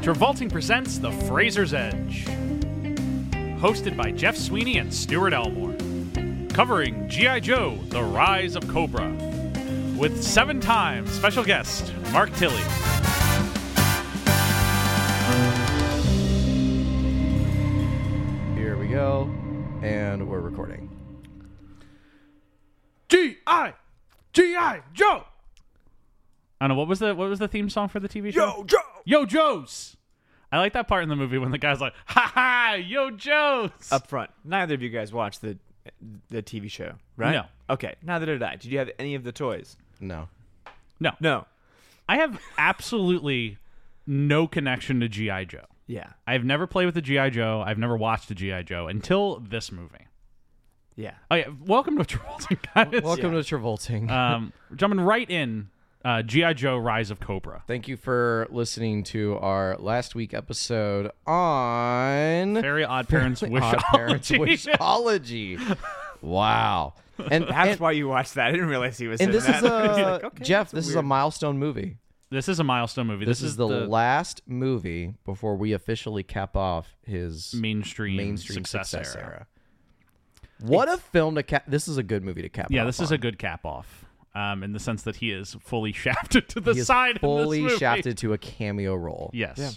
Travolting presents The Fraser's Edge. Hosted by Jeff Sweeney and Stuart Elmore. Covering G.I. Joe The Rise of Cobra. With seven time special guest Mark Tilley. Here we go. And we're recording. G.I. G.I. Joe. I don't know what was the what was the theme song for the TV show? Yo, Joe. Yo Joe's. I like that part in the movie when the guy's like, "Ha ha, Yo Joe's." up front. Neither of you guys watched the the TV show, right? No. Okay. Neither did I. Did you have any of the toys? No. no, No. I have absolutely no connection to GI Joe. Yeah. I've never played with the GI Joe. I've never watched a GI Joe until this movie. Yeah. Oh yeah, welcome to Travolta, guys. Welcome to Travolting. Um, jumping right in, uh, GI Joe: Rise of Cobra. Thank you for listening to our last week episode on Very odd parents wish. Odd Parents Wishology. wow. And, That's and, why you watched that. I didn't realize he was. and in this that. is I was a like, okay, Jeff, that's this is a milestone movie. This is a milestone movie. This, This, is, the, the last movie before we officially cap off his mainstream, mainstream success, success, era. era. What a film to cap. This is a good movie to cap. Yeah, off this is on. a good cap off. Um, in the sense that he is fully shafted to the He is side. in this fully movie. shafted to a cameo role. Yes. Yeah.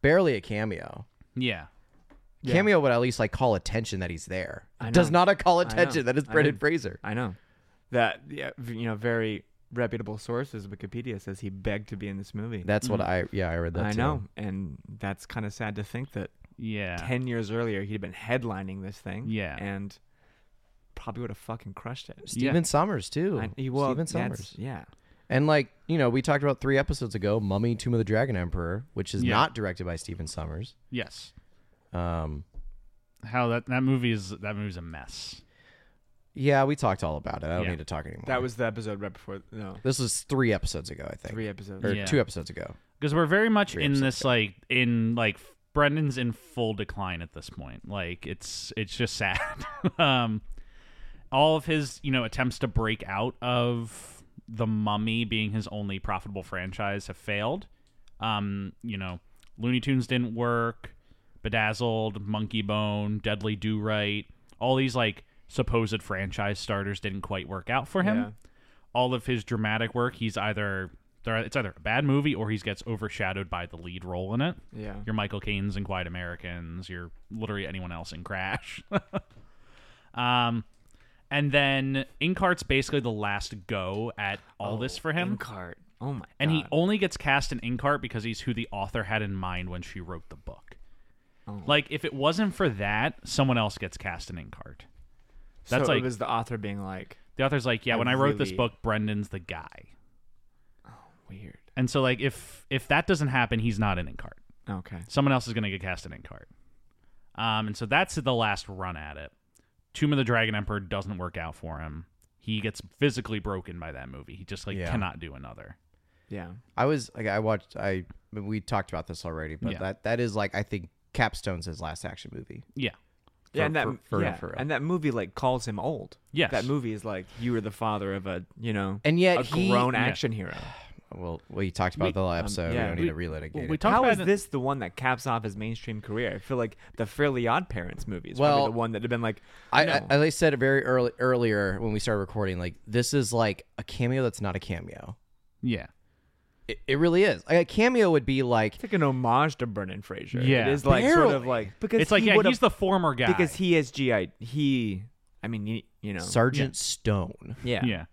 barely a cameo. Cameo would at least like call attention that he's there. I Does know. not call know. attention that it's I Brendan know. Fraser. I know that. Yeah. v- You know, very reputable sources. Wikipedia says he begged to be in this movie. That's what I yeah I read that. Mm. I too. know, and that's kind of sad to think that Yeah. ten years earlier he'd been headlining this thing. Yeah. And probably would have fucking crushed it. Steven Summers too. I- he- well, Steven that's- Summers. Yeah. And like you know, we talked about three episodes ago, Mummy, Tomb of the Dragon Emperor, which is Yeah. not directed by Steven Summers. Yes. Um, How that that movie is that movie's a mess. yeah, we talked all about it. I don't Yeah. need to talk anymore. That was the episode right before. No. this was three episodes ago, I think, Three episodes. or Yeah. two episodes ago. because we're very much Three in episodes this like in like Brendan's in full decline at this point. Like it's it's just sad. um, all of his you know attempts to break out of the Mummy being his only profitable franchise have failed. Um, you know, Looney Tunes didn't work. Bedazzled, Monkey Bone, Deadly Do Right, all these like supposed franchise starters didn't quite work out for him Yeah. all of his dramatic work, he's either there- it's either a bad movie or he gets overshadowed by the lead role in it. Yeah. Your Michael Caine's in Quiet Americans, your literally anyone else in Crash. um, and then Incart's basically the last go at all this for him. Inkheart. Oh my. and he God. only gets cast in Inkart because he's who the author had in mind when she wrote the book. Oh. Like if it wasn't for that, someone else gets cast in Inkart. That's so like it was the author being like the author's like, yeah, I when I wrote this really- book, Brendan's the guy. weird. And so like if if that doesn't happen, he's not in Inkart. Okay. Someone else is going to get cast in Inkart. Um, and so that's the last run at it. Tomb of the Dragon Emperor doesn't work out for him. He gets physically broken by that movie. He just like Yeah. cannot do another. Yeah. I was like, I watched. I we talked about this already, but Yeah. that that is like I think Capstone's his last action movie. Yeah. yeah, and that for- for- yeah, for real. and that movie like calls him old. Yes. That movie is like you were the father of a you know And yet a he- grown Yeah. action hero. Well, we talked about We- the last episode. um, yeah. we don't need to relitigate. Well, it. we talked How about is it- this the one that caps off his mainstream career? I feel like the Fairly Odd Parents movie is Well, probably the one that had been like I, no. I, as I said very early earlier when we started recording, like this is like a cameo that's not a cameo. Yeah. It, it really is. Like, a cameo would be like, it's like an homage to Brendan Fraser. Yeah. it is like sort of Barely. like because it's like he yeah, would've- he's the former guy. because he is GI. He, I mean, you, you know, Sergeant Stone. yeah, yeah.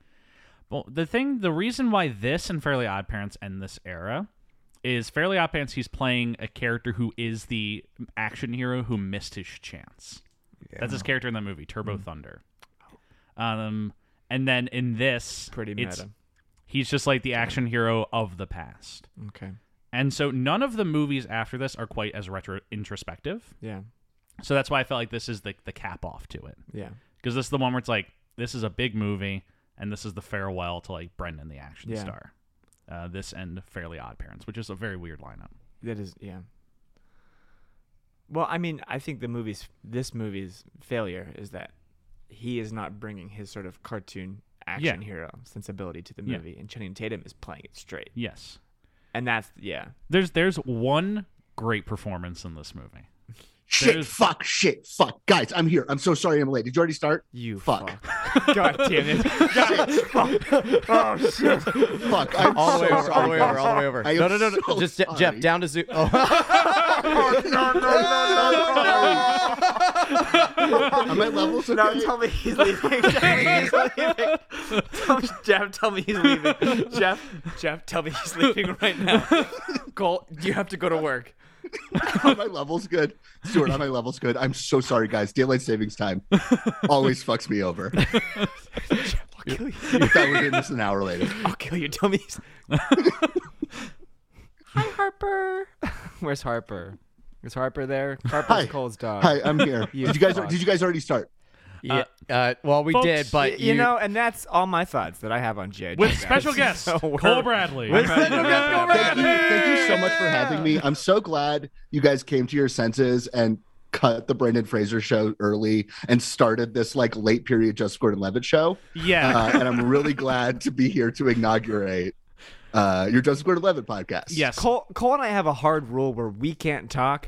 Well, the thing, the reason why this and Fairly Odd Parents end this era is Fairly Odd Parents. He's playing a character who is the action hero who missed his chance. That's his character in that movie, Turbo Mm-hmm. Thunder. Um, and then in this, pretty it's- meta. He's just like the action hero of the past, Okay, and so none of the movies after this are quite as retro introspective. yeah, So that's why I felt like this is the the cap off to it yeah, because this is the one where it's like this is a big movie and this is the farewell to like Brendan the action Yeah. star. Uh, this and Fairly Odd Parents, which is a very weird lineup. that is yeah. Well, I mean, I think the movie's this movie's failure is that he is not bringing his sort of cartoon action hero sensibility to the Yeah. movie, and Channing Tatum is playing it straight. Yes, and that's yeah. There's there's one great performance in this movie. Shit, There's- fuck, shit, fuck. Guys, I'm here. I'm so sorry I'm late. Did you already start? You Fuck. God damn it. God, fuck. Oh shit. Fuck. I'm All so the way over, sorry. all the way guys. over, all the way over. I am no, no, no, no. so Just Je- Jeff sorry. down to zoo. Oh, Am I levels? No, okay? tell me he's leaving. Jeff, he's leaving. Tell, Jeff, tell me he's leaving. Jeff, Jeff, tell me he's leaving right now. Cole, you have to go to work. Are my levels good? Stuart, are my levels good? I'm so sorry, guys. Daylight savings time always fucks me over. I I'll kill you. thought we were doing this an hour later. I'll kill you. Tell me he's. Hi, Harper. Where's Harper? Is Harper there? Harper's Hi. Cole's dog. Hi, I'm here. You did you guys? fuck. Did you guys already start? yeah. Uh, well, we folks, did, Y- but you, know, and that's all my thoughts that I have on G.I. Joe. With guys. special guest So we're- Cole Bradley. With special guest Cole Thank you, thank you so much for having me. I'm so glad you guys came to your senses and cut the Brendan Fraser show early and started this like late period Just Gordon Levitt show. Yeah. Uh, and I'm really glad to be here to inaugurate uh, your Just Gordon Levitt podcast. yes. Cole, Cole and I have a hard rule where we can't talk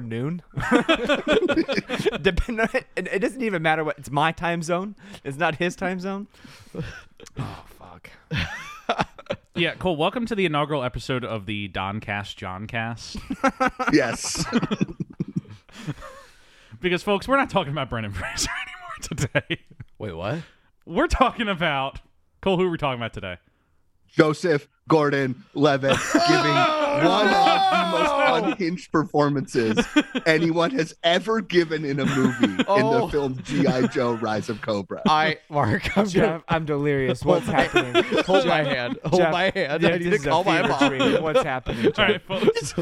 noon. Depend on it, it doesn't even matter what it's my time zone. It's not his time zone. Oh fuck. Yeah, Cole, welcome to the inaugural episode of the Doncast John Cast. Yes. because folks, we're not talking about Brendan Fraser anymore today. wait, what? We're talking about Cole, who are we talking about today? Joseph Gordon Levitt giving one of the most unhinged performances anyone has ever given in a movie in the Oh. film G.I. Joe Rise of Cobra. Uh, I, Mark, I'm gonna Jeff, I'm delirious. What's happening? hold my hand. Hold Jeff, my hand. Jeff, I need this to is a call my fever mom. dream. What's happening? Jeff? All right, folks.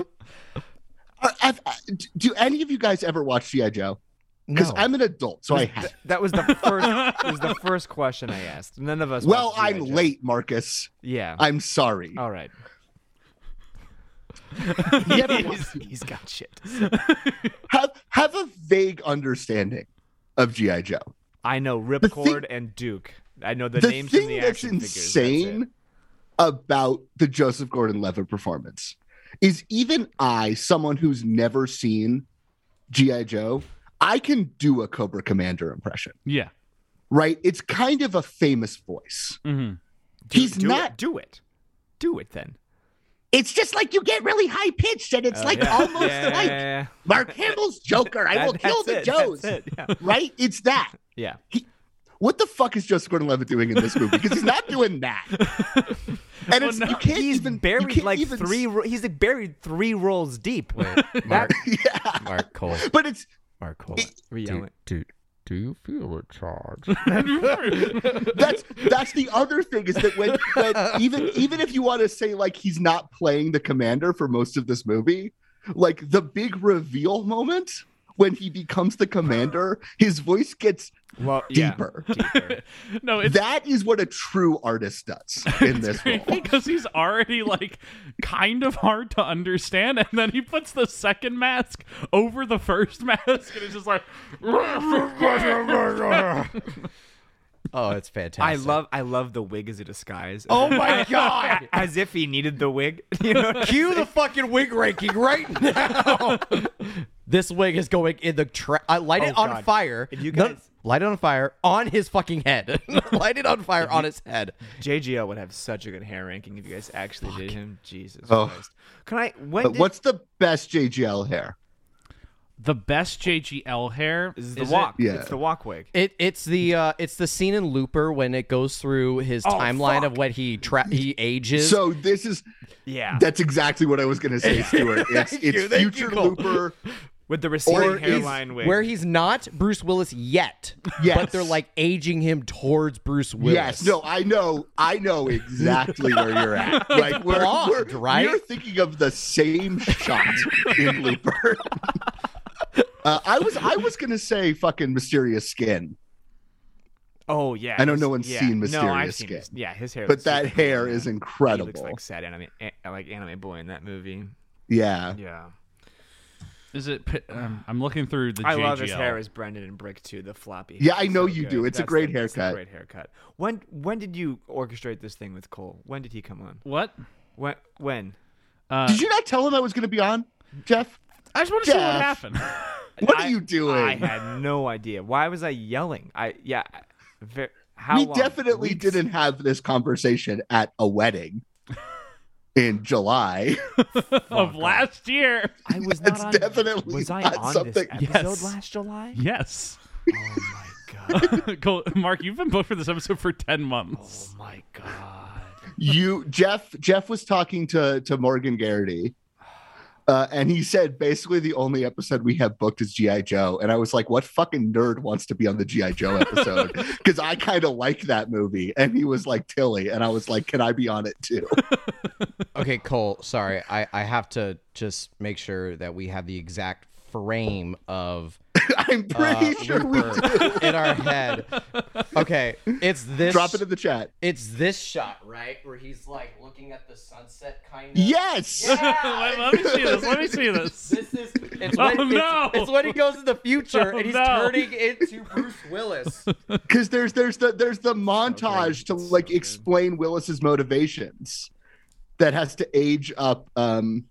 I- I've- I- uh, do any of you guys ever watch G.I. Joe? Because No. I'm an adult, so I have. That was the first. it was the first question I asked. None of us. Well, watched G.I. I'm Joe. Oh. late, Marcus. Yeah. I'm sorry. All right. You ever watch- He's- he's got shit. have, have a vague understanding of G.I. Joe. I know thing- Ripcord and Duke. I know the, the names thing and the that's action figures. that's it. insane about the Joseph Gordon-Levitt performance is even I, someone who's never seen GI Joe, I can do a Cobra Commander impression, Yeah. right? It's kind of a famous voice. hmm He's do not. It, do it. Do it then. It's just like you get really high pitched, and it's like almost like Oh, yeah. Mark Hamill's Joker. I will That- kill that's the it, Joes, that's it, Yeah. right? It's that. Yeah. What the fuck is Joseph Gordon-Levitt doing in this movie? Because he's not doing that. And it's, you can't He's even you buried can't like even three. Ro- he's like buried three rolls deep. Mark, Mark Cole. But it's Mark Cole. We Do, yelling. do, do you feel a charge? that's that's the other thing is that when, when even even if you want to say like he's not playing the commander for most of this movie, like the big reveal moment when he becomes the commander, his voice gets Well, yeah. deeper. Deeper. No, it's That is what a true artist does in this great role. because he's already like kind of hard to understand, and then he puts the second mask over the first mask, and it's just like oh, it's fantastic. I love. I love the wig as a disguise. Oh my god! As if he needed the wig. You know. what I Cue the fucking wig raking right now. this wig is going in the trap. I light it Oh, on God. fire. If you No- guys- light it on fire on his fucking head. light it on fire on his head. mean? JGL would have such a good hair ranking if you guys actually did him. Jesus Oh. Christ. Can I? When But did, what's the best JGL hair? the best JGL hair is the is it- walk? Yeah. It's the walk wig. It, it's the uh, it's the scene in Looper when it goes through his timeline of when he tra- he ages. So this is Yeah. that's exactly what I was gonna say, Stuart. It's, Thank you, it's thank you, future Cole. Looper. With the receding Or is- hairline wig. where he's not Bruce Willis yet, Yes. but they're like aging him towards Bruce Willis. Yes, no, I know, I know exactly where you're at. Like we're, blonde, we're right? you're thinking of the same shot in Looper. uh, I was I was gonna say fucking mysterious skin, Oh yeah. I know his- no one's yeah. seen No, I've Mysterious seen Skin. his- yeah, his hair. but looks that super cool, hair yeah. is He incredible. looks like sad anime, a- like anime boy in that movie. yeah. Yeah. Is it? pi- Um, I'm looking through the. I love his JGL. hair as Brendan and Brick too. The floppy. Yeah, hair I is know so you good. do. It's a That's great the- that's the haircut. great haircut. When when did you orchestrate this thing with Cole? When did he come on? What? When when? Uh, Did you not tell him I was going to be on, Jeff? I just want to see what Jeff. happened. What I- are you doing? I had no idea. Why was I yelling? I yeah. Ve- how we long? definitely Weeks? didn't have this conversation at a wedding in July. of last year. I was That's not on, definitely was I not on this something- episode Yes. last July? Yes. Oh my god. Cole, Mark, you've been booked for this episode for 10 Oh months. my god. you Jeff Jeff was talking to to Morgan Garrity. Uh, and he said basically the only episode we have booked is GI Joe, and I was like, "What fucking nerd wants to be on the GI Joe episode?" Because I kind of like that movie. And he was like Tilly, and I was like, "Can I be on it too?" Okay, Cole, sorry. I, I have to just make sure that we have the exact frame of I'm uh, pretty sure we Looper in our head. Okay, it's this drop it in the chat. it's this shot, right? Where he's like looking at the sunset kind of. Yes, Oh. let, let me see this. Let me see this. This is it's Oh, when, it's- no! it's, when he goes to the future Oh, and he's no. turning into Bruce Willis. because there's there's the there's the montage to like explain Willis's motivations that has to age up um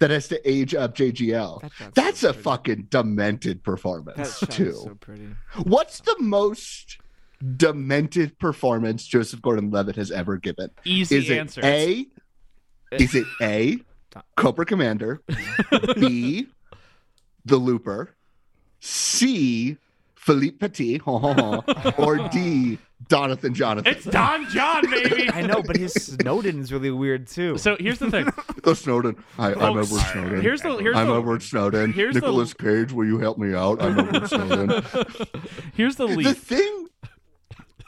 that has to age up JGL. That shot's That's so a pretty. fucking demented That performance shot too. is so pretty. What's the most demented performance Joseph Gordon-Levitt has ever given? Easy Is it answer. A? Is it A? Cobra Commander. B. The Looper. C. Philippe Petit. or D. Donathan Jonathan. It's Don John, baby. I know, but his Snowden's really weird too. So here's the thing. the Snowden. Hi, I'm Folks, Edward Snowden. Here's the here's I'm the Edward Snowden. here's the- Nicholas Cage, will you help me out? I'm Edward Snowden. here's the the lead. thing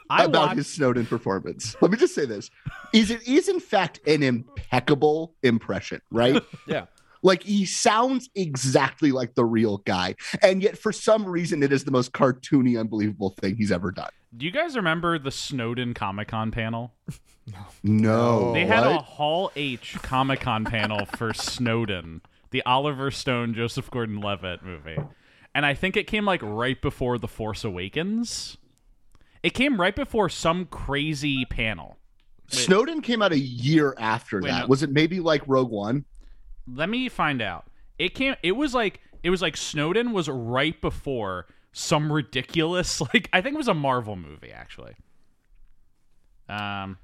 I about watched his Snowden performance. Let me just say this: is it is in fact an impeccable impression, right? Yeah. Like he sounds exactly like the real guy, and yet for some reason it is the most cartoony, unbelievable thing he's ever done. Do you guys remember the Snowden Comic Con panel? No, They had a what? Hall H Comic Con panel for Snowden, the Oliver Stone Joseph Gordon-Levitt movie, and I think it came like right before The Force Awakens. It came right before some crazy panel. Snowden came out a year after Wait, that. no. Was it maybe like Rogue One? Let me find out. It came. It was like it was like Snowden was right before some ridiculous like I think it was a Marvel movie actually. Um,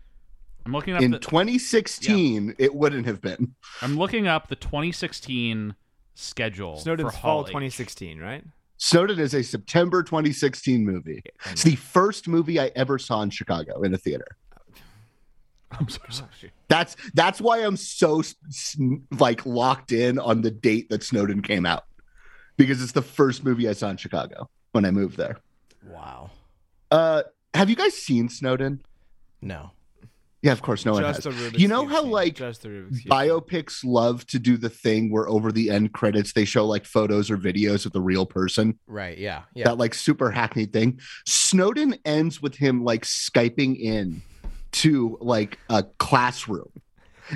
I'm looking up In the, 2016, it wouldn't have been. I'm looking up the 2016 schedule. for Snowden's fall Hall H. 2016, right? Snowden is a September 2016 movie. It's the first movie I ever saw in Chicago in a theater. I'm so sorry. Oh, That's that's why I'm so s- s- like locked in on the date that Snowden came out because it's the first movie I saw in Chicago when I moved there. Wow. Uh, have you guys seen Snowden? No. Yeah, of course, no one Just has. the Rubik's You know Cube how thing. like Just the Rubik's Cube. biopics love to do the thing where over the end credits they show like photos or videos of the real person. Right. Yeah. Yeah. That like super hackneyed thing. Snowden ends with him like skyping in to like a classroom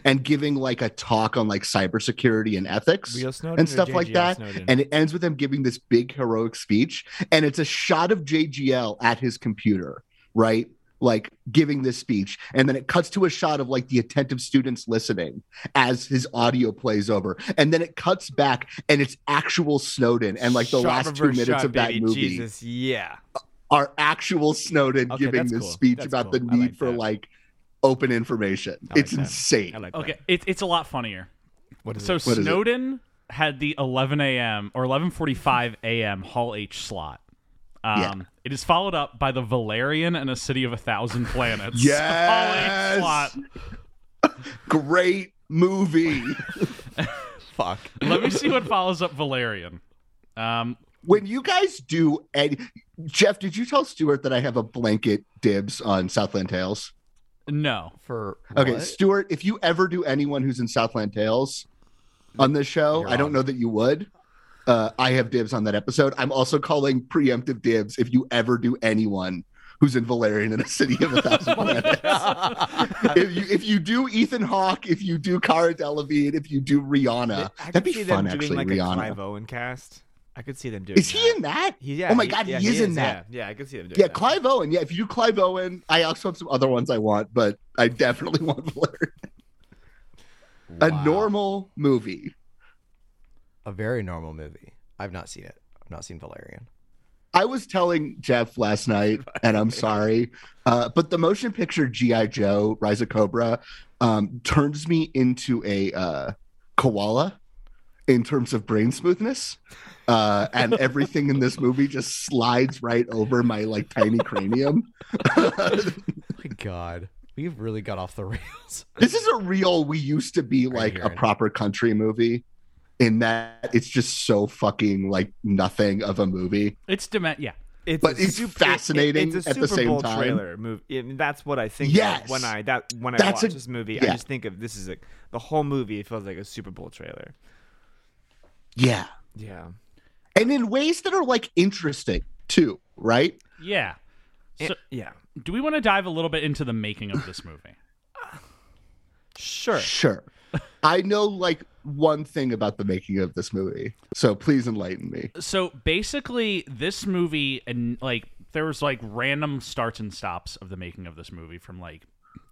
and giving like a talk on like cybersecurity and ethics. Real Snowden and or stuff like JGL that. Snowden? And it ends with him giving this big heroic speech. And it's a shot of JGL at his computer, right? Like giving this speech. And then it cuts to a shot of like the attentive students listening as his audio plays over. And then it cuts back and it's actual Snowden. And like the Shot last two reverse minutes shot, of that baby movie Jesus, yeah. are actual Snowden Okay, giving that's this cool. speech That's about the cool. I need like for that. like open information. I like it's that. insane. I like Okay, that. it, it's a lot funnier. What is So it? What is it? Snowden had the 11 a.m. or 11:45 a.m. Hall H slot. Um, Yeah. It is followed up by the Valerian and a City of a Thousand Planets. Yes! Hall H slot. Great movie. Fuck. Let me see what follows up Valerian. Um, when you guys do any Jeff, did you tell Stuart that I have a blanket dibs on Southland Tales? no. For Okay, what? Stuart, if you ever do anyone who's in Southland Tales on this show, You're I don't on. know that you would. Uh, I have dibs on that episode. I'm also calling preemptive dibs if you ever do anyone who's in Valerian in a city of a thousand planets. if you if you do Ethan Hawke, if you do Cara Delevingne, if you do Rihanna, I could that'd be see fun them doing, actually. like a Rihanna, Clive Owen cast. I could see them doing. is he that. in that? He, yeah, Oh my he- God, yeah, he is in that. Yeah, yeah, I could see them doing. Yeah, that. Clive Owen. Yeah, if you do Clive Owen, I also have some other ones I want, but I definitely want Valerian. A Wow. normal movie. A very normal movie. I've not seen it. I've not seen Valerian. I was telling Jeff last night, and I'm sorry, uh, but the motion picture GI Joe: Rise of Cobra um, turns me into a uh, koala in terms of brain smoothness, uh, and everything in this movie just slides right over my like tiny cranium. My God, we've really got off the rails. this is a real. We used to be like a hearing? proper country movie, in that it's just so fucking like nothing of a movie. It's dema- yeah. It's But a it's sup- it- fascinating it's a at the Super same Bowl time. Trailer movie. I mean, that's what I think. Yes. Of when I that when I That's watch a- this movie, I yeah. just think of this is like the whole movie feels like a Super Bowl trailer. Yeah. Yeah. and in ways that are like interesting too, right? Yeah. So, Yeah. do we want to dive a little bit into the making of this movie? Sure. Sure. I know like one thing about the making of this movie, so please enlighten me. so basically this movie and like there was like random starts and stops of the making of this movie from like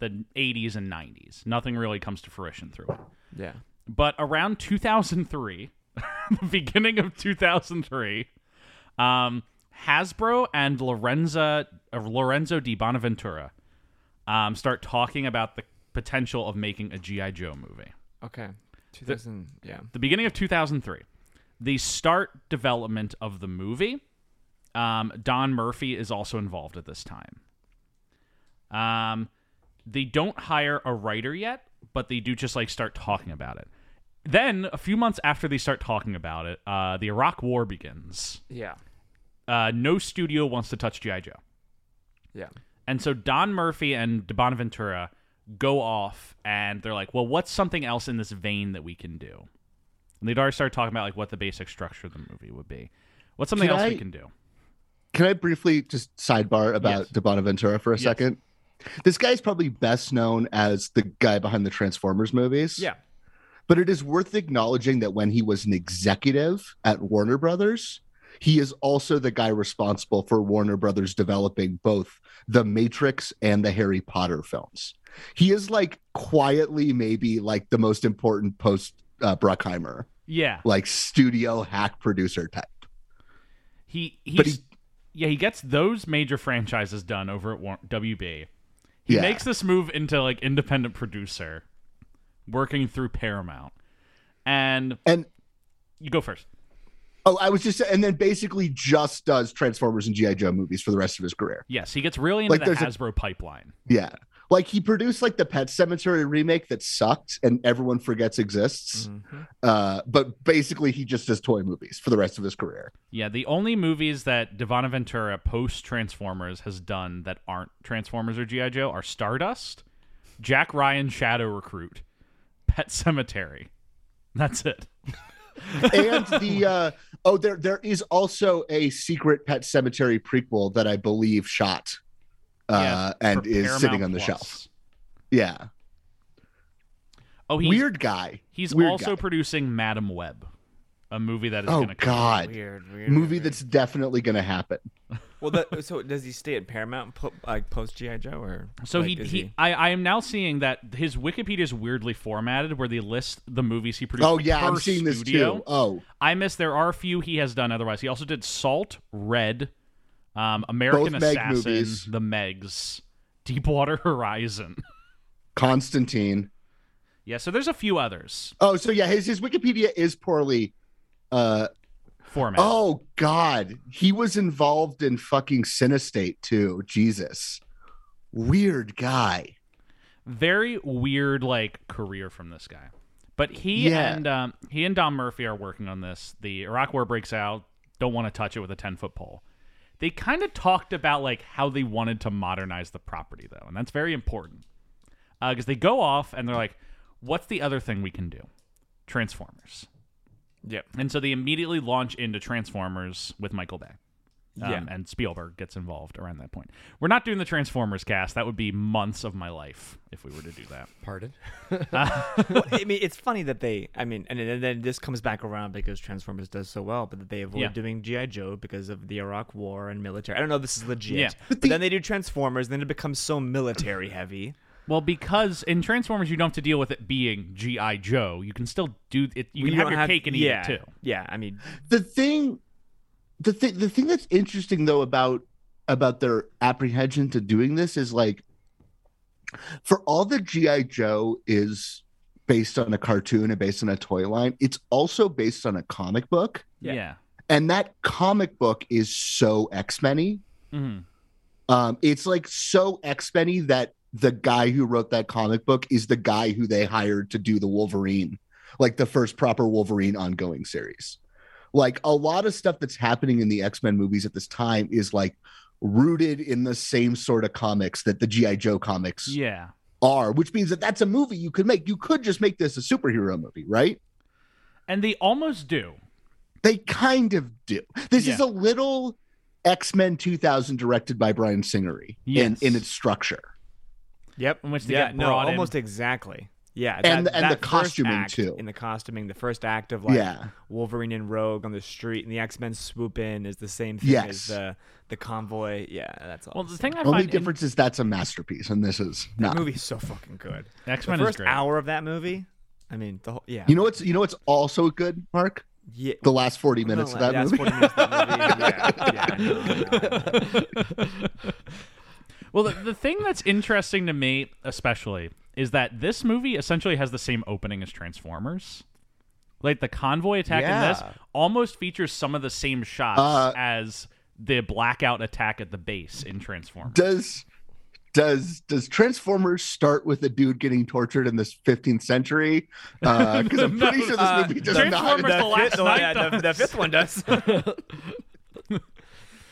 the 80s and 90s nothing really comes to fruition through it Yeah. but around 2003 the beginning of 2003 um, hasbro and lorenza uh, lorenzo di bonaventura um, start talking about the potential of making a gi joe movie Okay. 2000. yeah. the beginning of 2003, the start development of the movie. Um, Don Murphy is also involved at this time. Um, they don't hire a writer yet, but they do just like start talking about it. Then a few months after they start talking about it, uh, the Iraq War begins. Yeah. Uh, no studio wants to touch GI Joe. Yeah. And so Don Murphy and De Bonaventura go off and they're like, well, what's something else in this vein that we can do? And they'd already started talking about like what the basic structure of the movie would be. What's something Can else I- we can do? Can I briefly just sidebar about Yes. De Bonaventura for a Yes. second? This guy's probably best known as the guy behind the Transformers movies. Yeah. But it is worth acknowledging that when he was an executive at Warner Brothers, he is also the guy responsible for Warner Brothers developing both The Matrix and the Harry Potter films. He is like quietly maybe like the most important post uh, Bruckheimer, Yeah, like studio hack producer type. he But he's, yeah he gets those major franchises done over at War- WB. He Yeah. makes this move into like independent producer, working through Paramount. And And you go first. oh, I was just and then basically just does Transformers and GI Joe movies for the rest of his career. Yes, he gets really into Like, the there's Hasbro pipeline. Yeah. Like he produced like the Pet Cemetery remake that sucked and everyone forgets exists. Mm-hmm. Mhm. Uh, but basically, he just does toy movies for the rest of his career. Yeah, the only movies that Devon Ventura post Transformers has done that aren't Transformers or G.I. Joe are Stardust, Jack Ryan Shadow Recruit, Pet Cemetery. That's it. And the uh, oh, there there is also a secret Pet Cemetery prequel that I believe shot uh, and for is sitting Paramount on the Plus. shelf. Yeah, Oh, he's, weird guy. he's Weird also guy. producing producing Madam Web, a movie that is oh going to god, Weird. Weird. movie weird. that's definitely gonna happen. well. That, so does he stay at Paramount po- like post GI Joe or So like, he, is he, I, I am now seeing that his Wikipedia is weirdly formatted, where they list the movies he produced. Oh yeah, I'm per seeing this studio. too. Oh, I miss. There are a few he has done otherwise. He also did Salt, Red, um, American Meg Assassin, movies. The Megs, Deepwater Horizon. Constantine. yeah, so there's a few others Oh, so yeah, his his Wikipedia is poorly. Uh, format. oh god, he was involved in fucking Cinestate too. Jesus, weird guy. Very weird like career from this guy. But he Yeah. and um, he and Don Murphy are working on this. The Iraq War breaks out. Don't want to touch it with a ten foot pole. They kind of talked about like how they wanted to modernize the property though, and that's very important because they go off and they're like, "What's the other thing we can do?" Transformers. Yep. And so they immediately launch into Transformers with Michael Bay. Um, Yeah. And Spielberg gets involved around that point. We're not doing the Transformers cast. That would be months of my life if we were to do that. Pardon? Well, I mean, it's funny that they. I mean, and, then then this comes back around because Transformers does so well, but that they avoid Yeah. doing GI Joe because of the Iraq War and military. I don't know. if This is legit. Yeah. But, then they do Transformers, and then it becomes so military heavy. Well, because in Transformers you don't have to deal with it being GI Joe. You can still do it. You We can don't have your cake and eat yeah, it too. Yeah, I mean, the thing the thing the thing that's interesting though about about their apprehension to doing this is like for all the gi joe is based on a cartoon and based on a toy line it's also based on a comic book Yeah. yeah. and that comic book is so x-men Mhm. um it's like so x-men that the guy who wrote that comic book is the guy who they hired to do the wolverine like the first proper wolverine ongoing series like a lot of stuff that's happening in the x-men movies at this time is like rooted in the same sort of comics that the gi joe comics Yeah. are which means that that's a movie you could make you could just make this a superhero movie right And they almost do. they kind of do this is Yeah. a little x-men 2000 directed by brian singery Yes. in, in its structure yep. In which they yeah, got no, brought in. almost exactly. Yeah, And- that- and that the first costuming, act too. In the costuming, the first act of like Yeah. Wolverine and Rogue on the street, and the X Men swoop in is the same thing Yes. as the the convoy. Yeah, that's all. Well, the thing I Only find difference is that's a masterpiece, and this is that not. movie's so fucking good. X The Men is first great. hour of that movie. I mean, the whole yeah. You know what's you know what's also good, Mark? yeah, The last forty minutes the of that last movie. 40 minutes of that movie. Yeah, yeah, no, no, no. well, the, the thing that's interesting to me, especially, is that this movie essentially has the same opening as Transformers. Like the convoy attack in this Yeah. almost features some of the same shots Uh, as the blackout attack at the base in Transformers. Does does does Transformers start with a dude getting tortured in this 15th century? Because I'm pretty sure this uh, movie does Transformers not. the last fifth, night yeah, the- does. the fifth one does.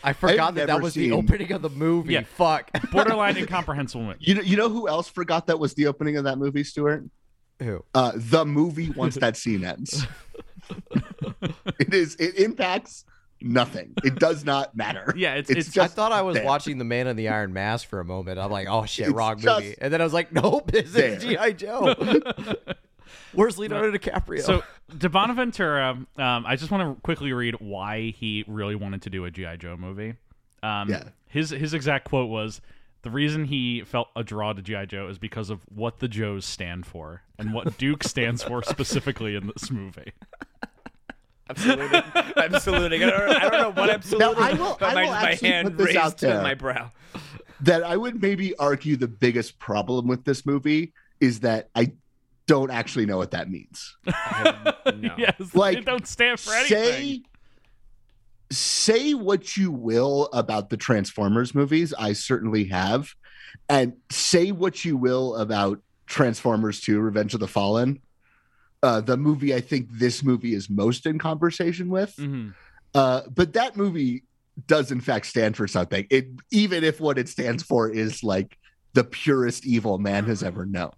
I forgot that that never was seen- the opening of the movie. Yeah. Fuck. Borderline incomprehensible. You know, you know who else forgot that was the opening of that movie, Stuart? Who? Uh, the movie once that scene ends. it is it impacts nothing. It does not matter. Yeah, it's- it's- I just thought I was there. watching The Man in the Iron Mask for a moment. I'm like, oh shit, It's wrong just movie. And then I was like, nope, this there. is G.I. Joe. Where's Leonardo DiCaprio? So, to Bonaventura, um, I just want to quickly read why he really wanted to do a GI Joe movie. Um, Yeah. His his exact quote was, "The reason he felt a draw to GI Joe is because of what the Joes stand for and what Duke stands for specifically in this movie." I'm saluting. I'm saluting. I don't, I don't know what I'm Now, saluting. I will- but I my, will my actually hand put this raised out to there. my brow. that I would maybe argue the biggest problem with this movie is that I don't actually know what that means. No. yes, Like, they don't stand for anything. Say say what you will about the Transformers movies, I certainly have, and say what you will about Transformers 2 Revenge of the Fallen. Uh, the movie I think this movie is most in conversation with. Mhm. Uh, but that movie does in fact stand for something. It even if what it stands for is like the purest evil man has ever known.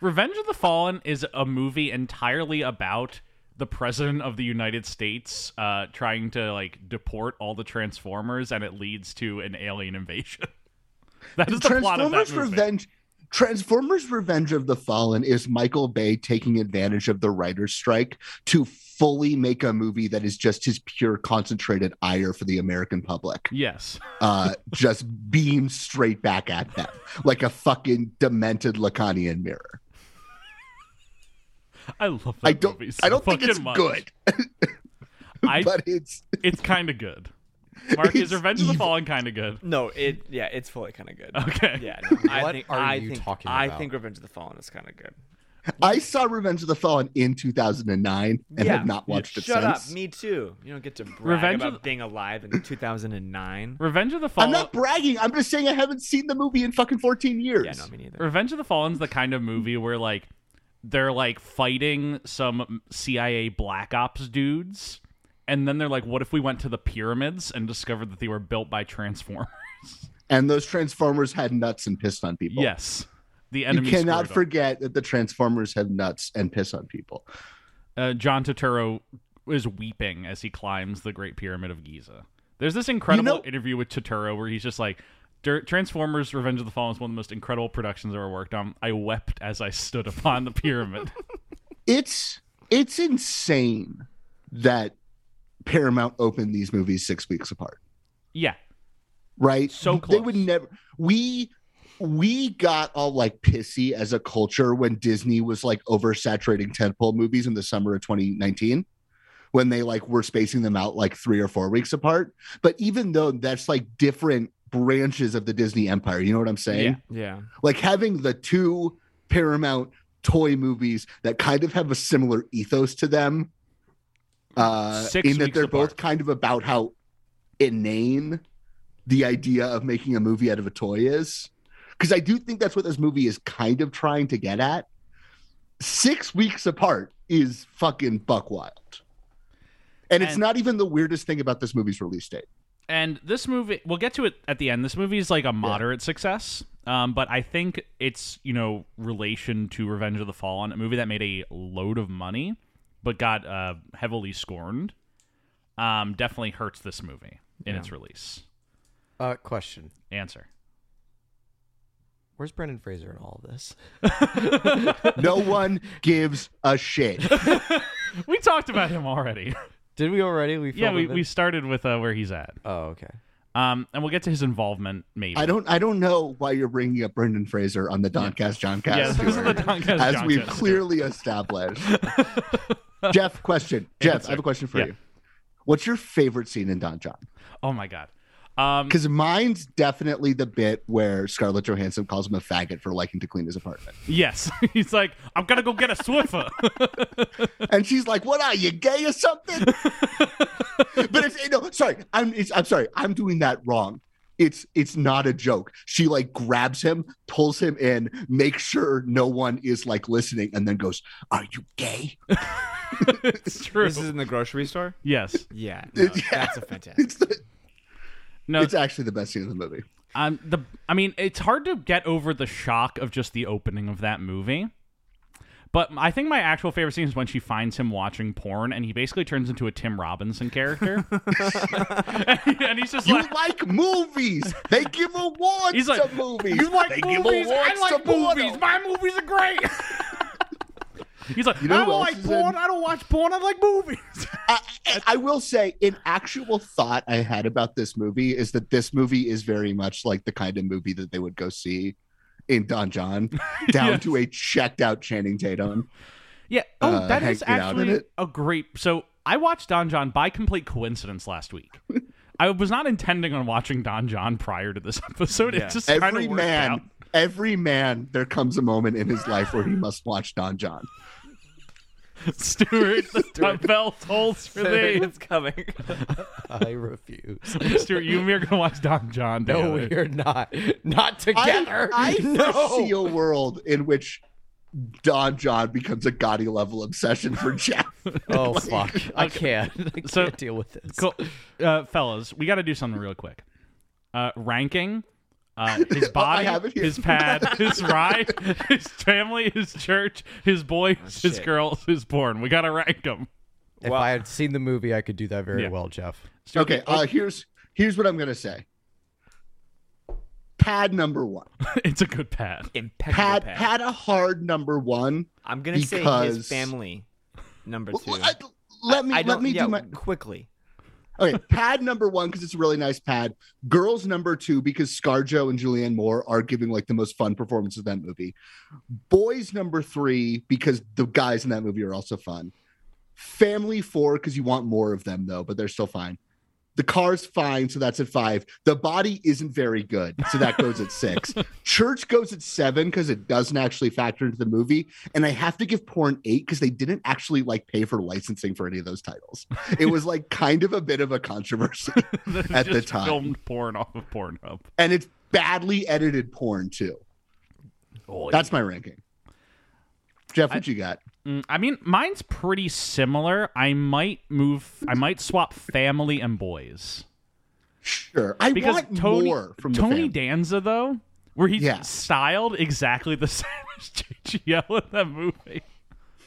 Revenge of the Fallen is a movie entirely about the president of the United States uh, trying to like deport all the Transformers, and it leads to an alien invasion. That is the plot of that Transformers movie. Revenge Transformers Revenge of the Fallen is Michael Bay taking advantage of the writer's strike to fully make a movie that is just his pure concentrated ire for the American public. Yes. Uh just beamed straight back at them like a fucking demented Lacanian mirror. I love that I don't movie so I don't think fucking it's much. good, I, but it's it's kind of good. Mark, is It's Revenge of the evil. Fallen kind of good? No, it yeah, it's fully kind of good. Okay. Yeah, no, I What think, are I you think, talking I about? think Revenge of the Fallen is kind of good. I saw Revenge of the Fallen in 2009 and yeah. have not watched it Shut since. up, me too. You don't get to brag Revenge about of the- being alive in 2009. Revenge of the I'm Fallen. not bragging. I'm just saying I haven't seen the movie in fucking 14 years. Yeah, no, me neither. Revenge of the Fallen's the kind of movie where like they're like fighting some CIA black ops dudes, and then they're like, "What if we went to the pyramids and discovered that they were built by Transformers?" and those Transformers had nuts and pissed on people. yes. The You enemy cannot screwed 'em. forget that the Transformers have nuts and piss on people. uh, John Turturro is weeping as he climbs the Great Pyramid of Giza. There's this You incredible know- interview with Turturro where he's just like, "Dur- Transformers Revenge of the Fallen is one of the most incredible productions I've ever worked on. I wept as I stood upon the pyramid. It's it's insane that Paramount opened these movies 6 weeks apart. yeah. right? So They close. would never. We we got all like pissy as a culture when Disney was like oversaturating tentpole movies in the summer of 2019 when they like were spacing them out like 3 or 4 weeks apart but even though that's like different branches of the Disney empire you know what I'm saying Yeah. like having the two Paramount toy movies that kind of have a similar ethos to them uh Six in that weeks they're both apart. kind of about how inane the idea of making a movie out of a toy is because I do think that's what this movie is kind of trying to get at 6 weeks apart is fucking buck wild and it's And- not even the weirdest thing about this movie's release date And this movie, we'll get to it at the end. This movie is like a moderate success, um, but I think it's you know relation to Revenge of the Fallen, a movie that made a load of money, but got uh, heavily scorned. Um, definitely hurts this movie in its release. Uh, question: Answer. Where's Brendan Fraser in all of this? no one gives a shit We talked about him already. Did we already? We yeah, filled we, him in? we started with uh, where he's at, Oh, okay. um, and we'll get to his involvement maybe. I don't I don't know why you're bringing up Brendan Fraser on the Doncast Johncast. Yeah, this is tour, the Doncast as Johncast we've tour. clearly established. Jeff, question. Jeff, I have a question for Yeah. you. What's your favorite scene in Don John? Oh my god. Um, Because mine's definitely the bit where Scarlett Johansson calls him a faggot for liking to clean his apartment, yes, he's like, I'm gonna go get a Swiffer. and she's like, "What are you gay or something?" but it's no, sorry, I'm it's, I'm sorry, I'm doing that wrong. It's it's not a joke. She like grabs him, pulls him in, makes sure no one is like listening, and then goes, "Are you gay?" it's true. This is in the grocery store. yes. Yeah. no, Yeah. That's a fantastic. It's the, No. it's actually the best scene in the movie. Um, the I mean, it's hard to get over the shock of just the opening of that movie. But I think my actual favorite scene is when she finds him watching porn, and he basically turns into a Tim Robinson character, and, he- and he's just You like, like movies? They give awards He's like, to movies. "You like they movies? I like porno." movies. My movies are great." he's like, know "I who don't else like is porn. in- I don't watch porn. I like movies." I, I- I will say, an actual thought I had about this movie is that this movie is very much like the kind of movie that they would go see in Don John, down Yes. to a checked out Channing Tatum. Yeah. Oh, uh, that is hanging out in actually it. a great. So I watched Don John by complete coincidence last week. I was not intending on watching Don John prior to this episode. Yeah. It just kind Every of man, Out. every man, there comes a moment in his life where he must watch Don John. Stuart, the t- bell tolls for thee. it's coming. I refuse. Stuart, you and me are gonna watch Don John. No, together. we are not. Not together. I, I no. foresee a world in which Don John becomes a gaudy level obsession for Jeff. Oh fuck! I can't. I can't So- deal with this. Cool. Uh, fellas, we got to do something real quick. Uh, ranking uh, his body, have it here. his pad, his ride, his family, his church, his boys, Oh, his shit. girls, his porn. We got to rank them. If I had seen the movie, I could do that very Yeah. well, Jeff. Okay, uh, here's here's what I'm gonna say. Pad number one. It's a good pad. Impeccable. Pad Pat. had a hard number one. I'm gonna say his because- family. Number two. Well, I- let me I let don't- me yeah, do my quickly. okay. Pad number one because it's a really nice pad. Girls number two because ScarJo and Julianne Moore are giving like the most fun performance of that movie. Boys number three because the guys in that movie are also fun. Family four because you want more of them though, but they're still fine. The car's fine, so that's at five. The body isn't very good, so that goes at six. Church goes at seven because it doesn't actually factor into the movie, and I have to give porn eight because they didn't actually like pay for licensing for any of those titles. It was like kind of a bit of a controversy, At the Just time. filmed porn off of Pornhub. and it's badly edited porn too. That's my ranking. Jeff, what you got? Mm, I mean, mine's pretty similar. I might move. I might swap family and boys Sure, I because want Tony more from the Tony family. Danza though, where he's Yeah. styled exactly the same as JGL in that movie.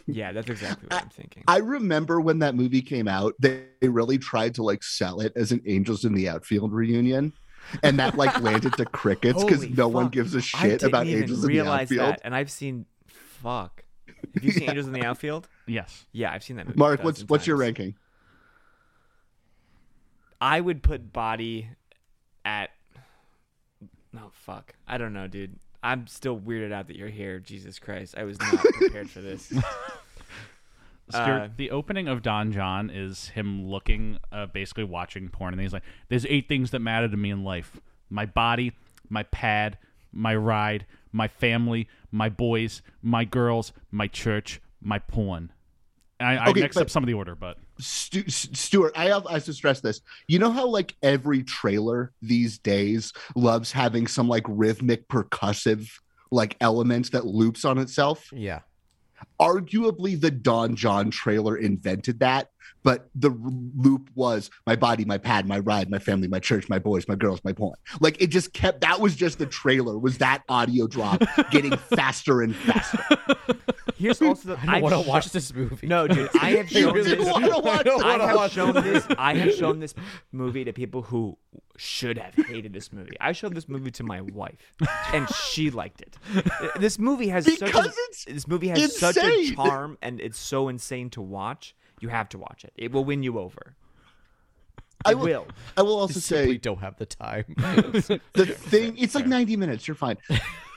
Yeah, that's exactly what I'm thinking. I remember when that movie came out, they, they really tried to like sell it as an Angels in the Outfield reunion. And that like landed to crickets because Holy no one fuck. gives a I shit didn't about even Angels in the realize Outfield. that, and I've seen. Fuck. Have you seen Angels in the Outfield? Yes, Yeah, I've seen that movie. a Mark, what's dozen what's your times. ranking? I would put body at No, fuck. I don't know, dude. I'm still weirded out that you're here. Jesus Christ. I was not prepared for this. Stuart, Uh, the opening of Don John is him looking, uh, basically watching porn, and he's like, "There's eight things that matter to me in life: my body, my pad, my ride, my family, my boys, my girls, my church, my porn." I, Okay, I mixed but- up some of the order, but Stu- S- Stuart, I have I have to stress this. You know how like every trailer these days loves having some like rhythmic percussive like element that loops on itself. Yeah. Arguably, the Don John trailer invented that, but the r- loop was my body, my pad, my ride, my family, my church, my boys, my girls, my porn. Like it just kept. That was just the trailer. Was that audio drop getting faster and faster? Here's also the. I don't want to watch this movie. No, dude. I have You shown didn't this. want to watch. don't it. I wanna have watch shown this. I have shown this movie to people who should have hated this movie. I showed this movie to my wife, and she liked it. This movie has such Because a, it's this movie has such a insane. charm, and it's so insane to watch. You have to watch it. It will win you over. I It will. I will also I say simply don't have the time. the thing it's like 90 minutes you're fine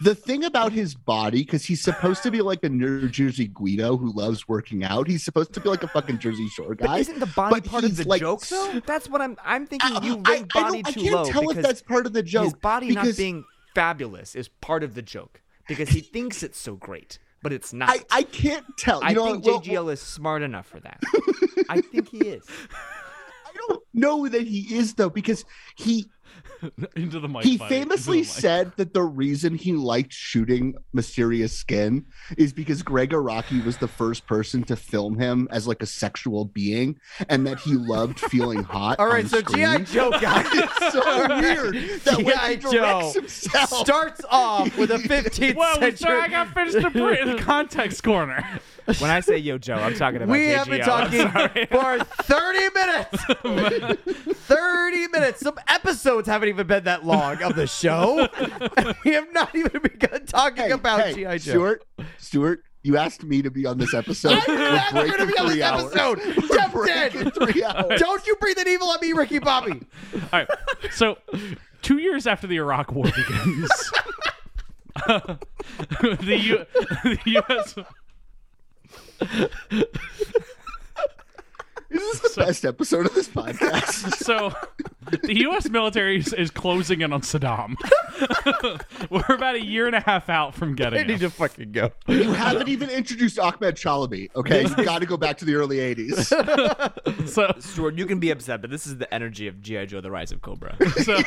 the thing about his body because he's supposed to be like a new jersey guido who loves working out he's supposed to be like a fucking jersey shore guy Isn't the body but part of he's, the like, joke though? That's what I'm. I'm thinking. I- you I- rate I body don't- I too can't low tell if because that's part of the His joke, body not because- being fabulous is part of the joke because he thinks it's so great, but it's not. I, I can't tell. You I know, think well, JGL is smart enough for that. I think he is. I don't know that he is though, because he into the mic. he buddy, into the famously mic. said that the reason he liked shooting Mysterious Skin is because Greg Araki was the first person to film him as like a sexual being, and that he loved feeling hot. All right, on so screen. GI Joe guys It's so weird that when G.I. he Joe. directs himself, starts off with a 15th "Well, we- century. sorry, I got finished the, pre- the context corner." When I say yo Joe, I'm talking about we JGL. have been I'm talking sorry. for 30 minutes. 30 minutes. Some episodes haven't even been that long of the show. we have not even begun talking hey, about hey, GI Joe. Stuart, Stuart, you asked me to be on this episode. I'm never We're going to breaking be on three this hours. episode. We're Jeff breaking did. three hours. Don't you breathe an evil on me, Ricky Bobby. All right. So, two years after the Iraq War begins, the, U- the U.S. This is the best episode of this podcast. So, the U.S. military is, is closing in on Saddam. We're about a year and a half out from I getting need to him. fucking go. you haven't even introduced Ahmed Chalabi. Okay, you got to go back to the early '80s. So, Stuart, you can be upset, but this is the energy of GI Joe: The Rise of Cobra. so,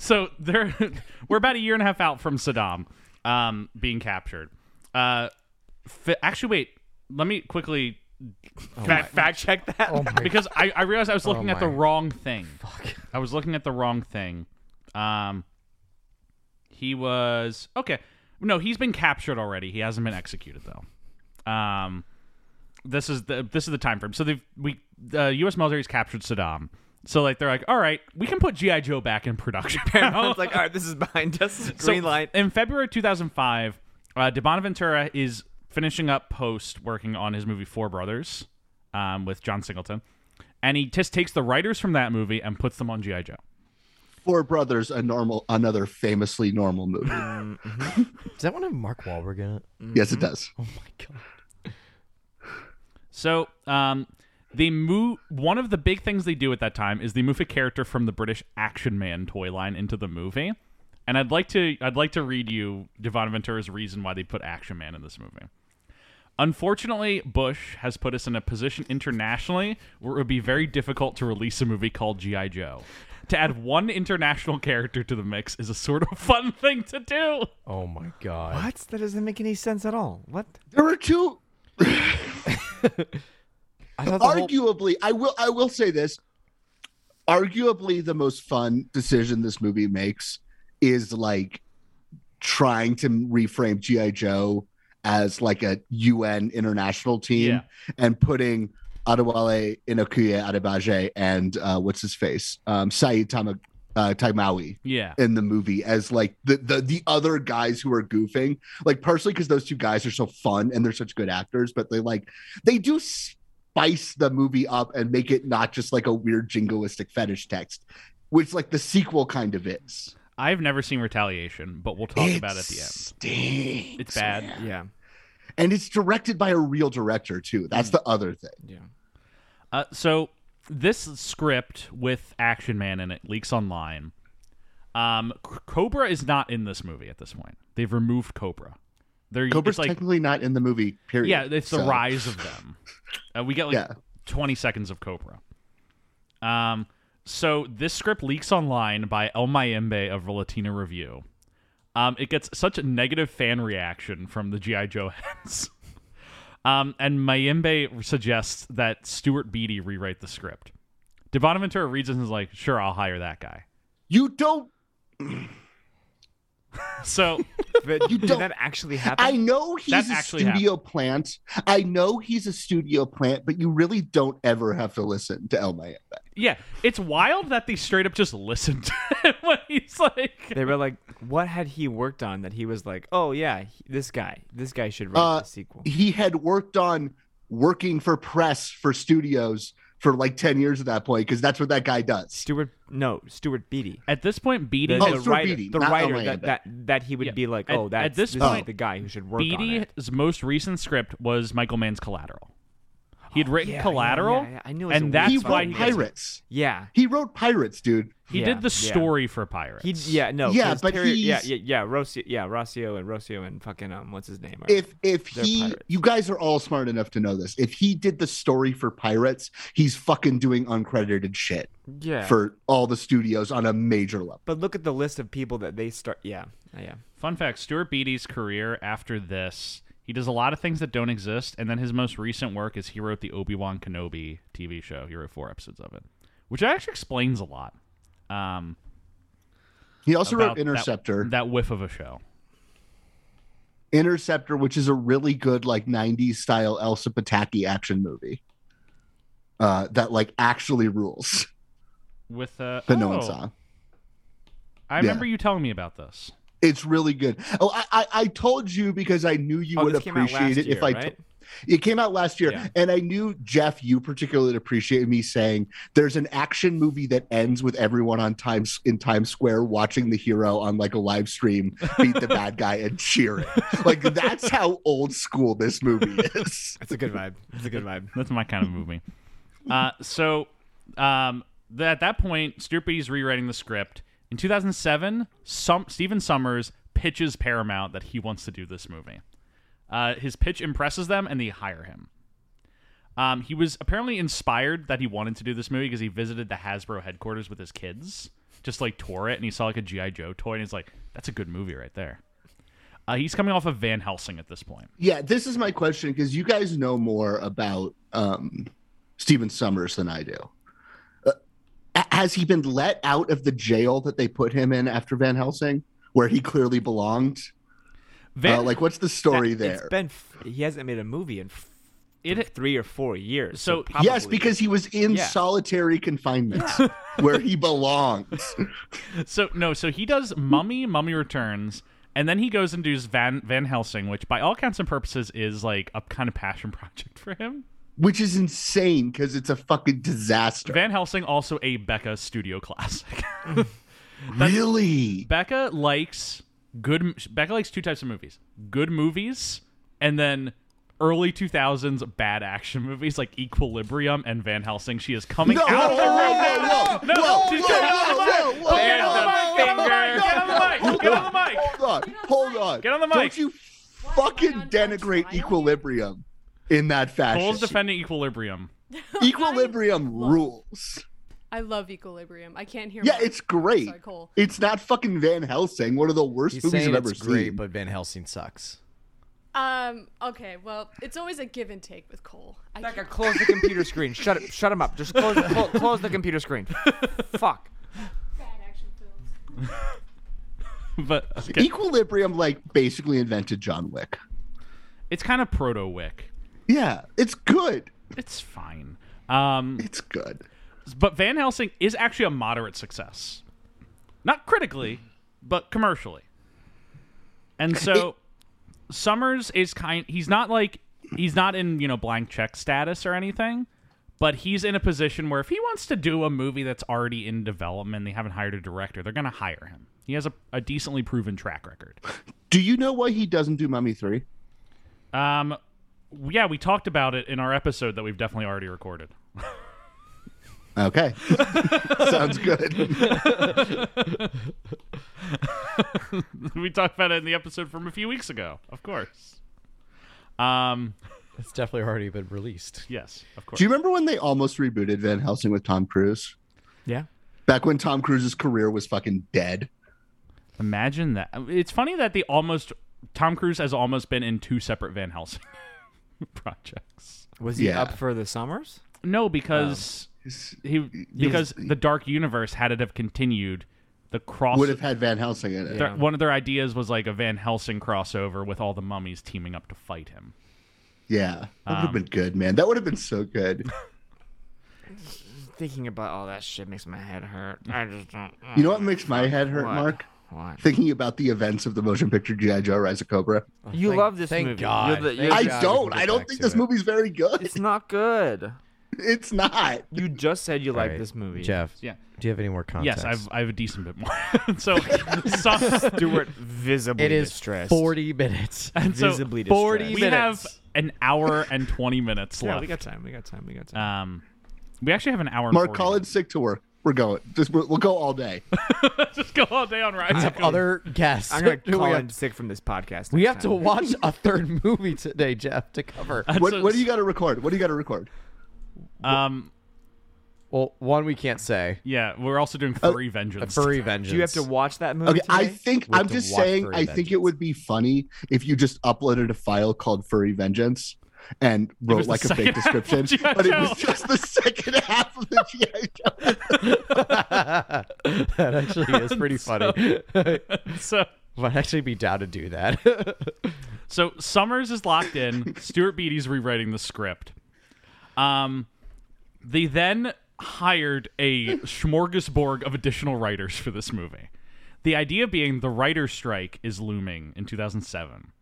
so they're we're about a year and a half out from Saddam um, being captured. Uh, fa- actually, wait. Let me quickly fact, fact check that because I, I realized I was looking at the my- wrong thing. Fuck. I was looking at the wrong thing. Um, he was okay. No, he's been captured already. He hasn't been executed though. Um, this is the this is the time frame. So they've we the U.S. military's captured Saddam. So like they're like, all right, we can put GI Joe back in production. now." It's like, all right, this is behind us. So, Green light. In February 2005, uh, Devon Ventura is finishing up post working on his movie Four Brothers um, with John Singleton. And he just takes the writers from that movie and puts them on G.I. Joe. Four Brothers, a normal, another famously normal movie. Does that one have Mark Wahlberg in it? Yes, it does. Oh my god. So um, they move. One of the big things they do at that time is they move a character from the British Action Man toy line into the movie. And I'd like to I'd like to read you Devon Ventura's reason why they put Action Man in this movie. Unfortunately, Bush has put us in a position internationally where it would be very difficult to release a movie called G.I. Joe. To add one international character to the mix is a sort of fun thing to do. Oh my god. What? That doesn't make any sense at all. What? There are two I thought the whole- arguably i will i will say this arguably the most fun decision this movie makes is like trying to reframe gi joe as like a un international team Yeah. and putting Adewale Inokuye Adebaje and uh, what's his face um, Saeed Tama, uh, Taimawi Yeah. in the movie as like the the, the other guys who are goofing like partially because those two guys are so fun and they're such good actors but they like they do spice the movie up and make it not just like a weird jingoistic fetish text which like the sequel kind of is I've never seen Retaliation, but we'll talk about it at the end. Stinks, It's bad. man. Yeah. and it's directed by a real director too. Mm. That's the other thing. Yeah. Uh, so this script with Action Man in it leaks online. Um, C- Cobra is not in this movie at this point. They've removed Cobra. They're Cobra's it's like technically not in the movie. Period. yeah, it's the So, rise of them. Uh, we get like Yeah. 20 seconds of Cobra. Um, so this script leaks online by El Mayembe of Latina Review. Um, it gets such a negative fan reaction from the GI Joe heads. um, and Mayembe suggests that Stuart Beatty rewrite the script. Devonventura reads it and is like, "Sure, I'll hire that guy." You don't. So But You did don't- that actually happen? I know he's That a actually studio plant. I know he's a studio plant, but you really don't ever have to listen to El Mayan. yeah, it's wild that they straight up just listened to him when he's like, They were like, what had he worked on that he was like, oh yeah, he- this guy, this guy should write Uh, the sequel. He had worked on working for press for studios for like ten years at that point because that's what that guy does. Stuart, no, Stuart Beatty, At this point, Beatty the, Oh, the Stuart writer, Beatty, the not writer Elmander. that, that that he would Yeah. be like, At- oh, at that's this this point, is the guy who should work on it. Beatty's most recent script was Michael Mann's Collateral. He had written Oh, yeah, yeah, Collateral, yeah, yeah. I knew it was and a that's he weird why wrote he fucking gets- Pirates. Yeah, He wrote Pirates, dude. he Yeah, did the yeah. story for Pirates. He yeah no Yeah, 'cause but Terry- yeah he's- yeah yeah Rossio yeah Rossio and Rossio and fucking um what's his name? if if They're he pirates. you guys are all smart enough to know this if he did the story for pirates he's fucking doing uncredited shit yeah. for all the studios on a major level but look at the list of people that they start. Yeah yeah. Fun fact: Stuart Beatty's career after this, he does a lot of things that don't exist, and then his most recent work is he wrote the Obi Wan Kenobi TV show. He wrote four episodes of it, which actually explains a lot. Um, he also about wrote that- interceptor that, whiff of a show. interceptor which is a really good like 90s style elsa pataki action movie uh that like actually rules With uh, that no oh, one saw I remember you telling me about this. it's really good oh I, I i told you because i knew you Oh, would this came out last appreciate it if year, i right? It came out last year, Yeah. and I knew Jeff, you particularly appreciated me saying there's an action movie that ends with everyone on Times in Times Square watching the hero on like a live stream beat the bad guy and cheering. Like that's how old school this movie is. It's a good vibe. It's a good vibe. That's my kind of movie. Uh, so, um, th- at that point, Stuart Beatty's rewriting the script. In 2007, Sum- Stephen Summers pitches Paramount that he wants to do this movie. Uh, his pitch impresses them, and they hire him. Um, he was apparently inspired that he wanted to do this movie because he visited the Hasbro headquarters with his kids, just like tore it, and he saw like a GI Joe toy, and he's like, "That's a good movie right there." Uh, he's coming off of Van Helsing at this point. Yeah, this is my question because you guys know more about um, Steven Summers than I do. Uh, a- has he been let out of the jail that they put him in after Van Helsing, where he clearly belonged? Van, uh, like, what's the story That- there? It's been f- he hasn't made a movie in f- It- three or four years. So- So, Yes, probably- because he was in Yeah. solitary confinement where he belongs. So no, so he does Mummy, Mummy Returns, and then he goes and does Van Van Helsing, which by all counts and purposes is like a kind of passion project for him. Which is insane because it's a fucking disaster. Van Helsing also a Becca studio classic. really? Becca likes good Becca likes two types of movies. Good movies and then early 2000s bad action movies like Equilibrium and Van Helsing. She is coming No, out whoa, of the room. whoa, whoa, No, whoa, she's whoa, coming out of the whoa, mic. whoa, Get whoa, on the mic, get on the mic, get on the mic, get on the mic. Hold on, hold on. Get on the mic. Don't you fucking denigrate equilibrium in that Cole's fashion. defending Equilibrium. Equilibrium I love- rules. I love Equilibrium. I can't hear. Yeah, more. it's great. Sorry, Cole. It's not fucking Van Helsing, one of the worst He's movies saying I've ever it's great, seen. but Van Helsing sucks. Um. Okay. Well, it's always a give and take with Cole. I Becca, can't- close the computer screen. Shut it. Shut him up. Just close. Close, close the computer screen. Fuck. Bad action films. But okay. E- Equilibrium, like, basically invented John Wick. It's kind of proto Wick. Yeah, it's good. It's fine. Um, It's good. but Van Helsing is actually a moderate success, not critically, but commercially. And so, Summers is kind. He's not like he's not in you know blank check status or anything, But he's in a position where if he wants to do a movie that's already in development, they haven't hired a director, they're going to hire him. He has a, a decently proven track record. Do you know why he doesn't do Mummy Three? Um, yeah, we talked about it in our episode that we've definitely already recorded. Okay, sounds good. we talked about it in the episode from a few weeks ago, of course. Um, It's definitely already been released. yes, of course. Do you remember when they almost rebooted Van Helsing with Tom Cruise? yeah. Back when Tom Cruise's career was fucking dead. Imagine that. It's funny that the almost Tom Cruise has almost been in two separate Van Helsing projects. Was he Yeah. up for the summers? No, because Um, he because the Dark Universe had it have continued, the cross Would have had Van Helsing in it. their- one of their ideas was like a Van Helsing crossover with all the mummies teaming up to fight him. Yeah, that would have been good, man. That would have been so good. Thinking about all that shit makes my head hurt. I just don't. mm, You know what makes my head hurt, What? Mark? What? Thinking about the events of the motion picture GI Joe: Rise of Cobra. You thank- love this thank movie. God. You're the- Thank you're- God I we can don't. get I don't back think to this it. movie's very good. It's not good. It's not. You just said you like Alright, this movie. Jeff. Yeah. Do you have any more context? Yes, I've I have a decent bit more. so, so Stewart visibly It is distressed. forty minutes. and so visibly distressed. 40 we minutes. have an hour and twenty minutes Yeah, left. we got time. We got time. We got time. Uh, Um, we actually have an hour. and Mark, 40 call in sick to work. We're going. Just we'll, we'll go all day. minutes. Just go all day on Rise. I of have Cobra. other guests. I'm gonna who we call have in sick from this podcast. We next have to time. watch a third movie today, Jeff, to cover. What, So- what do you got to record? What do you got to record? Um, Well, one we can't say. yeah, we're also doing furry vengeance. Furry Vengeance. Do you have to watch that movie? Okay, I today? think We have I'm to just watch saying. Furry I think it Vengeance. would be funny if you just uploaded a file called "Furry Vengeance" and wrote was the like a second fake half of description, G.I. but it Joe. was just the second half of the GI Joe. that actually is pretty funny. So, I'd actually be down to do that. so Summers is locked in. Stuart Beatty's rewriting the script. Um, they then hired a smorgasbord of additional writers for this movie. The idea being the writer's strike is looming in 2007,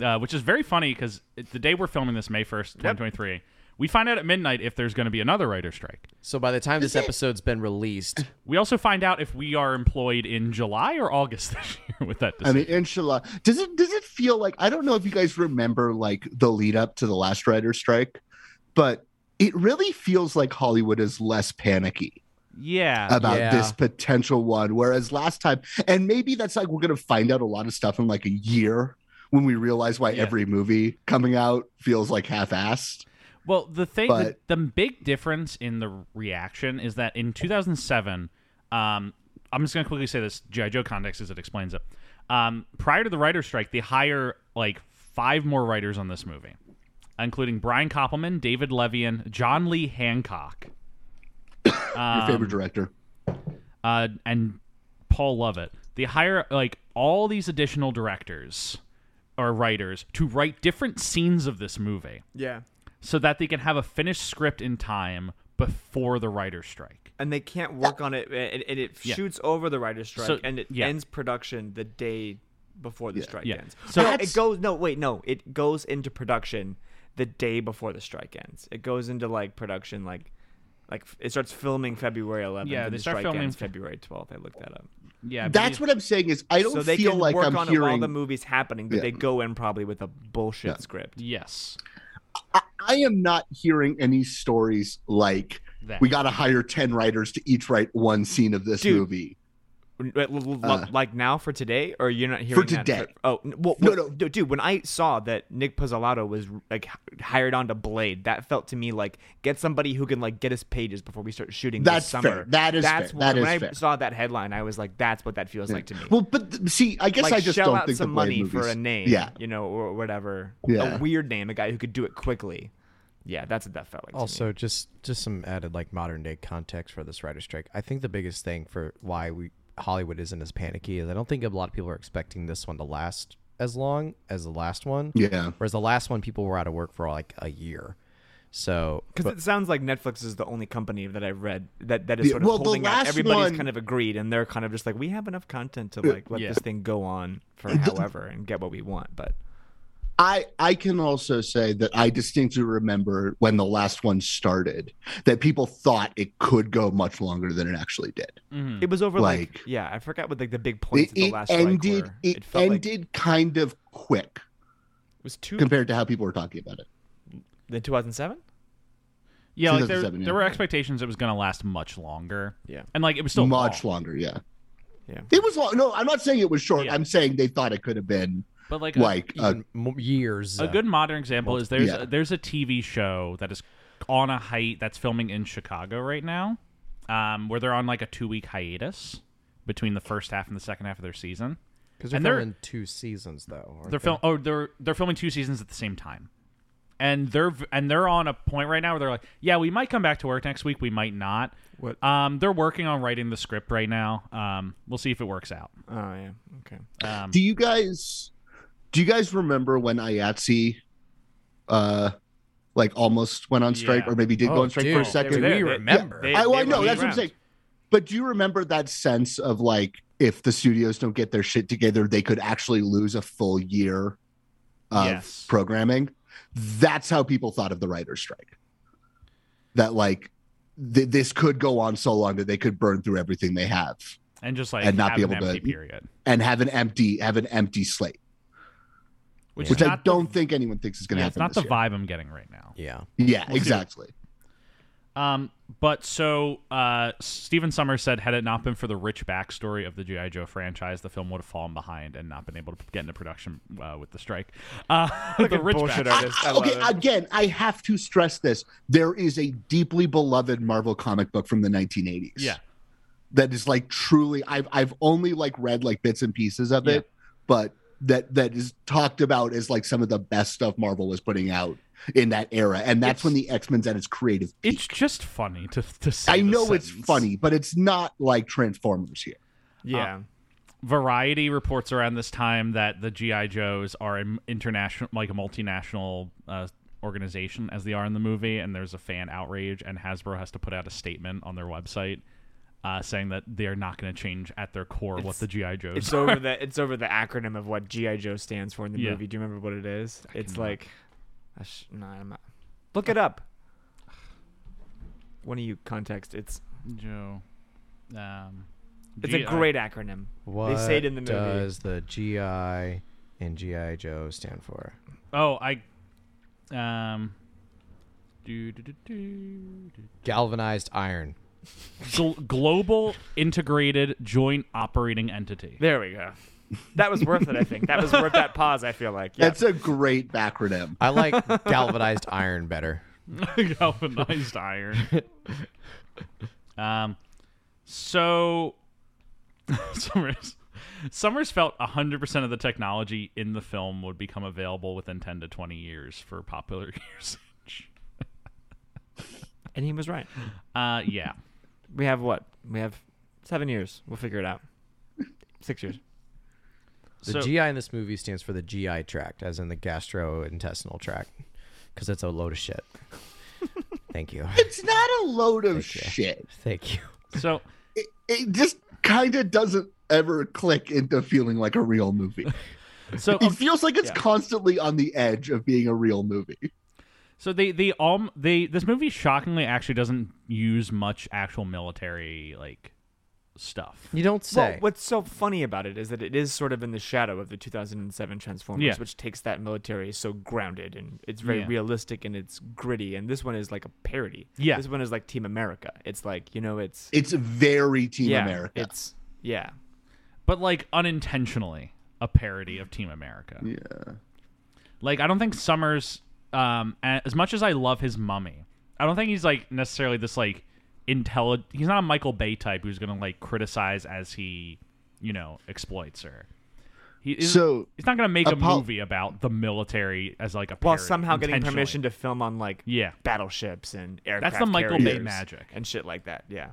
uh, which is very funny because the day we're filming this, May 1st, 2023, we find out at midnight if there's going to be another writer's strike. so by the time this episode's been released, We also find out if we are employed in July or August this year with that I decision. mean, inshallah. Does it does it feel like I don't know if you guys remember like the lead up to the last writer strike, but it really feels like Hollywood is less panicky yeah. Uh, about Yeah. this potential one. Whereas last time, and maybe that's like we're gonna find out a lot of stuff in like a year when we realize why Yeah. every movie coming out feels like half assed. Well, the thing, But- the, the big difference in the reaction is that in 2007, um, I'm just going to quickly say this G.I. Joe context as it explains it. Um, prior to the writer's strike, they hire like five more writers on this movie, including Brian Koppelman, David Levian, John Lee Hancock, Your Um, favorite director. uh, and Paul Lovett. They hire like all these additional directors or writers to write different scenes of this movie Yeah. so that they can have a finished script in time before the writer's strike. And they can't work on it, and, and it Yeah. shoots over the writer's strike, So- and it yeah. ends production the day before the strike Yeah. ends. So So no, that's- it goes. No, wait, no, it goes into production the day before the strike ends. It goes into like production, like, like it starts filming February 11th. Yeah, and they the start strike filming ends Fe- February 12th. I looked that up. Yeah, That's what I'm saying is I don't so they feel can like work I'm on it while hearing the movie's happening, but Yeah. they go in probably with a bullshit Yeah. script. Yes, I, I am not hearing any stories like that. we got to hire 10 writers to each write one scene of this Dude. movie. L- l- l- Uh, like now for today, or you're not hearing that today. oh n- well, No, well, no. d- dude. When I saw that Nick Pizzolatto was like h- hired onto Blade, that felt to me like get somebody who can like get us pages before we start shooting. That's this summer. fair. That is that's fair. When, That when is I fair. saw that headline, I was like, that's what that feels like to me. Well, but th- see, I guess like I just shell don't out think some the Blade money for movies- a name, Yeah. you know, or whatever. Yeah. A weird name, a guy who could do it quickly. Yeah, that's what that felt like. to me. also just just some added like modern day context for this writer strike. I think the biggest thing for why we Hollywood isn't as panicky is I don't think a lot of people are expecting this one to last as long as the last one. Yeah. Whereas the last one, people were out of work for like a year. So Because it sounds like Netflix is the only company that I've read that, that is Yeah, sort of well, the holding out. last Everybody's one- Uh, kind of agreed, and they're kind of just like, we have enough content to like let Yeah. this thing go on for however and get what we want. But I I can also say that I distinctly remember when the last one started that people thought it could go much longer than it actually did. Mhm. It was over like, Like- yeah, I forgot what like the big It, points of the it last strike ended were. it, felt like ended kind of quick it was two compared to how people were talking about it. in 2007. Yeah, like there, 2007, yeah. there were expectations it was going to last much longer. Yeah. and like it was still much long, longer, yeah. Yeah. It was long. No, I'm not saying it was short. Yeah. I'm saying they thought it could have been but like a, like uh, a Even mo- years. a uh, good modern example is there's Yeah. there's a TV show that is on a height that's filming in Chicago right now, um, where they're on like a two week hiatus between the first half and the second half of their season. Because they're And they're- filming two seasons though. aren't They're film oh they're they're filming two seasons at the same time. And they're v- and they're on a point right now where they're like, yeah, we might come back to work next week, we might not. What? Um, they're working on writing the script right now. Um, we'll see if it works out. Oh yeah. Okay. Um, Do you guys do you guys remember when IATSE uh like almost went on strike Yeah. or maybe did Oh, go on strike for a dude, second? we remember. I, well, I they know were that's what I'm around. saying. But do you remember that sense of like if the studios don't get their shit together, they could actually lose a full year of Yes. programming? That's how people thought of the writer's strike. That like th- this could go on so long that they could burn through everything they have and just like and not have be an able to- empty period, and have an empty have an empty slate, which, which is I not the- don't think anyone thinks is going to yeah, it's happen. not the this year. vibe I'm getting right now. they? Yeah. Yeah, exactly. Um, but so uh, Steven Summers said, had it not been for the rich backstory of the GI Joe franchise, the film would have fallen behind and not been able to get into production uh, with the strike. Uh, the Fucking rich bullshit backstory. artist. I love okay, it. again, I have to stress this. There is a deeply beloved Marvel comic book from the 1980s. Yeah. That is like truly I've I've only like read like bits and pieces of Yeah. it, but that that is talked about as like some of the best stuff Marvel was putting out in that era. And that's It's- when the X-Men's at its creative peak. It's just funny to, to say. I this know it's sentence. funny, but it's not like Transformers here. Yeah. Variety reports around this time that the GI Joes are an international, like a multinational uh, organization, as they are in the movie, and there's a fan outrage, and Hasbro has to put out a statement on their website uh, saying that they are not going to change at their core what It's- the GI Joes. It's over the it's over the acronym of what GI Joe stands for in the Yeah. movie. Do you remember what it is? it's cannot. like, I sh- no, I'm not. Look it up. One of you context. It's Joe. Um, it's G- a uh, great acronym. What they say it in the movie. does the GI and GI Joe stand for? oh, I. Um. Do, do, do, do, do. Galvanized iron. Gl- global integrated joint operating entity. There we go. That was worth it. I think that was worth that pause. I feel like. Yeah. That's a great acronym. I like galvanized iron better. Galvanized iron. um. So. Summers. Summers felt 100% of the technology in the film would become available within 10 to 20 years for popular usage. and he was right. Uh, yeah. We have what? We have seven years. We'll figure it out. Six years. The So- GI in this movie stands for the GI tract, as in the gastrointestinal tract, because it's a load of shit. Thank you. It's not a load of shit. Thank you. So. it, it just kind of doesn't ever click into feeling like a real movie. So It feels like it's Yeah. constantly on the edge of being a real movie. So they they um they this movie shockingly actually doesn't use much actual military like stuff. You don't Well, say. what's so funny about it is that it is sort of in the shadow of the 2007 Transformers, Yeah. which takes that military so grounded and it's very Yeah. realistic and it's gritty. And this one is like a parody. Yeah. This one is like Team America. It's like, you know, it's. It's very Team yeah, America. It's. Yeah. But like unintentionally a parody of Team America. yeah. Like I don't think Summers um a- as much as I love his mummy, I don't think he's like necessarily this like intelligent he's not a Michael Bay type who's going to like criticize as he, you know, exploits her. He is So he's not going to make a Apol- movie about the military as like a While parody, somehow getting intentionally. permission to film on like Yeah. battleships and aircraft. the Michael Bay carriers magic. And shit like that. Yeah.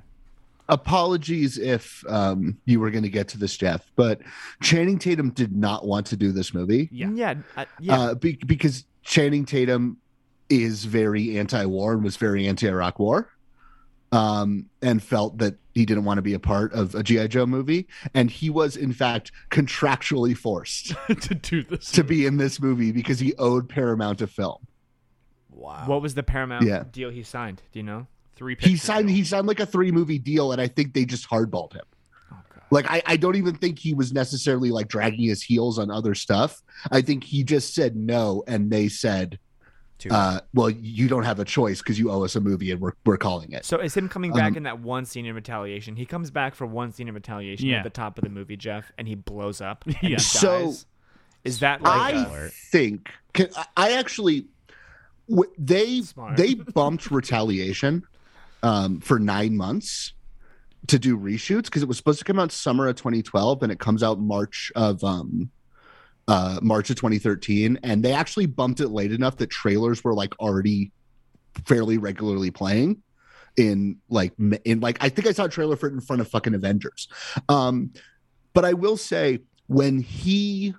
apologies if um, you were going to get to this, Jeff, but Channing Tatum did not want to do this movie Yeah. Mm, Yeah. I- yeah. uh, be- because Channing Tatum is very anti-war and was very anti-Iraq War. um, and felt that he didn't want to be a part of a GI Joe movie, and he was in fact contractually forced to do this. to be in this movie because he owed Paramount a film. Wow. What was the Paramount Uh, Yeah. deal he signed? Do you know? three He pictures. signed he signed like a three movie deal, and I think they just hardballed him. Oh, Like I, I don't even think he was necessarily like dragging his heels on other stuff. I think he just said no, and they said, Too uh, "Well, you don't have a choice because you owe us a movie, and we're we're calling it." So is him coming back Um, in that one scene in retaliation? He comes back for one scene in retaliation Yeah. at the top of the movie, Jeff, and he blows up. And Yeah. he So- dies. is that like I a- think can, I- I actually w- they Smart. they bumped retaliation um, for nine months to do reshoots because it was supposed to come out summer of 2012 and it comes out March of um, uh, March of 2013 and they actually bumped it late enough that trailers were like already fairly regularly playing in like m- in like I think I saw a trailer for it in front of fucking Avengers. Um, but I will say when he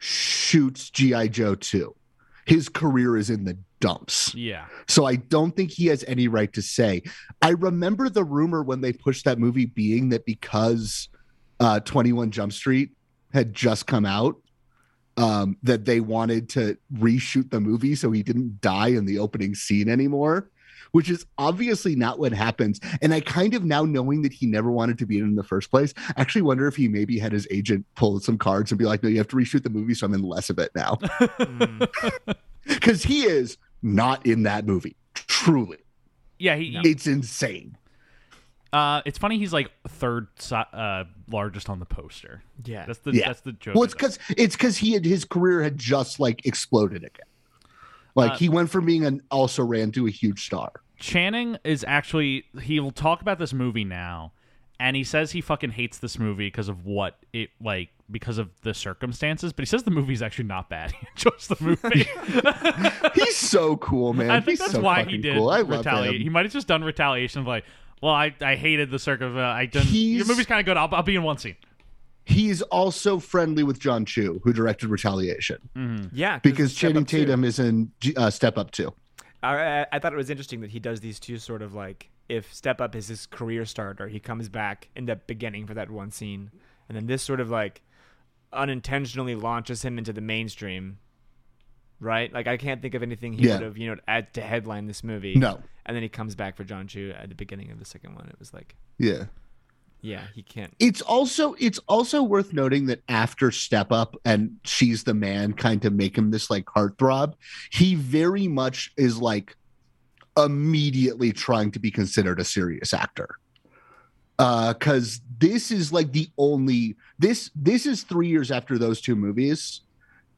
shoots GI Joe 2. His career is in the dumps. Yeah. So I don't think he has any right to say. I remember the rumor when they pushed that movie being that because uh 21 Jump Street had just come out um that they wanted to reshoot the movie so he didn't die in the opening scene anymore, which is obviously not what happens. And I kind of now knowing that he never wanted to be in it in the first place, I actually wonder if he maybe had his agent pull some cards and be like, "No, you have to reshoot the movie so I'm in less of it now." Mm. Cuz he is not in that movie. Truly. Yeah. He, It's insane. Uh, it's funny. He's like third si- uh, largest on the poster. yeah. That's the Yeah. that's the joke. Well, it's of it. because it's because he had his career had just like exploded again. Like Uh, he went from being an also ran to a huge star. Channing is actually he'll talk about this movie now, and he says he fucking hates this movie because of what it like because of the circumstances. But he says the movie's actually not bad. He enjoys the movie. He's so cool, man. I think He's that's so why he fucking did Cool. I love retaliate. He him. might have just done retaliation of like, well, I, I hated the circum. Uh, I didn't. Your He's- movie's kind of good. I'll, I'll be in one scene. He's also friendly with John Chu, who directed Retaliation, Mm-hmm. yeah, because Step Channing Up two. Tatum is in G- uh, Step Up Two. I, I- I thought it was interesting that he does these two sort of like if Step Up is his career starter, he comes back in the beginning for that one scene, and then this sort of like unintentionally launches him into the mainstream, right? Like I can't think of anything he Yeah. would have you know add to headline this movie. No. and then he comes back for John Chu at the beginning of the second one. It was like Yeah. yeah, he can't. It's also it's also worth noting that after Step Up and She's the Man kind of make him this like heartthrob, he very much is like immediately trying to be considered a serious actor. Uh cuz this is like the only this this is 3 years after those two movies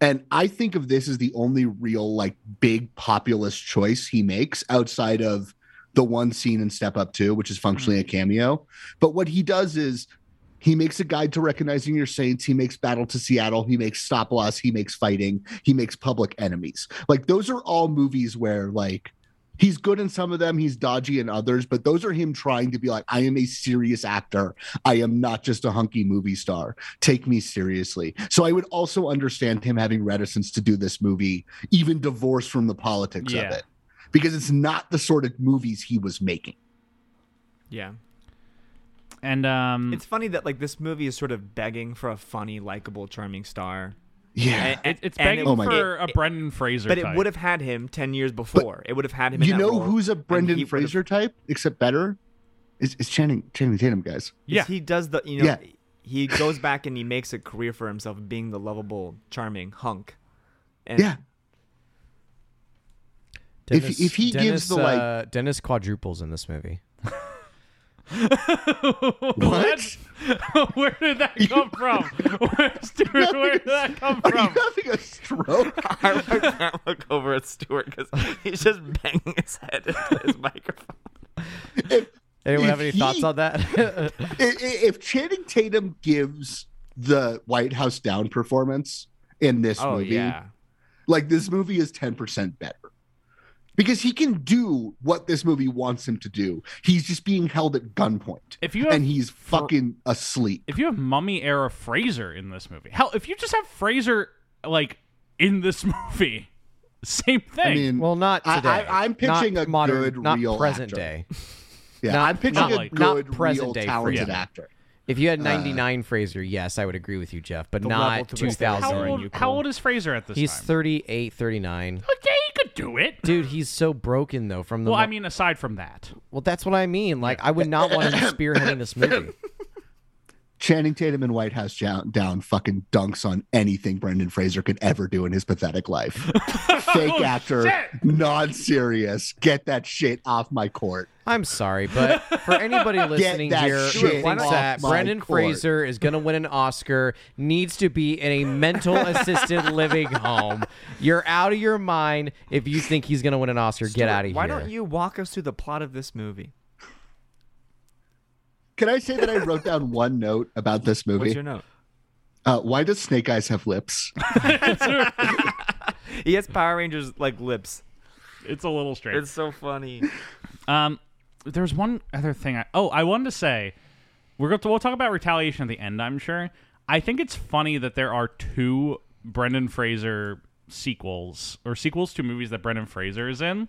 and I think of this as the only real like big populist choice he makes outside of the one scene in Step Up 2 which is functionally a cameo. But what he does is he makes a guide to recognizing your saints. He makes Battle to Seattle. He makes Stop Loss. He makes Fighting. He makes Public Enemies. Like those are all movies where like he's good in some of them, he's dodgy in others, but those are him trying to be like, I am a serious actor. I am not just a hunky movie star. Take me seriously. So I would also understand him having reticence to do this movie, even divorced from the politics Yeah. of it, because it's not the sort of movies he was making. Yeah, And Mm. um, it's funny that like this movie is sort of begging for a funny, likable, charming star. Yeah. And- it, it's and begging it- Oh my for it- a Brendan Fraser. But it type. would have had him ten years before. it would have had him. In you that know role, who's a and Brendan he would have- Fraser type, except better? Is is Channing Channing Tatum guys? Yeah. Yeah. He does the, you know, Yeah. he goes back and he makes a career for himself of being the lovable, charming hunk. And Yeah, if- if he gives Dennis, the, like- uh, Dennis quadruples in this movie. What? Where did that come from? Where's dude, where did that come are you from? having a stroke? I can't look over at Stuart because he's just banging his head into his microphone. Anyone If have any thoughts he- on that? I- i- if Channing Tatum gives the White House down performance in this Oh, movie, yeah. like this movie is ten percent better. Because he can do what this movie wants him to do. He's just being held at gunpoint. If you have- and he's fucking asleep. If you have mummy era Fraser in this movie, hell, if you just have Fraser like in this movie, same thing. I mean, well, not I- today. I- I'm Not pitching a modern, good not real present actor. day. Yeah, Not- I'm picturing not a like- not good, present real, day talented Freeman. actor. If you had Uh, 99 Fraser, yes, I would agree with you, Jeff, but level not to which they were How Sorry, 2000. old, you how call. old is Fraser at this He's time? 38, 39. okay, he could do it. Dude, he's so broken though from the Well, I mo- mean, aside from that, Well, that's what I mean. Like I would not want him spearheading this movie. Channing Tatum in White House down, down fucking dunks on anything Brendan Fraser could ever do in his pathetic life. Fake Oh, actor, non-serious. Get that shit off my court. I'm sorry, but for anybody listening that here shit who off thinks that my Brendan court. Fraser is going to win an Oscar, needs to be in a mental assisted living home. You're out of your mind if you think he's going to win an Oscar. Get out of here. Why don't you walk us through the plot of this movie? Can I say that I wrote down one note about this What's movie? your note? Uh, why does Snake Eyes have lips? He has Power Rangers like lips. it's a little strange. It's so funny. Um, there's one other thing. I, oh, I wanted to say we're going to we'll talk about retaliation at the end. I'm sure. I think it's funny that there are two Brendan Fraser sequels or sequels to movies that Brendan Fraser is in,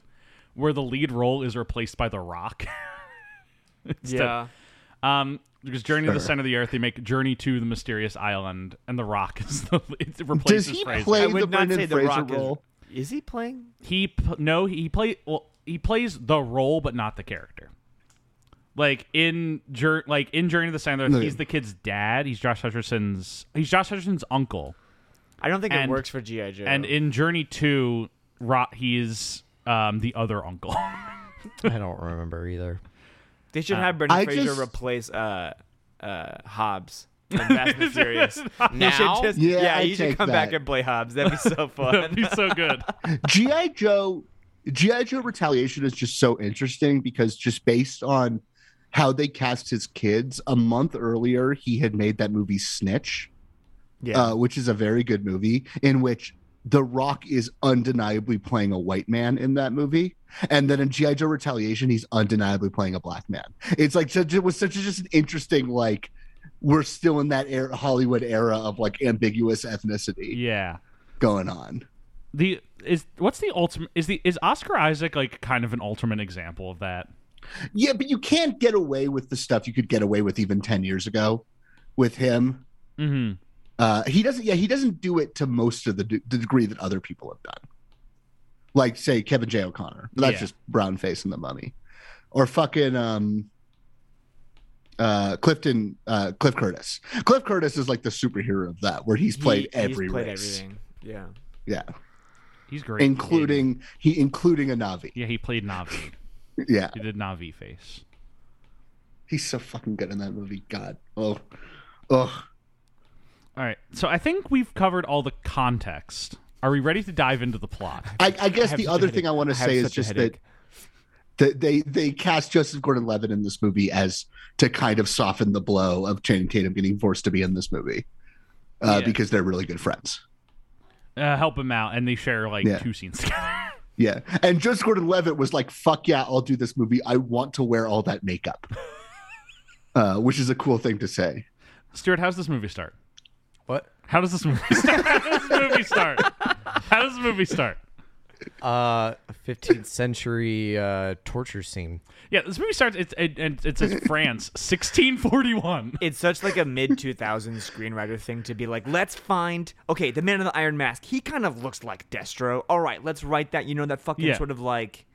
where the lead role is replaced by The Rock. yeah. Um, because Journey to the Center of the Earth, they make Journey to the Mysterious Island, and The Rock is the it Does replaces he Fraser. play I the would not say Brendan the Fraser Rock role? is. Is he playing? He p- no, he play well. He plays the role, but not the character. Like in Jour- like in Journey to the Center, No. he's the kid's dad. He's Josh Hutcherson's. He's Josh Hutcherson's uncle. I don't think And- it works for GI Joe. And in Journey Two, Ro- he's um, the other uncle. I don't remember either. they should have Brendan I Fraser just- replace uh, uh, Hobbs. from Fast and Furious. He should Now? just, Yeah, yeah, I'd he should take come back that. and play Hobbs. That'd be so fun. he's so good. GI Joe, GI Joe Retaliation is just so interesting because just based on how they cast his kids a month earlier, he had made that movie Snitch, Yeah. uh, which is a very good movie in which The Rock is undeniably playing a white man in that movie, and then in GI Joe Retaliation, he's undeniably playing a black man. It's like such, it was such a, just an interesting like we're still in that era, Hollywood era of like ambiguous ethnicity Yeah. going on. The is what's the ultimate is the is Oscar Isaac like kind of an ultimate example of that? Yeah, but you can't get away with the stuff you could get away with even 10 years ago with him. Mm-hmm. Uh, he doesn't, yeah, he doesn't do it to most of the, d- the degree that other people have done. Like, say, Kevin J. O'Connor. But That's Yeah. just brown face in the mummy. Or fucking um, uh, Clifton, uh, Cliff Curtis. Cliff Curtis is like the superhero of that, where he's played He- every he's played race. everything. Yeah. Yeah. He's great, Including, he, including a Navi. yeah. He played Navi. Yeah. He did Navi face. He's so fucking good in that movie. God. Oh, oh. All right. So I think we've covered all the context. Are we ready to dive into the plot? I, I guess have the such a other thing headache. I want I to have say is such a just that, headache. that they they cast Joseph Gordon-Levitt in this movie as to kind of soften the blow of Channing Tatum getting forced to be in this movie uh, Yeah. because they're really good friends. Uh, help him out, and they share like Yeah. two scenes together. Yeah, and Joseph Gordon-Levitt was like, "Fuck yeah, I'll do this movie. I want to wear all that makeup," uh, which is a cool thing to say. Stuart, how's this movie start? What? How does this movie start? How does this movie start? How does this movie start? Uh 15th century uh torture scene. Yeah, this movie starts. It's it, it, it says France, 1641. It's such like a mid 2000s screenwriter thing to be like, let's find, okay, the man in the iron mask, he kind of looks like Destro. All right, let's write that, you know, that fucking Yeah. sort of like,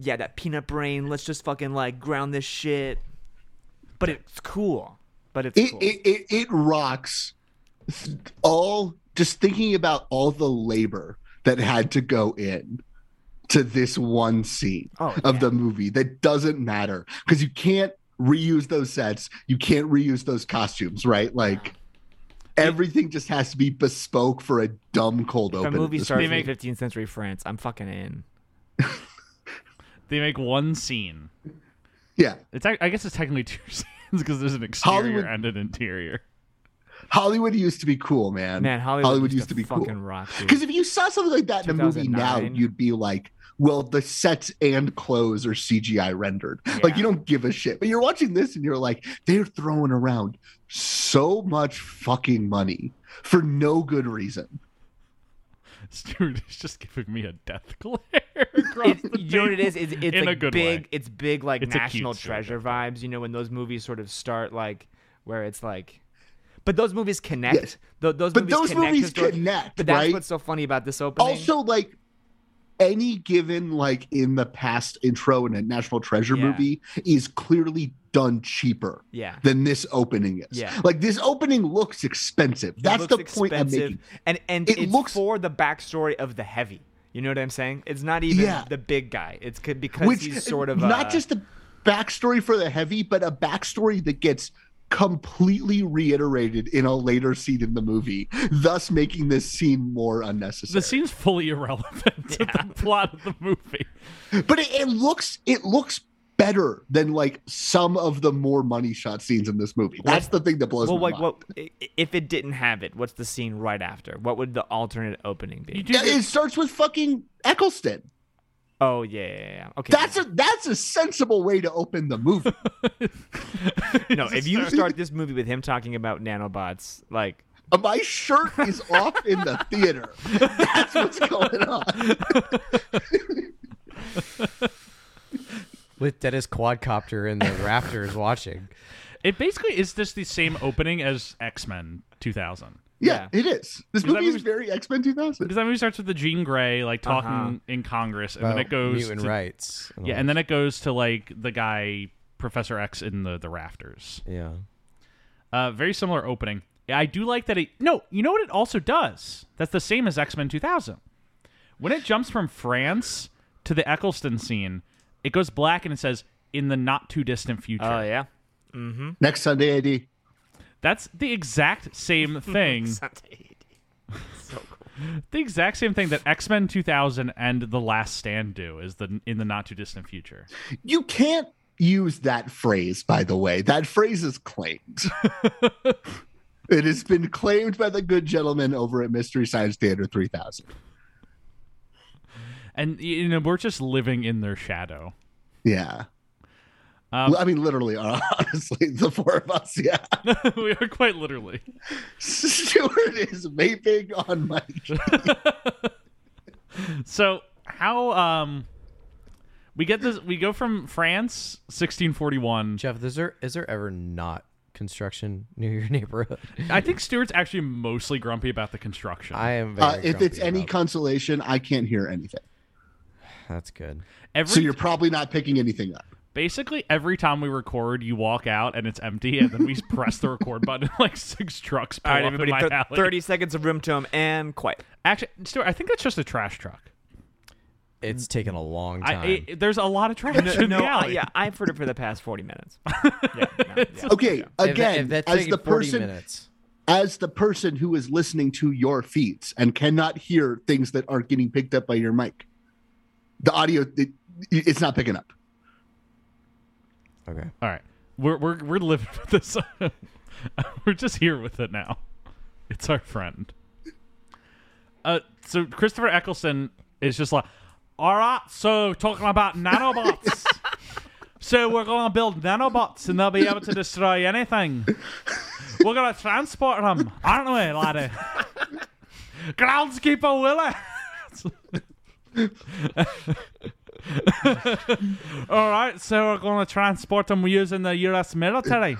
yeah, that peanut brain. Let's just fucking like ground this shit. But it's cool. But it's It cool. it it, it rocks. All just thinking about all the labor that had to go in to this one scene. oh, of the movie that doesn't matter because you can't reuse those sets you can't reuse those costumes right like everything just has to be bespoke for a dumb cold if a open movie This- starts They make- in 15th century France, I'm fucking in. They make one scene. yeah It's ac- I guess it's technically two scenes because there's an exterior Hollywood- and an interior. hollywood used to be cool man Man, Hollywood, Um, used to be cool fucking rock. dude. because if you saw something like that in a movie now 2009. you'd be like well the sets and clothes are cgi rendered like Yeah. you don't give a shit but you're watching this and you're like they're throwing around so much fucking money for no good reason Stuart is just giving me a death glare across across the you know what it is? table It's, it's in like a good big. way. It's big, like It's a cute national story, treasure vibes. You know, when those movies sort of start like where it's like, but those movies connect. Yes. Tho- those But movies those connect movies histori- connect, But that's right? what's so funny about this opening. also like any given like in the past intro in a national treasure Yeah. movie is clearly done cheaper yeah. than this opening is Yeah. like this opening looks expensive It that's looks the point i'm expensive, making And and It it's looks- for the backstory of the heavy. You know what I'm saying? It's not even Yeah. the big guy. It's c- because which he's sort of uh, not a- just the backstory for the heavy but a backstory that gets completely reiterated in a later scene in the movie thus making this scene more unnecessary The scene's fully irrelevant to the plot of the movie. but it, it looks it looks better than like some of the more money shot scenes in this movie that's the thing that blows well, my like mind. what i- if it didn't have it? What's the scene right after? What would the alternate opening be? You do Yeah, get- it starts with fucking Eccleston. Oh yeah, yeah, yeah. Okay. That's a that's a sensible way to open the movie. no. If you start this movie with him talking about nanobots, like My shirt is off in the theater. That's what's going on. With Dennis Quadcopter in the rafters watching. It basically is just the same opening as X Men 2000. Yeah, it is. This that movie is movie's- very X Men 2000. Mm-hmm. Because that movie starts with the Jean Grey like Uh-huh. talking in Congress, and then about it goes mutant to, rights. yeah, and then it goes to like the guy Professor X in the the rafters. yeah. Uh, very similar opening. Yeah, I do like that. It no, you know what it also does. That's the same as X Men 2000. When it jumps from France to the Eccleston scene, it goes black and it says in the not too distant future. oh yeah, Next Sunday, AD. That's the exact same thing. the exact same thing that X Men 2000 and The Last Stand do is the in the not too distant future. You can't use that phrase, by the way. That phrase is claimed. it has been claimed by the good gentleman over at Mystery Science Theater 3000. And you know we're just living in their shadow. Yeah. Um, I mean, literally, uh, honestly, the four of us. Yeah. we are quite literally. Stuart is vaping on my. So how um we get this we go from France 1641. Jeff, is there is there ever not construction near your neighborhood? I think Stuart's actually mostly grumpy about the construction. I am very Uh, if it's grumpy any about- consolation, I can't hear anything. That's good. every So you're probably not picking anything up. basically every time we record, you walk out and it's empty, and then we press the record button. and, Like six trucks pull All right, up in everybody. my thir- alley. Thirty seconds of room to him and quiet. Actually, Stuart, I think that's just a trash truck. It's taken a long time. I, it, there's a lot of trash in no, the I- alley. yeah, I've heard it for the past forty minutes. Yeah, no, yeah. Okay, If that- again, if that's as taken 40 the person minutes, as the person who is listening to your feeds and cannot hear things that aren't getting picked up by your mic, the audio it, it's not picking up. okay. All right, we're we're we're living with this. we're just here with it now. It's our friend. Uh, so Christopher Eccleston is just like, all right. So talking about nanobots. so we're gonna build nanobots, and they'll be able to destroy anything. We're gonna transport them, aren't we, laddie? Groundskeeper Willie. All right, so we're gonna transport them using the U.S. military.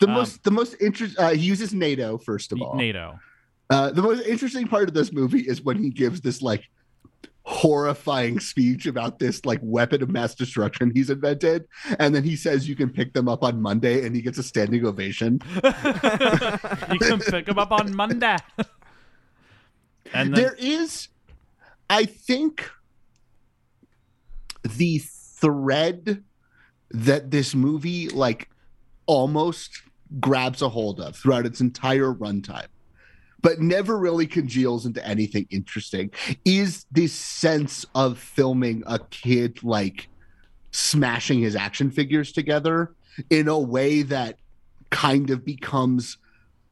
The most the most interest uh, he uses NATO first of all. NATO. Uh, the most interesting part of this movie is when he gives this like horrifying speech about this like weapon of mass destruction he's invented, and then he says you can pick them up on Monday, and he gets a standing ovation. You can pick them up on Monday. And then, there is i think the thread that this movie like almost grabs a hold of throughout its entire runtime but never really congeals into anything interesting is this sense of filming a kid like smashing his action figures together in a way that kind of becomes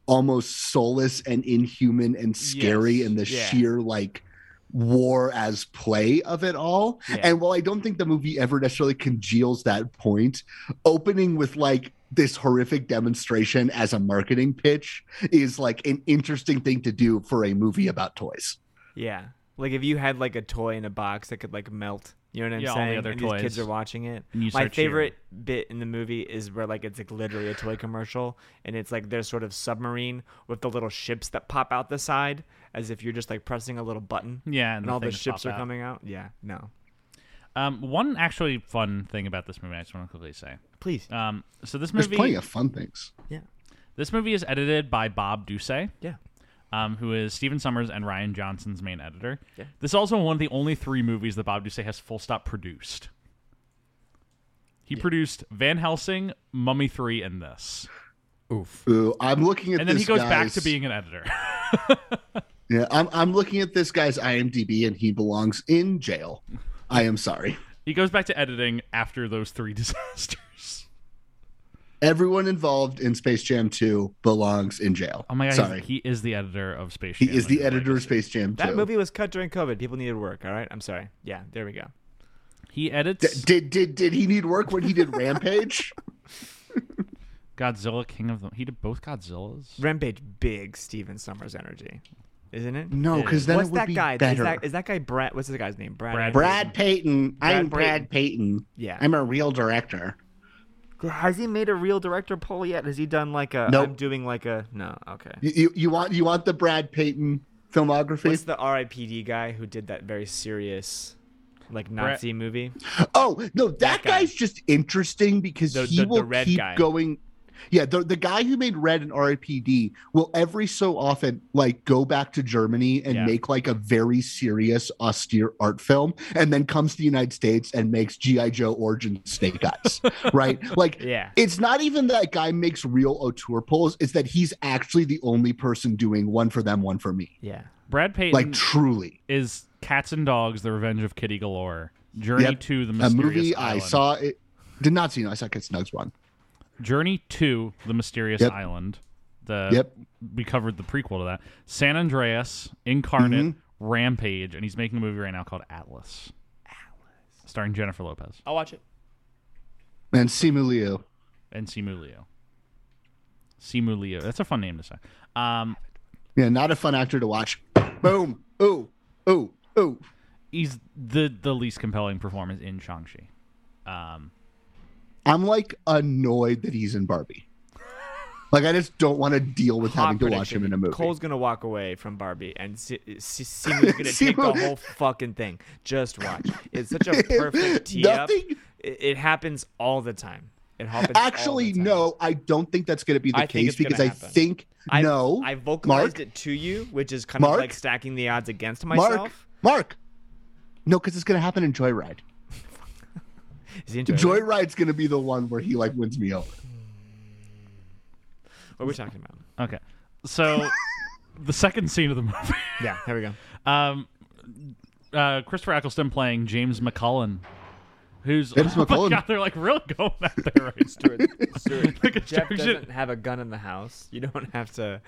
almost soulless and inhuman and scary Yes, in the yeah. sheer like war as play of it all Yeah. and while i don't think the movie ever necessarily congeals that point opening with like this horrific demonstration as a marketing pitch is like an interesting thing to do for a movie about toys Yeah. Like if you had like a toy in a box that could like melt, you know what I'm Yeah, all the saying? other and toys. these kids are watching it. And you My start cheering. favorite bit in the movie is where like it's like literally a toy commercial, and it's like their sort of submarine with the little ships that pop out the side, as if you're just like pressing a little button. Yeah, and and, the all the things ships pop are out. coming out. Yeah, no, Um, one actually fun thing about this movie, I just want to quickly say. please. Um, so this There's plenty movie, of fun things. yeah, this movie is edited by Bob Ducey, yeah. um, who is Steven Summers and Ryan Johnson's main editor. This is also one of the only three movies that Bob Ducey has full stop produced. He produced Van Helsing, Mummy Three, and this, Oof. Ooh, I'm looking at and then he this goes back guy's- to being an editor. Yeah, I'm I'm looking at this guy's IMDb and he belongs in jail. I am sorry. he goes back to editing after those three disasters. Everyone involved in Space Jam 2 belongs in jail. Oh my god, sorry. he's- he is the editor of Space He, Jam. is the Legacy. editor of Space Jam 2. That movie was cut during COVID. People needed work. All right, I'm sorry. Yeah, there we go. He D- edits did did did he need work when he did Rampage? Godzilla King of the. He did both Godzillas. Rampage, big Steven Summers energy, isn't it? No, because then What's it would that be guy? Is better. that, is that guy Brad? What's the guy's name? Brad. Brad Anderson? Brad Payton. I'm Brad Brad Payton. Yeah. I'm a real director. Has he made a real director poll yet? Has he done like a? Nope. I'm doing like a. No. Okay. You, you you want you want the Brad Payton filmography? What's the R.I.P.D. guy who did that very serious, like Nazi movie? Oh no, that, guy. guy's just interesting because The- he the- the will red keep guy. going. Yeah, the the guy who made Red and R.I.P.D. will every so often like go back to Germany and Yeah. make like a very serious, austere art film, and then comes to the United States and makes GI Joe origin Snake Eyes, right? Like, Yeah. it's not even that guy makes real auteur pulls; it's that he's actually the only person doing one for them, one for me. Yeah. Brad Payton Like, truly, is Cats and Dogs: The Revenge of Kitty Galore, Journey Yep. to the a Mysterious movie I Island. saw it did not see. No, I saw Kid Snugs one. Journey to the Mysterious Yep. Island. The Yep. we covered the prequel to that. San Andreas, Incarnate, Mm-hmm. Rampage, and he's making a movie right now called Atlas. Atlas, starring Jennifer Lopez I'll watch it. And Simu Liu. and Simu Liu. Simu Liu. That's a fun name to say. Um, Yeah, not a fun actor to watch. Boom. Ooh. Ooh. Ooh. he's the the least compelling performance in Shang-Chi. Um, I'm like annoyed that he's in Barbie. Like I just don't want to deal with having to watch him in a movie. Cole's gonna walk away from Barbie, and Si- Si- Simu's gonna take the Simu- whole fucking thing. Just watch. It's such a perfect tee up. Nothing- It, it happens all the time. It happens. all Actually, the time. no, I don't think that's going to be the I think case it's gonna because I happen. think I, no. I vocalized Mark, it to you, which is kind of Mark? like stacking the odds against Mark. myself. Mark. No, because it's going to happen in Joyride. Is he enjoying? Joy- Joyride's going to be the one where he like wins me over. what are we talking about? Okay. So the second scene of the movie. Yeah, here we go. Um uh Christopher Eccleston playing James McCullen. Who's James oh my McCullen. God, they're like really going out there right now. Stuart, Stuart, Like a Jeff Trojan. doesn't have a gun in the house. You don't have to.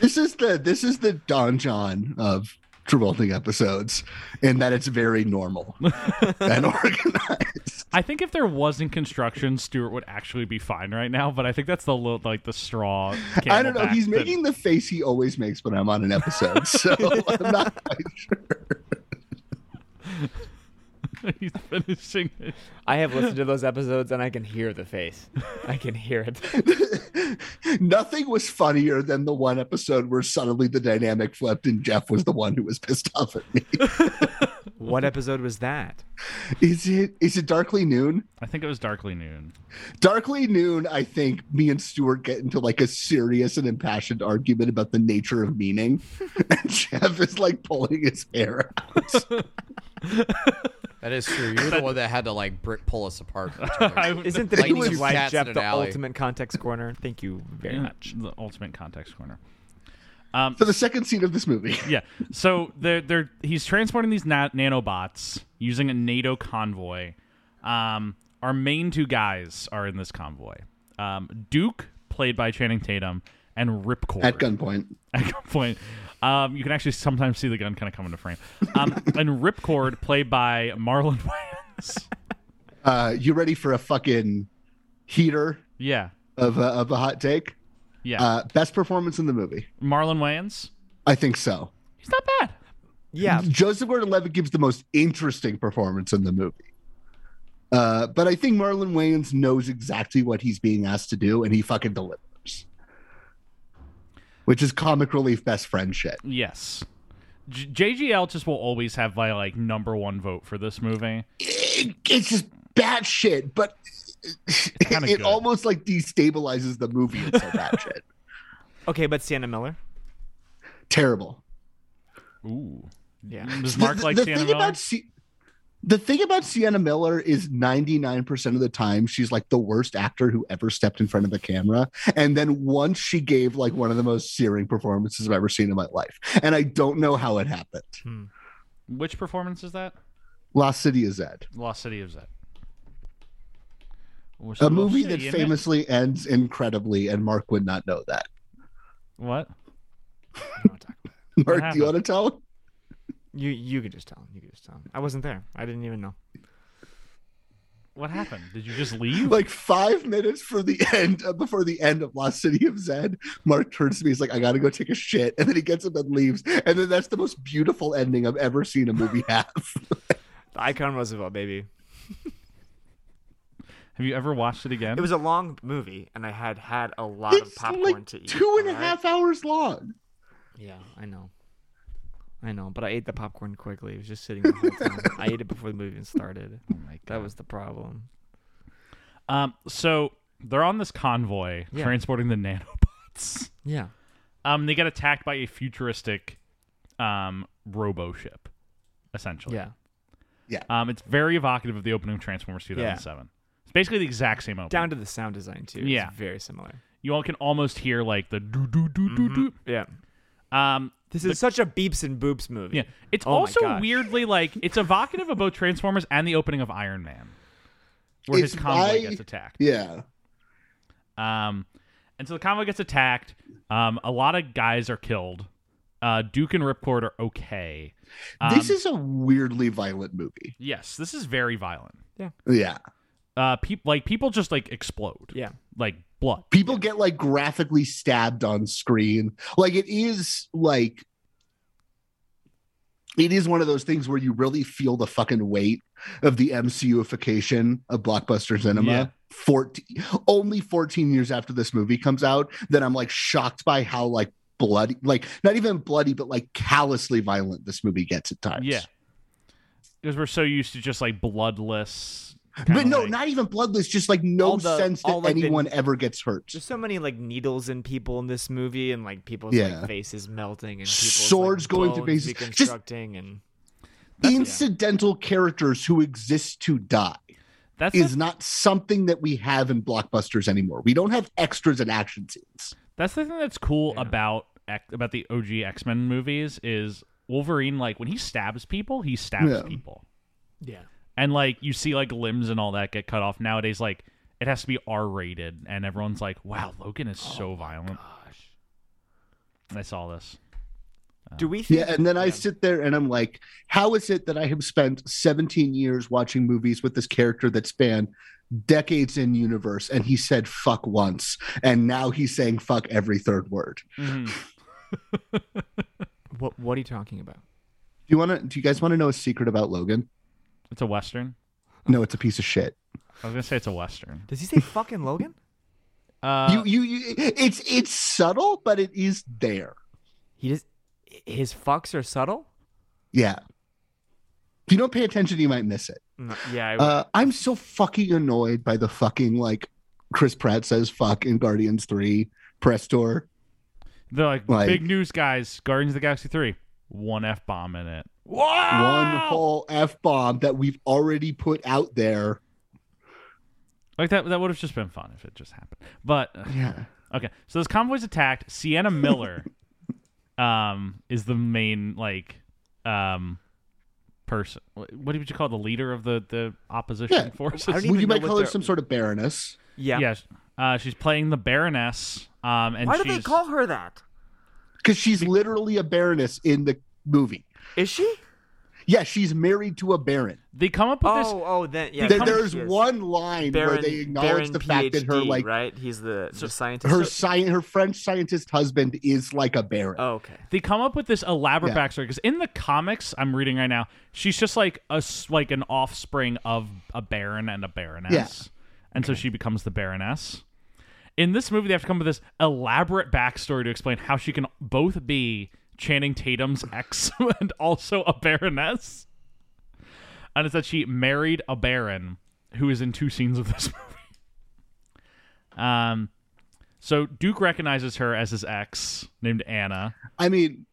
This is the this is the Don John of Travolting episodes, in that it's very normal and organized. I think if there wasn't construction, Stuart would actually be fine right now, but I think that's the little like the straw. I don't know. camelback He's that- making the face he always makes when I'm on an episode, so I'm not quite sure. he's finishing it. I have listened to those episodes and I can hear the face. I can hear it. Nothing was funnier than the one episode where suddenly the dynamic flipped and Jeff was the one who was pissed off at me. What episode was that? Is it is it Darkly Noon? I think it was Darkly Noon. Darkly Noon, I think me and Stuart get into like a serious and impassioned argument about the nature of meaning. and Jeff is like pulling his hair out. That is true. You're the one that had to like brick pull us apart. from each other. Isn't the Like meaning of two life, cats in Jeff, an the alley. ultimate context corner? Thank you very much. The ultimate context corner. so the second scene of this movie. yeah. So they're they're he's transporting these na- nanobots using a NATO convoy. Um, our main two guys are in this convoy. Um, Duke, played by Channing Tatum, and Ripcord At gunpoint. at gunpoint. Um, you can actually sometimes see the gun kind of come into frame. Um, and Ripcord, played by Marlon Wayans. Uh, you ready for a fucking heater Yeah, of a, of a hot take? yeah. Uh, best performance in the movie. Marlon Wayans. I think so. He's not bad. Yeah, Joseph Gordon-Levitt gives the most interesting performance in the movie. Uh, but I think Marlon Wayans knows exactly what he's being asked to do, and he fucking delivers. Which is comic relief best friend shit. Yes. J- JGL just will always have my like number one vote for this movie. It- it's just bad shit, but it, kinda it good. almost like destabilizes the movie. It's so bad shit. Okay, but Sienna Miller. Terrible. Ooh. Yeah. Does Mark the, like the Sienna thing Miller? about Si- the thing about Sienna Miller is 99% of the time she's like the worst actor who ever stepped in front of the camera. And then once she gave like one of the most searing performances I've ever seen in my life. And I don't know how it happened. Which performance is that? Lost City is Ed, Lost City of Zed. We're a still movie Lost that City, isn't it? famously ends incredibly, and Mark would not know that. What? Mark, do happened? you want to tell? You you could just tell him. You could just tell him. I wasn't there. I didn't even know. What happened? Did you just leave? Like five minutes for the end, uh, before the end of Lost City of Zed, Mark turns to me. He's like, "I gotta go take a shit," and then he gets up and leaves. And then that's the most beautiful ending I've ever seen a movie have. The Icon Roosevelt, baby. Have you ever watched it again? It was a long movie, and I had had a lot of it's popcorn like to eat. two and a alright? half hours long. Yeah, I know. I know, but I ate the popcorn quickly. It was just sitting the whole time. I ate it before the movie even started. Oh my That was the problem. Um, so they're on this convoy Yeah. transporting the nanobots. Yeah. Um, they get attacked by a futuristic, um, robo ship, Oh, essentially. Yeah. Um, it's very evocative of the opening of Transformers 2007. It's basically the exact same opening. Down to the sound design too. It's Yeah. very similar. you all can almost hear like the do do do do Mm-hmm. do. Yeah. Um, This is such a beeps and boops movie. yeah, it's Oh my also gosh. weirdly like it's evocative of both Transformers and the opening of Iron Man, where It's his convoy why- gets attacked. Yeah, Um, and so the convoy gets attacked. Um, a lot of guys are killed. Uh, Duke and Ripcord are okay. this Um, is a weirdly violent movie. Yes, this is very violent. Yeah, Uh, peop like people just like explode. Yeah. like blood. people get like graphically stabbed on screen like it is like it is one of those things where you really feel the fucking weight of the MCUification of blockbuster cinema. Yeah. 14 only 14 years after this movie comes out that I'm like shocked by how like bloody like not even bloody but like callously violent this movie gets at times. Yeah, because we're so used to just like bloodless. But kinda, no, like- not even bloodless, just like no All the- sense all, that like, the- anyone ever gets hurt. There's so many like needles in people in this movie, and like people's Yeah. like faces melting, and people's, Swords like, going to bones faces. Just- deconstructing, and Incidental characters who exist to die. that's the is not something that we have in blockbusters anymore. We don't have extras and action scenes. That's the thing that's cool about X- about the OG X Men movies is Wolverine. Like when he stabs people, he stabs Yeah. people, yeah, and like you see like limbs and all that get cut off nowadays. Like it has to be R rated, and everyone's like, "Wow, Logan is so violent." gosh. I saw this. Do we? Think, Uh, Yeah, and then I sit there and I'm like, how is it that I have spent 17 years watching movies with this character that span decades in universe and he said fuck once and now he's saying fuck every third word. What What are you talking about? Do you want to do you guys want to know a secret about Logan? It's a western. No, it's a piece of shit. I was gonna say it's a western. Does he say fucking Logan? Uh, you, you you it's it's subtle but it is there. He just his fucks are subtle. Yeah. If you don't pay attention you might miss it. No, yeah, I, Uh, I'm so fucking annoyed by the fucking like Chris Pratt says fuck in Guardians 3 press tour. they're like, like- big news, guys. Guardians of the Galaxy three, one f bomb in it. One Oh. whole F bomb that we've already put out there. Like that. That would have just been fun if it just happened. But Yeah. Okay, so this convoy's attacked. Sienna Miller, um, is the main like, um, person. What would you call it? the leader of the the opposition Yeah. forces? I don't Would even you know might what call her they're- some sort of baroness? yeah. Yeah, uh, she's playing the Baroness. Um, and Why she's, do they call her that? Because she's literally a baroness in the movie. Is she? Yeah, she's married to a baron. They come up with this. Oh, oh, then yeah. Then come- there's yes. one line where Baron- they acknowledge Baron the fact that her PhD, like right. He's the, the scientist. her sci- her French scientist husband is like a baron. oh, okay. they come up with this elaborate Yeah. backstory because in the comics I'm reading right now, she's just like a s- like an offspring of a baron and a baroness, and so she becomes the baroness. In this movie, they have to come up with this elaborate backstory to explain how she can both be Channing Tatum's ex and also a baroness, and it's that she married a baron who is in two scenes of this movie. Um. So Duke recognizes her as his ex, named Anna. I mean,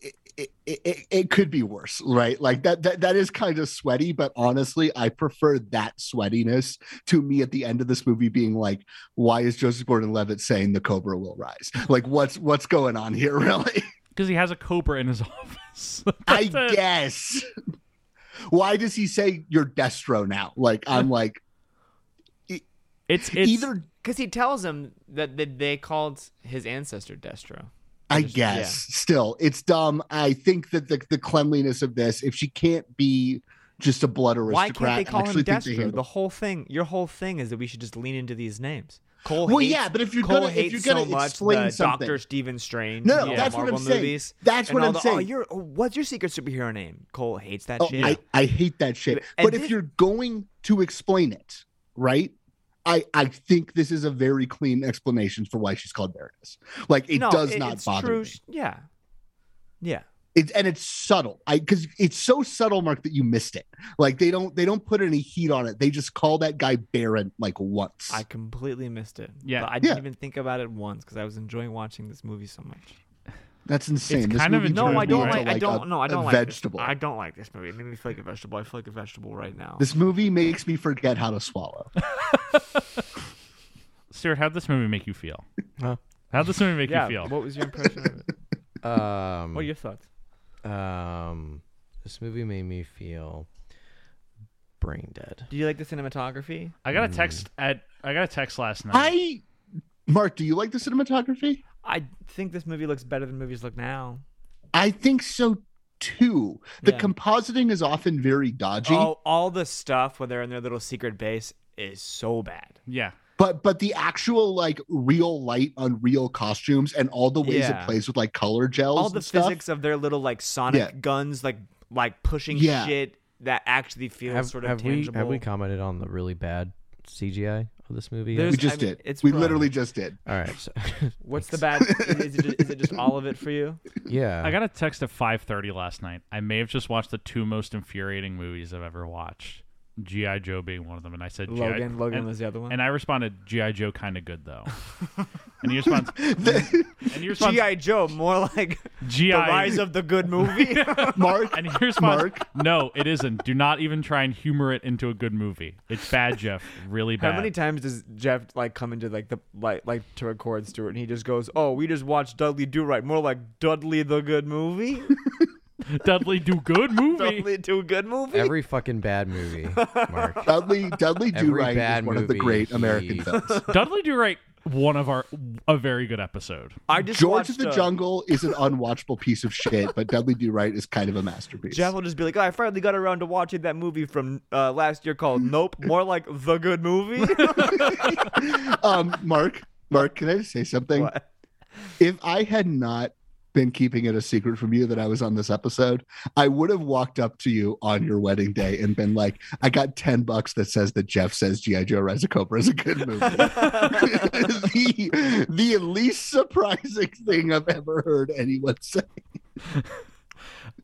it, it, it, it could be worse, right? Like that, that that is kind of sweaty, but honestly, I prefer that sweatiness to me at the end of this movie being like, why is Joseph Gordon-Levitt saying the Cobra will rise? Like, what's what's going on here, really? Because he has a cobra in his office. I That's it. guess. Why does he say you're Destro now? Like, I'm like It's, it's either. Because he tells him that they, they called his ancestor Destro. I just- guess still it's dumb. I think that the, the cleanliness of this, if she can't be just a blood aristocrat, Why can't they I call him actually think they Destro? handle- The whole thing, your whole thing is that we should just lean into these names. Cole Well, hates- yeah, but if you're Cole gonna- if hates you're gonna so much explain the something- Doctor Stephen Strange, No, and no, the that's what Marvel I'm saying. movies, That's and what all I'm the, Oh, saying. you're, oh, what's your secret superhero name? Cole hates that Oh, shit. I, I hate that shit. And But this- if you're going to explain it, right? I, I think this is a very clean explanation for why she's called Baroness. Like it No, does not it's bother true. me. Yeah, yeah. It, and it's subtle. I because it's so subtle, Mark, that you missed it. Like they don't they don't put any heat on it. They just call that guy Baron like once. I completely missed it. Yeah. but I didn't Yeah. even think about it once because I was enjoying watching this movie so much. That's insane. This kind of movie No, turned I me don't into, like- a- No, I a don't like. vegetable. This, I don't like this movie. It made me feel like a vegetable. I feel like a vegetable right now. This movie makes me forget how to swallow. Stuart, how'd this movie make you feel? Huh? How'd this movie make yeah. you feel? What was your impression of it? Um, Oh, What are your thoughts? um, this movie made me feel brain dead. Do you like the cinematography? I got a text at I got a text last night. I Mark, do you like the cinematography? I think this movie looks better than movies look now. I think so too. The Yeah. compositing is often very dodgy, Oh, all the stuff where they're in their little secret base is so bad. yeah. but but the actual like real light on real costumes and all the ways Yeah. it plays with like color gels, All and the stuff, physics of their little like sonic Yeah. guns, like like pushing Yeah. shit that actually feels Have, sort of have we tangible. have we commented on the really bad CGI of this movie? yet? There's- We just I mean, did. it's we rough. literally just did. All right. So, What's the bad? is, it just, is it just all of it for you? yeah. I got a text at 5:30 last night. I may have just watched the two most infuriating movies I've ever watched. GI Joe being one of them, and I said G.I. Logan, Logan and, was the other one. and I responded GI Joe kind of good though. and he responds and he responds GI Joe, more like GI the rise of the good movie. Mark, and he responds, Mark, "No, it isn't. Do not even try and humor it into a good movie. It's bad, Jeff. Really bad." How many times does Jeff like come into like the like like to record Stuart and he just goes, "Oh, we just watched Dudley Do Right, more like Dudley the Good Movie." Dudley do good movie. Dudley Do Good Movie. every fucking bad movie, Mark. Dudley, Dudley Do Every Right bad is one of the movie great he- American films. Dudley Do Right, one of our a very good episode. I just George watched, of the uh, Jungle is an unwatchable piece of shit, but Dudley Do Right is kind of a masterpiece. Jeff will just be like, oh, "I finally got around to watching that movie from uh, last year called Nope, more like The Good Movie." um, Mark, Mark, can I just say something? What? If I had not been keeping it a secret from you that I was on this episode, I would have walked up to you on your wedding day and been like, "I got ten bucks that says that Jeff says GI Joe Rise of Cobra is a good movie." the the least surprising thing I've ever heard anyone say.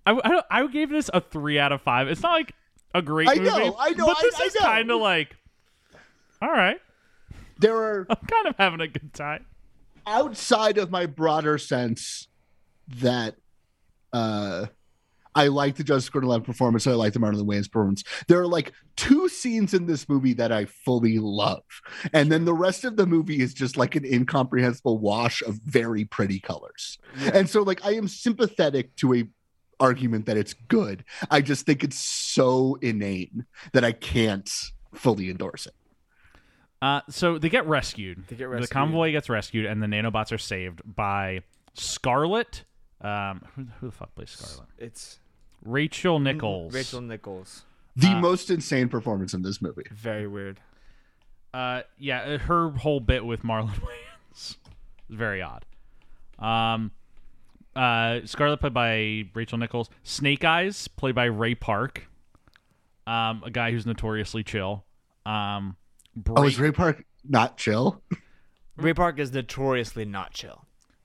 I, I, I gave this a three out of five. It's not like a great I movie. know, I know, But I- this I is know. kind of like, all right, There are I'm kind of having a good time. outside of my broader sense that uh I like the Joseph Gordon-Levitt performance. and I like the Martin Wayans performance. There are like two scenes in this movie that I fully love, and then the rest of the movie is just like an incomprehensible wash of very pretty colors. And so, like, I am sympathetic to a argument that it's good. I just think it's so inane that I can't fully endorse it. Uh, so they get rescued. They get The rescued. convoy gets rescued, and the nanobots are saved by Scarlet. Um, who, who the fuck plays Scarlet? it's Rachel Nichols. Rachel Nichols. The most insane performance in this movie. Very weird. Uh, yeah, her whole bit with Marlon Wayans is very odd. Um, uh, Scarlet played by Rachel Nichols. Snake Eyes played by Ray Park, um, a guy who's notoriously chill. Um, Bra- Oh, is Ray Park not chill? Ray Park is notoriously not chill.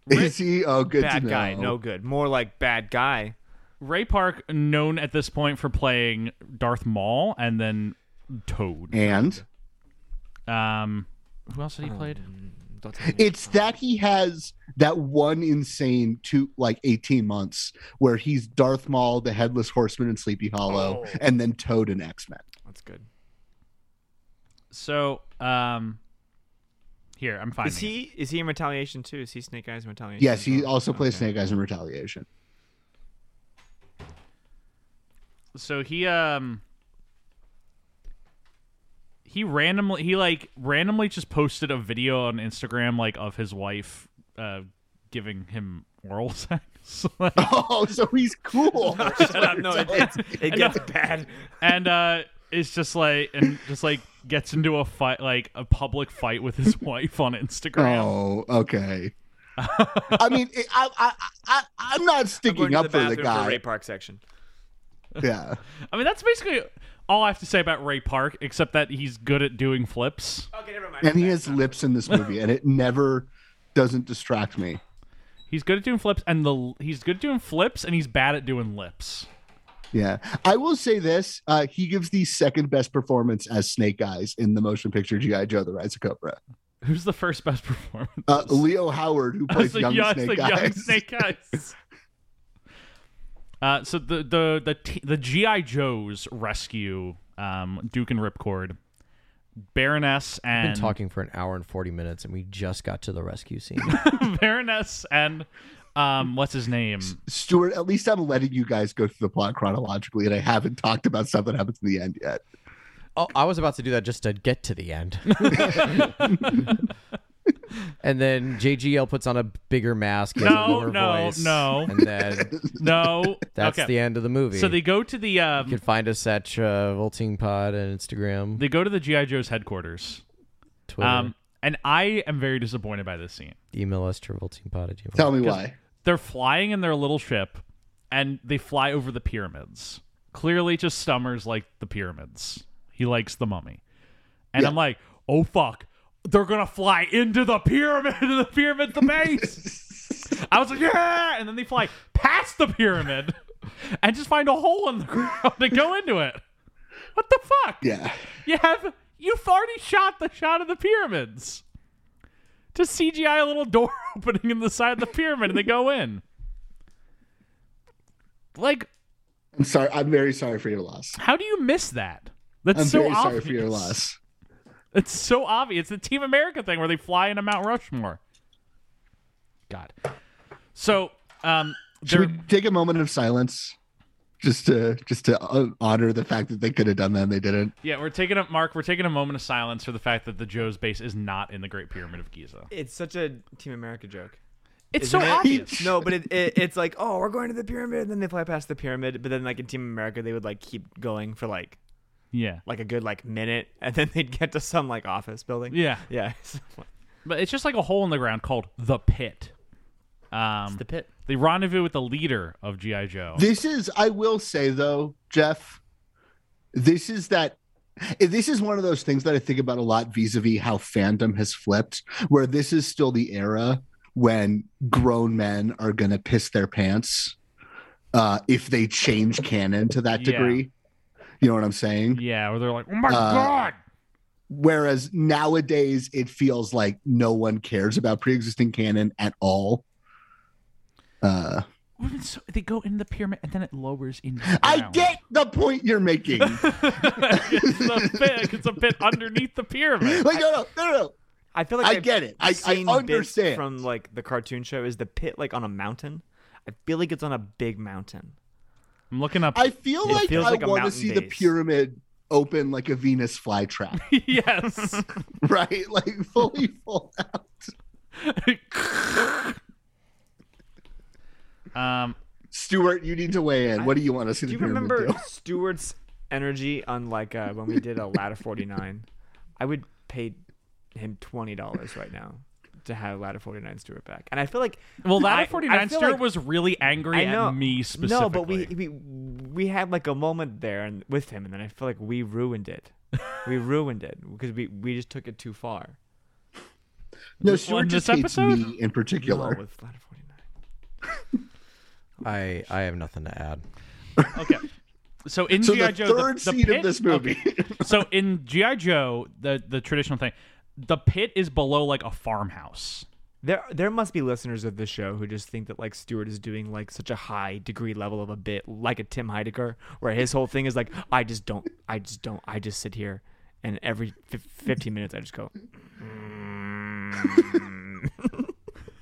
Is he? Oh, good to Bad know. guy, no good. More like bad guy. Ray Park known at this point for playing Darth Maul and then Toad. Eh. And Um, who else had Oh, he played? Mm, Don't tell me. it's that he has that one insane two like 18 months where he's Darth Maul, the headless horseman in Sleepy Hollow, Oh. and then Toad in X-Men. That's good. So, um, here I'm finding. Is it. he is he in retaliation too? Is he Snake Eyes in retaliation? Yes, as he well? also plays Okay. Snake Eyes in Retaliation. so he um he randomly he like randomly just posted a video on Instagram like of his wife uh giving him oral sex Like, Oh, so he's cool. Shut up! No, it, it's, it gets bad. and uh it's just like and just like gets into a fight like a public fight with his wife on Instagram. Oh, okay. I mean, it- I, I, I, I'm not I'm going sticking to up for the bathroom guy. Ray Park section. Yeah. I mean that's basically all I have to say about Ray Park except that he's good at doing flips. Okay, never mind. And he has lips in this movie, and it never doesn't distract me. He's good at doing flips and the he's good at doing flips and he's bad at doing lips. Yeah. I will say this uh, he gives the second best performance as Snake Eyes in the motion picture G.I. Joe, The Rise of Cobra. Who's the first best performance? Uh, Leo Howard, who plays It's like, young, yeah, it's snake like Eyes. young snake eyes. Uh, so the the the t- the GI Joes rescue um, Duke and Ripcord, Baroness Been and talking for an hour and forty minutes, and we just got to the rescue scene. Baroness and um, what's his name? Stuart, at least I'm letting you guys go through the plot chronologically, and I haven't talked about stuff that happens in the end yet. oh, I was about to do that just to get to the end. and then JGL puts on a bigger mask, has No, a lower no, voice, no. and then No, that's okay. the end of the movie. So they go to the um, You can find us at uh, Volting Pod and Instagram, they go to the GI Joes headquarters. Twitter. Um, and I am very disappointed by this scene. email us to revoltingpod at gmail. Tell me why. they're flying in their little ship and they fly over the pyramids. Clearly just Stummers like the pyramids. He likes the mummy. And I'm like, oh fuck. They're gonna fly into the pyramid into the pyramid the base. I was like, yeah, and then they fly past the pyramid and just find a hole in the ground and go into it. What the fuck? Yeah. You have you've already shot the shot of the pyramids. Just CGI a little door opening in the side of the pyramid and they go in. Like, I'm sorry. I'm very sorry for your loss. how do you miss that? That's I'm so very obvious. sorry for your loss. It's so obvious. It's the Team America thing where they fly into Mount Rushmore. God. So, um, Should they're, we take a moment of silence just to just to uh, honor the fact that they could have done that and they didn't? yeah, we're taking a Mark. We're taking a moment of silence for the fact that the Joe's base is not in the Great Pyramid of Giza. It's such a Team America joke. It's Isn't so it? obvious. No, but it, it, it's like, oh, we're going to the pyramid, and then they fly past the pyramid. But then, like in Team America, they would like keep going for like Yeah, like a good like minute, and then they'd get to some like office building. yeah. yeah. But it's just like a hole in the ground called the pit. Um, the pit. they rendezvous with the leader of GI Joe. This is, I will say though, Jeff, this is that. This is one of those things that I think about a lot vis a vis how fandom has flipped, where this is still the era when grown men are going to piss their pants uh, if they change canon to that Yeah. degree. You know what I'm saying? yeah, where they're like, oh my Uh, god. Whereas nowadays, it feels like no one cares about pre-existing canon at all. Uh, We've been so- they go in the pyramid and then it lowers into. I get the point you're making. like, it's a pit. It's a pit underneath the pyramid. no, no, no, no. I feel like I I've get it. I- I seen bits understand. from like the cartoon show. Is the pit like on a mountain? I feel like it's on a big mountain. I'm looking up. I feel It like feels I like a want to mountain see the base. pyramid open like a Venus flytrap, yes. right? Like fully full out. um. Stuart, you need to weigh in. What do you want us in Do you here to remember do? Stewart's energy on like uh, when we did a ladder 49? I would pay him $20 right now to have ladder 49 Stewart back. And I feel like Well, I- I Ladder 49 feel Stuart like- was really angry I know at me specifically. No, but we we we had like a moment there and with him and then I feel like we ruined it. we ruined it because we we just took it too far. No, Stuart on just this hates episode? me in particular. Well, with ladder 49. I I have nothing to add. Okay. So in So GI the Joe, third the, the scene pit- of this movie. so in GI Joe, the the traditional thing, the pit is below like a farmhouse. There, there must be listeners of this show who just think that like Stewart is doing like such a high degree level of a bit, like a Tim Heidecker, where his whole thing is like, I just don't, I just don't, I just sit here, and every fif- fifteen minutes I just go. "Mm."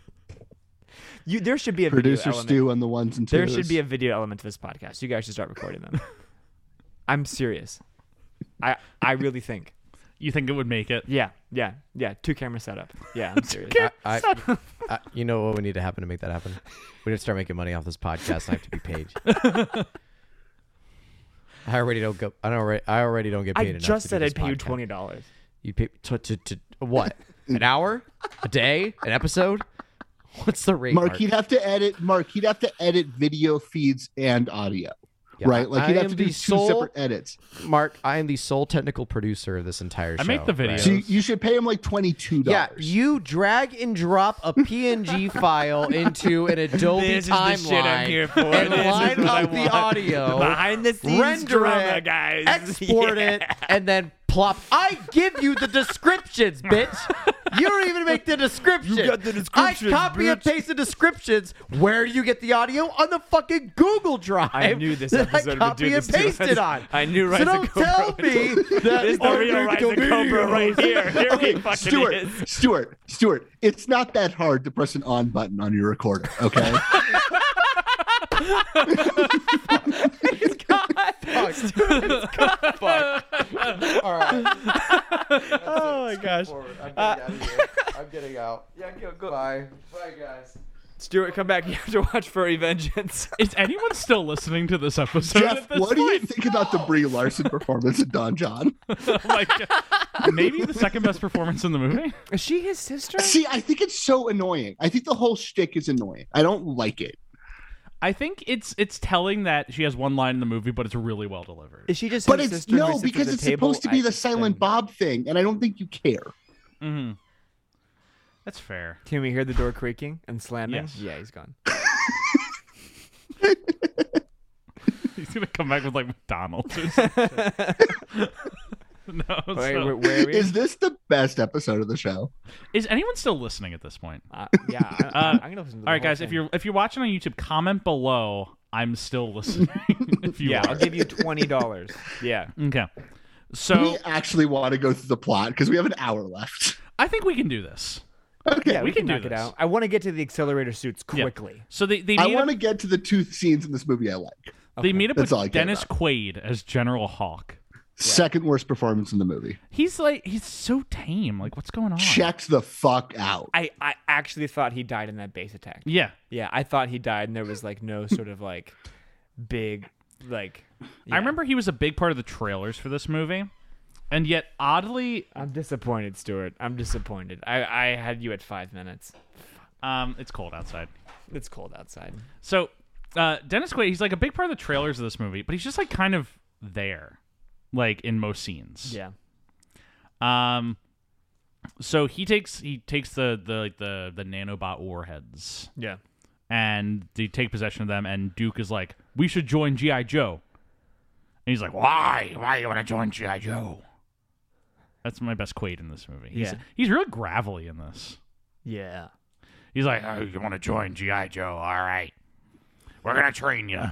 you, there should be a Producer video element. Stu on the ones and twos. There should be a video element to this podcast. You guys should start recording them. I'm serious. I, I really think. You think it would make it? Yeah, yeah, yeah. Two camera setup. Yeah, I'm serious. I, I, I, you know what would need to happen to make that happen? We need to start making money off this podcast. and I have to be paid. I already don't go. I don't. alre- I already don't get I paid. enough just to do said this I'd pay you podcast. twenty dollars. You pay to, to, to what? An hour? A day? An episode? What's the rate? Mark, Mark? he'd have to edit. Mark, he'd have to edit video feeds and audio. Yeah, right, like I he'd am have to do the two sole- separate edits. Mark, I am the sole technical producer of this entire show. I make the videos. So you, you should pay him like twenty two Yeah, dollars. you drag and drop a PNG file into an Adobe This is the timeline shit I'm here for. and This is line what I up the want. audio, behind the scenes render drama, it, guys. export Yeah. it, and then plop. I give you the descriptions, bitch. You don't even make the description. got the descriptions, I copy and bitch. paste the descriptions. Where do you get the audio? On the fucking Google Drive. I knew this that episode I would copy and do this to paste us. it on. I knew So Rise of don't Cobra tell would me that This is the real Rise of Oh, Cobra right here. Here Okay, we fucking Stuart, is. Stuart, Stuart, it's not that hard to press an on button on your recorder, okay? All right. Oh my gosh. I'm Uh, getting out of here. I'm getting out. Yeah, go, go. Bye. Bye, guys. Stuart, come back. You have to watch Furry Vengeance. Is anyone still listening to this episode? Jeff, at this what do point? you think about the Brie Larson performance in Don John? like maybe the second best performance in the movie. Is she his sister? See, I think it's so annoying. I think the whole shtick is annoying. I don't like it. I think it's it's telling that she has one line in the movie, but it's really well delivered. Is she just But his it's sister who no, sits at because the it's table? supposed to be I- the Silent then- Bob thing, and I don't think you care. hmm That's fair. Can we hear the door creaking and slamming? Yes. Yeah, he's gone. He's gonna come back with like McDonald's. Or some shit. no. Wait, so- where, where are we? Is this the best episode of the show? Is anyone still listening at this point? Uh, yeah, I, I, I'm gonna listen to the All right, whole guys. If thing. you're if you're watching on YouTube, comment below. I'm still listening. if you yeah, are. I'll give you twenty dollars. yeah, Okay. Do So we actually want to go through the plot because we have an hour left. I think we can do this. yeah, we can we, can, do knock it this. out. I want to get to the accelerator suits quickly. So they they I meet, want up, to get to the two scenes in this movie I like. they meet up That's with all I care Dennis Quaid as General Hawk. Second worst performance in the movie. He's like he's so tame. Like what's going on? Checked the fuck out. I, I actually thought he died in that base attack. Yeah. Yeah, I thought he died, and there was like no sort of like big like. I remember he was a big part of the trailers for this movie, and yet oddly, I'm disappointed, Stuart. I'm disappointed. I I had you at five minutes. um, it's cold outside. It's cold outside. So uh, Dennis Quaid, he's like a big part of the trailers of this movie, but he's just like kind of there, like in most scenes. Yeah. Um, so he takes he takes the the like the the nanobot warheads Yeah. and they take possession of them, and Duke is like, "We should join GI Joe," and he's like, "Why? Why you want to join GI Joe?" That's my best Quaid in this movie. He's Yeah. he's real gravelly in this. Yeah. He's like, oh, you want to join G.I. Joe? All right. We're going to train you.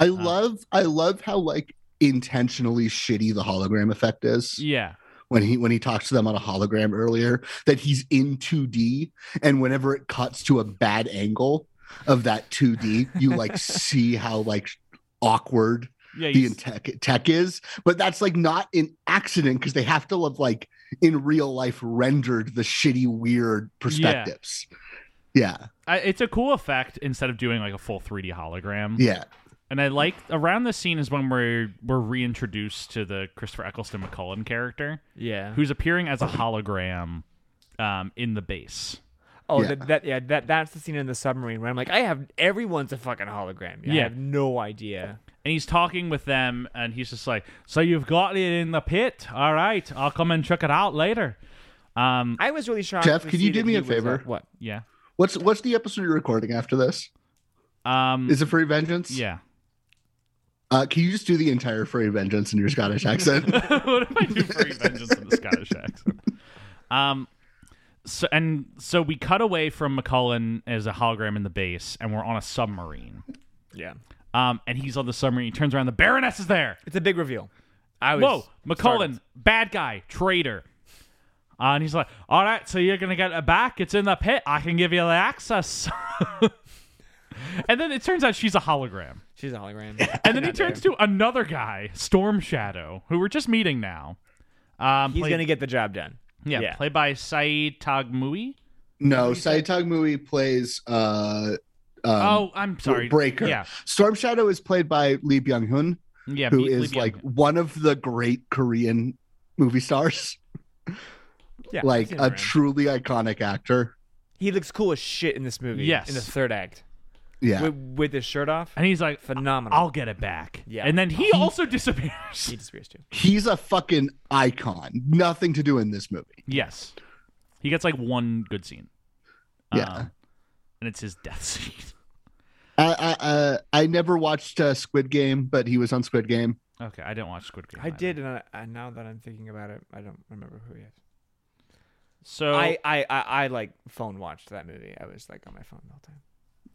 I love I love how like intentionally shitty the hologram effect is. Yeah. when he when he talks to them on a hologram earlier that he's in 2D and whenever it cuts to a bad angle of that 2D you like see how like awkward Yeah. the he's- tech, tech is but that's like not an accident because they have to have like in real life rendered the shitty weird perspectives Yeah. I, it's a cool effect instead of doing like a full 3D hologram. Yeah. And I like around this scene is when we're we're reintroduced to the Christopher Eccleston McCullen character, Yeah. who's appearing as a hologram um, in the base. Oh, Yeah. That, that yeah, that that's the scene in the submarine where I'm like, I have everyone's a fucking hologram. Yeah, Yeah. I have no idea. And he's talking with them, and he's just like, "So you've got it in the pit? All right, I'll come and check it out later." Um, I was really shocked. Jeff, to could you see do that me he a was, uh, favor? what? yeah. What's what's the episode you're recording after this? Um, Is it Free Vengeance? yeah. Uh, can you just do the entire Free Vengeance in your Scottish accent? what if I do free vengeance in the Scottish accent? Um, so and so we cut away from McCullen as a hologram in the base, and we're on a submarine. Yeah, Um, and he's on the submarine. He turns around. The Baroness is there. it's a big reveal. I was Whoa, McCullen, bad guy, traitor. Uh, and he's like, "All right, so you're gonna get it back. It's in the pit. I can give you the access." and then it turns out she's a hologram. She's a hologram. And then he turns to another guy, Storm Shadow, who we're just meeting now. Um, He's played- gonna get the job done. yeah, yeah. played by Saeed Tagmui. no, Saitag Mui plays uh um, oh, I'm sorry. Breaker. Yeah, Storm Shadow is played by Lee Byung Hun, yeah. who Lee- is Lee like Byung-hun. one of the great Korean movie stars, Yeah, I've like seen a him around. truly iconic actor. He looks cool as shit in this movie. Yes. in the third act, Yeah. with, with his shirt off, and he's like, phenomenal. "I'll get it back." Yeah. and then he also disappears. he disappears too. He's a fucking icon. Nothing to do in this movie. Yes. He gets like one good scene. Yeah. Um, and it's his death scene. I I, uh, I never watched uh, Squid Game, but he was on Squid Game. Okay, I didn't watch Squid Game. I either. did, and, I, and now that I'm thinking about it, I don't remember who he is. So I, I, I, I like phone watched that movie. I was like on my phone the whole time.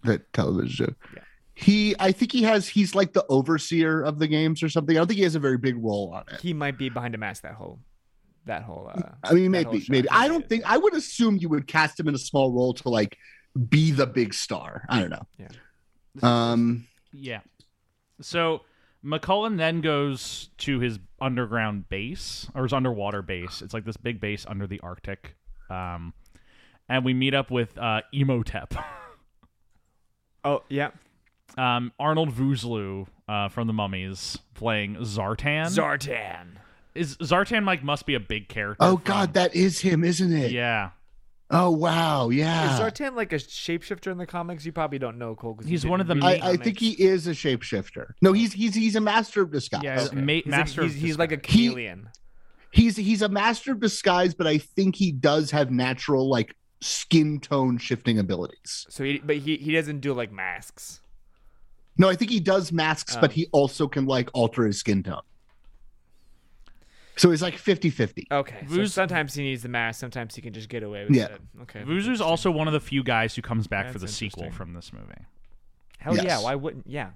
that television show. Yeah. He, I think he has. He's like the overseer of the games or something. I don't think he has a very big role on it. He might be behind a mask that whole, that whole. Uh, I mean, that whole maybe, show. maybe. I don't it think. is. I would assume you would cast him in a small role to like be the big star. I don't know. Yeah. Um. yeah. So McCullen then goes to his underground base or his underwater base. It's like this big base under the Arctic. Um and we meet up with uh Emotep. Oh yeah, Um Arnold Vosloo uh from the Mummies playing Zartan. Zartan. is Zartan like must be a big character. Oh from- God, that is him, isn't it? Yeah. Oh wow. Yeah. Is Zartan like a shapeshifter in the comics? You probably don't know, Cole. 'cause you He's didn't one of the read main- I, I think he is a shapeshifter. No, he's he's he's a master of disguise. Yeah, he's- Uh, ma- He's like- master he's, of he's like a He- chameleon. He's he's a master of disguise, but I think he does have natural like skin tone shifting abilities. so, he, but he he doesn't do like masks. No, I think he does masks, but Oh. he also can like alter his skin tone. So he's like 50 50. Okay, so Vuz- sometimes he needs the mask. Sometimes he can just get away with Yeah. it. Okay. Vuzu's also one of the few guys who comes back for the That's sequel interesting. from this movie. Hell yeah! Yes. Why wouldn't? Yeah.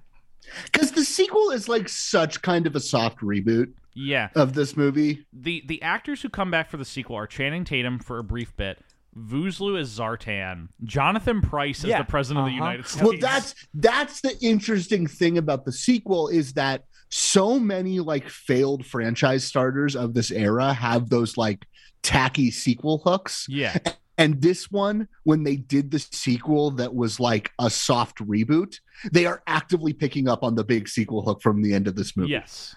Because the sequel is like such kind of a soft reboot Yeah. of this movie. The the actors who come back for the sequel are Channing Tatum for a brief bit, Vuzlu as Zartan, Jonathan Price as Yeah, the president of the uh-huh. United States. Well, that's that's the interesting thing about the sequel is that so many like failed franchise starters of this era have those like tacky sequel hooks. yeah. And this one, when they did the sequel that was like a soft reboot, they are actively picking up on the big sequel hook from the end of this movie. Yes.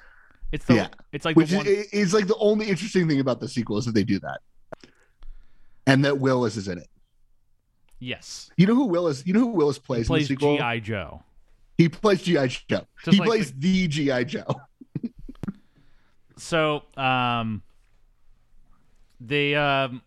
It's the Yeah. it's like Which the one is, is like the only interesting thing about the sequel is that they do that. And that Willis is in it. yes. You know who Willis? You know who Willis He plays, plays in the sequel? G.I. Joe. He plays GI Joe. Just he like plays the GI Joe. So um they um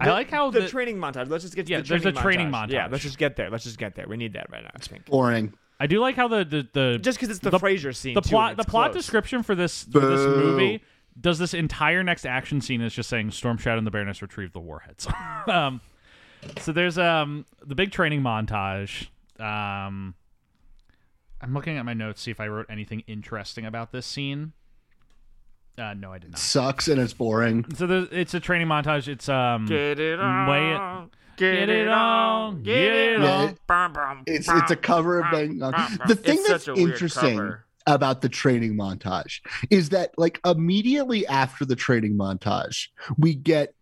I like how the, the, training montage. Let's just get to Yeah, the there's training a training Yeah, montage. let's just get there. Let's just get there. We need that right now. I think. Boring. I do like how the the, the Just because it's the, The- Frasier scene. the too, plot and the it's plot close. description for this for this Boo. movie does this entire next action scene is just saying Storm Shadow and the Baroness retrieve the warheads. um, so there's um the big training montage. Um, I'm looking at my notes see if I wrote anything interesting about this scene. Uh, no, I did not. Sucks and it's boring. So there, it's a training montage. It's um Get it way- on. Get, Get it it on, on. Get get it it on. on. Bum, bum, It's bum, it's a cover of bum, Bang. Bang. bum, bum. The thing It's that's such a weird interesting cover. about the training montage is that like immediately after the training montage, we get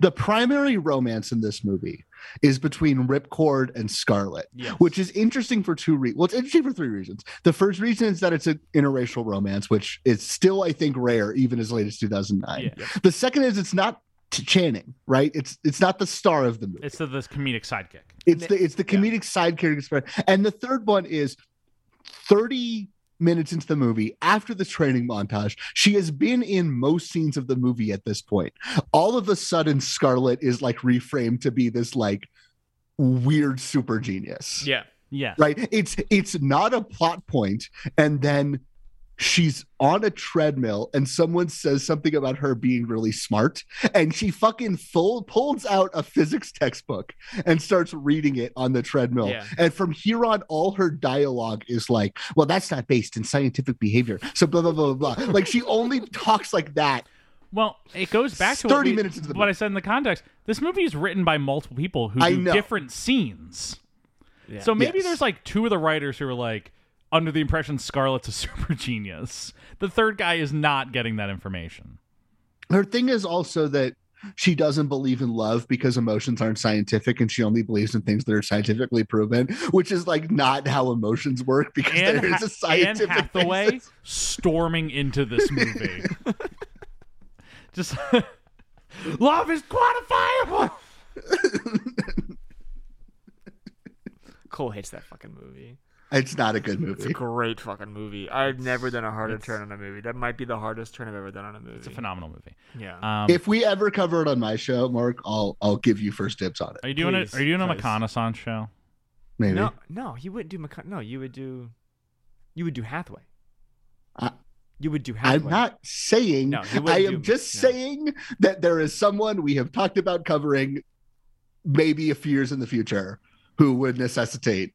the primary romance in this movie is between Ripcord and Scarlet, Yes. which is interesting for two reasons. Well, it's interesting for three reasons. The first reason is that it's an interracial romance, which is still, I think, rare even as late as 2009. Yeah. The second is it's not t- Channing, right? It's it's not the star of the movie. It's the this comedic sidekick. It's the it's the comedic side character spread. And the third one is 30 minutes into the movie after the training montage. She has been in most scenes of the movie at this point. All of a sudden Scarlet is like reframed to be this like weird super genius. Yeah. Yes. Right? It's it's not a plot point and then she's on a treadmill and someone says something about her being really smart and she fucking full pulls out a physics textbook and starts reading it on the treadmill Yeah. and from here on all her dialogue is like well that's not based in scientific behavior so blah blah blah blah blah like she only talks like that Well, it goes back to what 30 we- minutes into the what movie. I said in the context. This movie is written by multiple people who I do know. different scenes. So maybe Yes. there's like two of the writers who are like under the impression Scarlett's a super genius. The third guy is not getting that information. her thing is also that she doesn't believe in love because emotions aren't scientific and she only believes in things that are scientifically proven which is like not how emotions work because Anne, there is Ha- a Anne scientific Hathaway basis. storming into this movie. Just Love is quantifiable. Cole hates that fucking movie. it's not a good movie It's a great fucking movie. I've never done a harder turn on a movie. That might be the hardest turn I've ever done on a movie. it's a phenomenal movie. Yeah. Um, if we ever cover it on my show mark i'll i'll give you first dibs on it are you doing please, a, Are you doing a please. reconnaissance show? maybe no, no, you wouldn't do McCon. No, you would do, you would do Hathaway. I- you would do Hathaway. I'm not saying. No, he I wouldn't am do- just no. saying that there is someone we have talked about covering, maybe a few years in the future, who would necessitate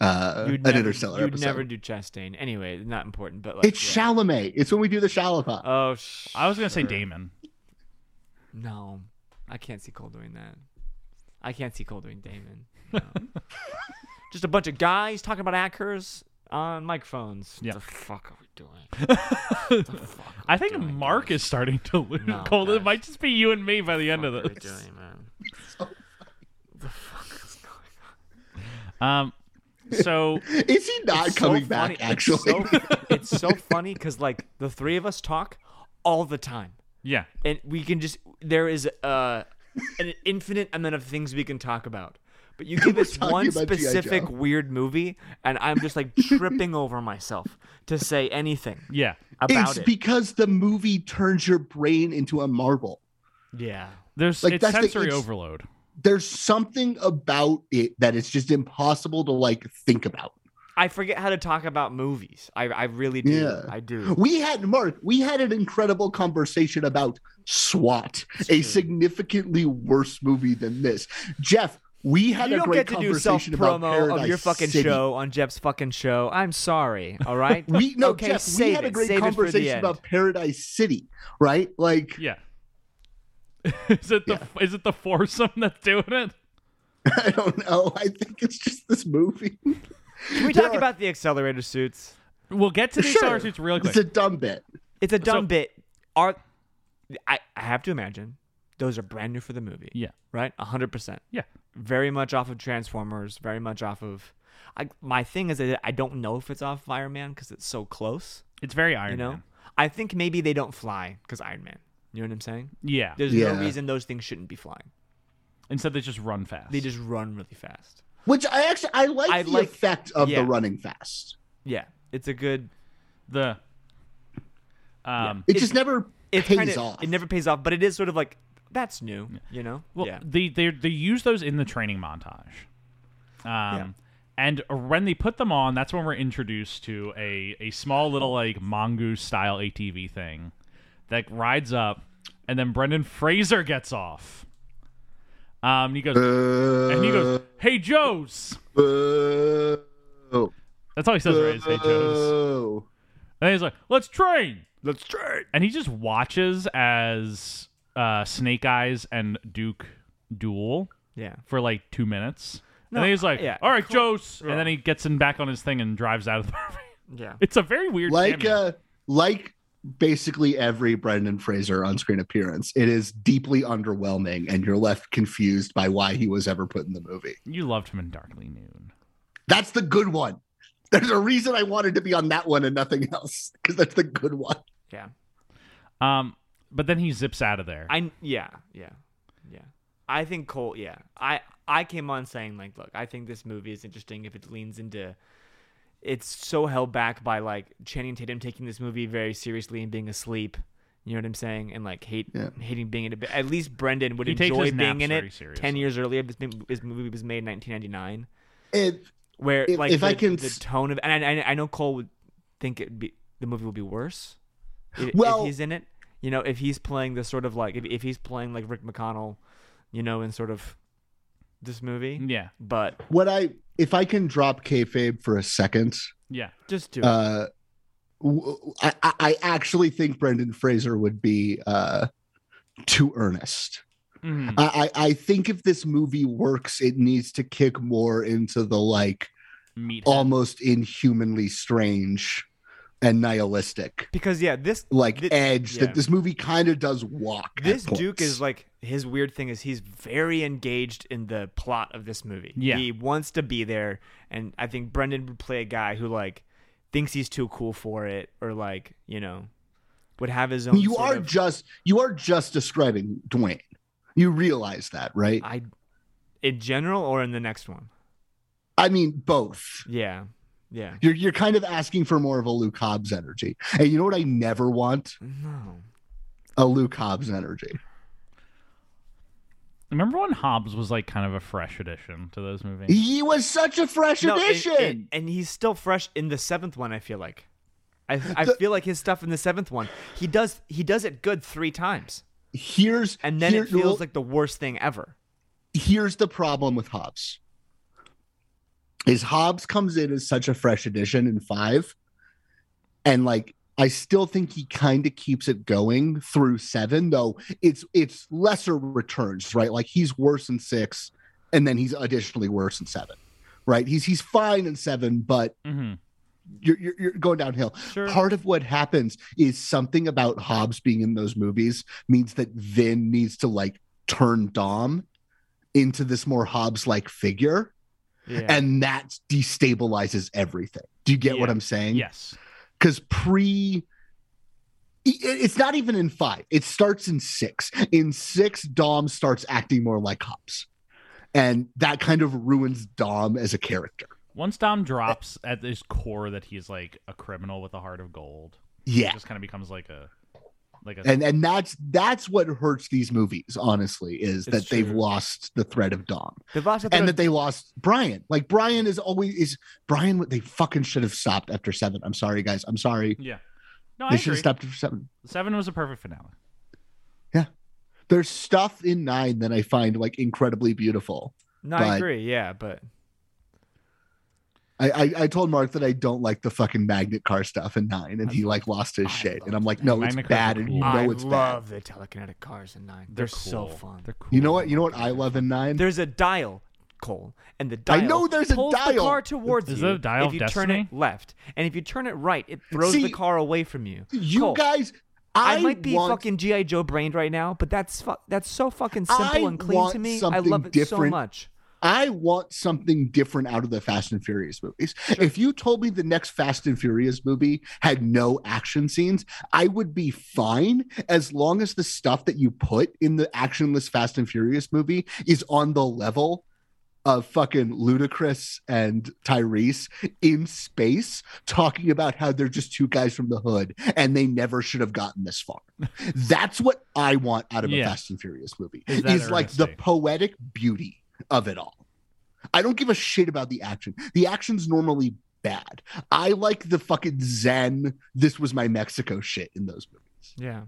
uh, an You'd never, interstellar You'd episode. never do Chastain. Anyway, not important. But like, It's yeah. Chalamet. It's when we do the Shalapot. Oh, sh- I was gonna say sure. Damon. No, I can't see Cole doing that. I can't see Cole doing Damon. No. Just a bunch of guys talking about hackers on microphones. Yeah. What the fuck are we doing? I think Mark is starting to lose. No, Cole, it guys. might just be you and me by the end What are of we this. doing, man? Um, so Is he not Oh. It's so coming funny- back? Actually, it's so, it's so funny because like the three of us talk all the time, yeah, and we can just there is uh, an infinite amount of things we can talk about. But you give us talking one about G.I. specific Joe. weird movie, and I'm just like tripping over myself to say anything yeah. about it's it. because the movie turns your brain into a marble. yeah, There's Like, it's that's the- sensory it's- overload. There's something about it that it's just impossible to like think about. I forget how to talk about movies. I I really do. Yeah. I do. We had Mark, we had an incredible conversation about SWAT, a significantly worse movie than this. Jeff, we had you a don't great get to do self conversation about promo of Paradise your fucking City. show on Jeff's fucking show. I'm sorry. All right. We no, okay, Jeff, we save had it. a great Save it for the conversation end. about Paradise City, right? Like Yeah. is it the is it the foursome that's doing it? I don't know. I think it's just this movie. Can we There talk are- about the accelerator suits? We'll get to these Sure. sure. suits real quick. It's a dumb bit. It's a dumb So- bit. Are I, I have to imagine those are brand new for the movie. Yeah. Right? hundred percent. Yeah. Very much off of Transformers, very much off of I, my thing is that I don't know if it's off of Iron Man because it's so close. It's very Iron you know? Man. I think maybe they don't fly because Iron Man. You know what I'm saying? Yeah. There's Yeah. no reason those things shouldn't be flying. Instead they just run fast. They just run really fast. Which I actually I like I the like- effect of yeah. the running fast. Yeah. It's a good the um It, just never it's pays kinda, off. It never pays off, but it is sort of like that's new, you know? well yeah. they they they use those in the training montage. Um And when they put them on, that's when we're introduced to a, a small little like mongoose style ATV thing that rides up, and then Brendan Fraser gets off. Um, and he goes, Uh, and he goes, "Hey Joes." Boo. That's all he says, right? is, Hey Joes. Boo. And he's like, let's train. Let's try it. And he just watches as uh, Snake Eyes and Duke duel Yeah. for like two minutes. No, and then he's like, yeah, all right, cool. Joe's. And then he gets in back on his thing and drives out of the movie. Yeah. It's a very weird Like cameo. uh like basically every Brendan Fraser on screen appearance. It is deeply underwhelming, and you're left confused by why he was ever put in the movie. You loved him in Darkly Noon. That's the good one. There's a reason I wanted to be on that one and nothing else because that's the good one. Yeah. Um, but then he zips out of there. I yeah, yeah. Yeah. I think Cole, yeah. I I came on saying like, look, I think this movie is interesting if it leans into it's so held back by like Channing Tatum taking this movie very seriously and being asleep. You know what I'm saying? And like hate Yeah. hating being in it. But At least Brendan would He takes enjoy his being naps in very it. Ten seriously. years earlier, this, mo- this movie was made in 1999. It, Where If- like if the, I can the s- tone of and I, I I know Cole would think it would be the movie would be worse. If, if Well- he's in it, you know, if he's playing the sort of like if, if he's playing like Rick McConnell, you know, in sort of this movie. yeah, But what I, if I can drop kayfabe for a second, yeah. just do it. uh, w- I, I- I actually think Brendan Fraser would be uh, too earnest. Hmm. Mhm. I, I I think if this movie works, it needs to kick more into the like Meathead. almost inhumanly strange and nihilistic because yeah, this like thi- edge yeah. that this movie kind of does walk. at this Duke points. is like his weird thing is he's very engaged in the plot of this movie. Yeah. He wants to be there and I think Brendan would play a guy who like thinks he's too cool for it or like, you know, would have his own you sort are of- just you are just describing Dwayne. You realize that, right? I, I in general or in the next one? mean both. Yeah. Yeah. You're you're kind of asking for more of a Luke Hobbs energy. And you know what I never want? No. A Luke Hobbs energy. Remember when Hobbs was like kind of a fresh addition to those movies? He was such a fresh No, and- addition. and, and he's still fresh in the seventh one, I feel like. I, I The- feel like his stuff in the seventh one, he does he does it good three times, here's and then here- it feels well, like the worst thing ever. here's the problem with Hobbs. Is Hobbs comes in as such a fresh addition in five, and like I still think he kind of keeps it going through seven, though it's it's lesser returns, right? Like he's worse in six, and then he's additionally worse in seven, right? He's he's fine in seven, but Mm-hmm. you're you're, you're going downhill. Sure. Part of what happens is something about Hobbs being in those movies means that Vin needs to like turn Dom into this more Hobbs like figure. Yeah. And that destabilizes everything. Do you get what Yeah. I'm saying? yes. Because pre. it- It's not even in five. It starts in six. In six, Dom starts acting more like Hobbs. And that kind of ruins Dom as a character. Once Dom drops at his core that he's like a criminal with a heart of gold, Yeah. it just kind of becomes like a like a and and that's that's what hurts these movies honestly is that they've true. lost the thread of dom The last and that they lost brian like brian is always is brian they fucking should have stopped after seven i'm sorry guys i'm sorry yeah. No, I they should agree. have stopped after seven Seven was a perfect finale. there's stuff in nine that i find like incredibly beautiful no, but- I agree. Yeah, but I, I i told mark that i don't like the fucking magnet car stuff in nine and he like lost his shit and i'm like no it's Magnet cars bad are and cool. you know I I it's bad love the telekinetic cars in nine. They're, They're, so cool. fun. They're cool. you know what you know what i love in nine There's a dial, Cole, and the dial. know there's a pulls the dial. car towards Is you. that a dial If of you turn it destiny? left, and if you turn it right, it throws See, the car away from you. you Cole, guys I, I, might be want fucking GI Joe brained right now, but that's fu- that's so fucking simple I and clean want to me. I something love it so different. much. I want something different out of the Fast and Furious movies. If you told me the next Fast and Furious movie had no action scenes, I would be fine as long as the stuff that you put in the actionless Fast and Furious movie is on the level of fucking Ludacris and Tyrese in space talking about how they're just two guys from the hood and they never should have gotten this far. That's what I want out of Yeah. a Fast and Furious movie Is that is like the earnesty? poetic beauty of it all. I don't give a shit about the action. The action's normally bad. I like the fucking zen. This was my Mexico shit in those movies. Yeah.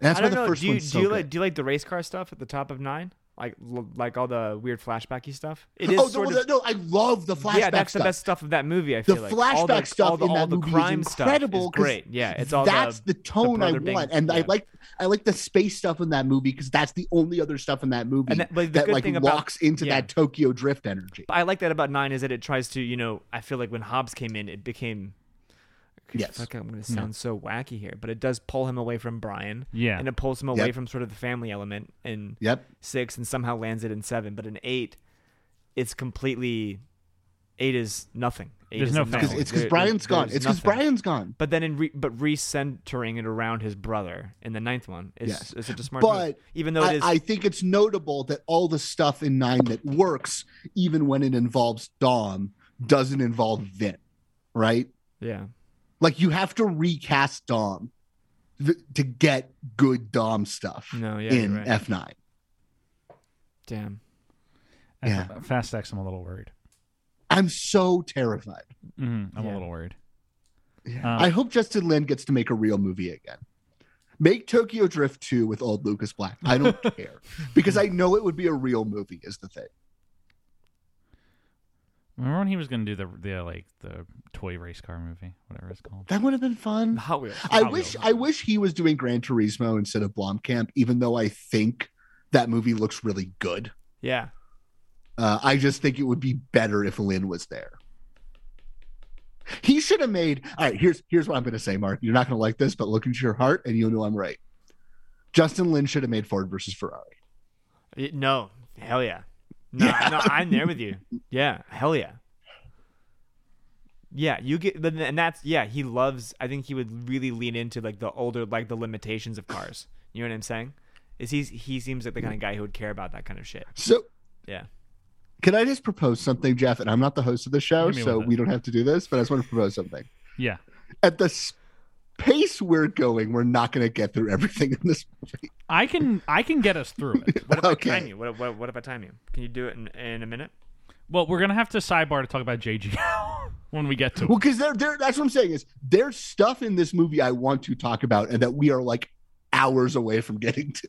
And that's I why don't the know. first do you, one's do so you good. like do you like the race car stuff at the top of nine? Like l- like all the weird flashbacky stuff. It is oh sort no, of no, I love the flashback yeah, that's stuff. the best stuff of that movie. I The feel like all the, flashback stuff all the, in all that the movie is crime incredible, stuff 'cause is great. Yeah, it's all that's the, tone I brother want, being- and I yeah. like I like the space stuff in that movie because that's the only other stuff in that movie And that- but the that good like thing about- walks into yeah. that Tokyo Drift energy. I like that about nine is that it tries to you know I feel like when Hobbs came in it became Yes. Mm-hmm. Fuck, I'm going to sound so wacky here, but it does pull him away from Brian. Yeah. And it pulls him away Yep. from sort of the family element in Yep. six and somehow lands it in seven. But in eight, it's completely. Eight is nothing. Eight There's is no nothing. Because it's Oh, because There- Brian's there- gone. there's It's because nothing. Brian's gone. But then in re- but recentering it around his brother in the ninth one is Yes. is such a smart move. But Even though it I, is I think it's notable that all the stuff in nine that works, even when it involves Dom, doesn't involve Vin, right? yeah Like you have to recast Dom th- to get good Dom stuff no yeah you're in right. F9. damn Yeah. F- Fast X, I'm a little worried. I'm so terrified. hmm I'm a Yeah. little worried. Oh. Yeah. Um, I hope Justin Lin gets to make a real movie again. Make Tokyo Drift 2 with old Lucas Black. I don't care because I know it would be a real movie, is the thing. Remember when he was going to do the the like the toy race car movie, whatever it's called. That would have been fun. Hot Wheels I Hot wish Wheels. I wish he was doing Gran Turismo instead of Blomkamp, even though I think that movie looks really good. yeah Uh, I just think it would be better if Lynn was there. He should have made. All right, here's here's what I'm going to say, Mark. You're not going to like this, but look into your heart, and you'll know I'm right. Justin Lynn should have made Ford versus Ferrari. Y- no hell yeah no Yeah. no I'm there with you yeah hell yeah yeah you get but then- and that's yeah he loves I think he would really lean into like the older like the limitations of cars you know what I'm saying is he's he seems like the kind of guy who would care about that kind of shit So yeah Can I just propose something, Jeff? And I'm not the host of the show, Hit me so with it. we don't have to do this, but I just want to propose something. Yeah. At the s- pace we're going, we're not going to get through everything in this movie. I can I can get us through it. what if Okay. I time you what, what, what if I time you can you do it in, in a minute well, we're gonna have to sidebar to talk about JGL when we get to Well, because there, there, that's what I'm saying is there's stuff in this movie I want to talk about and that we are like hours away from getting to.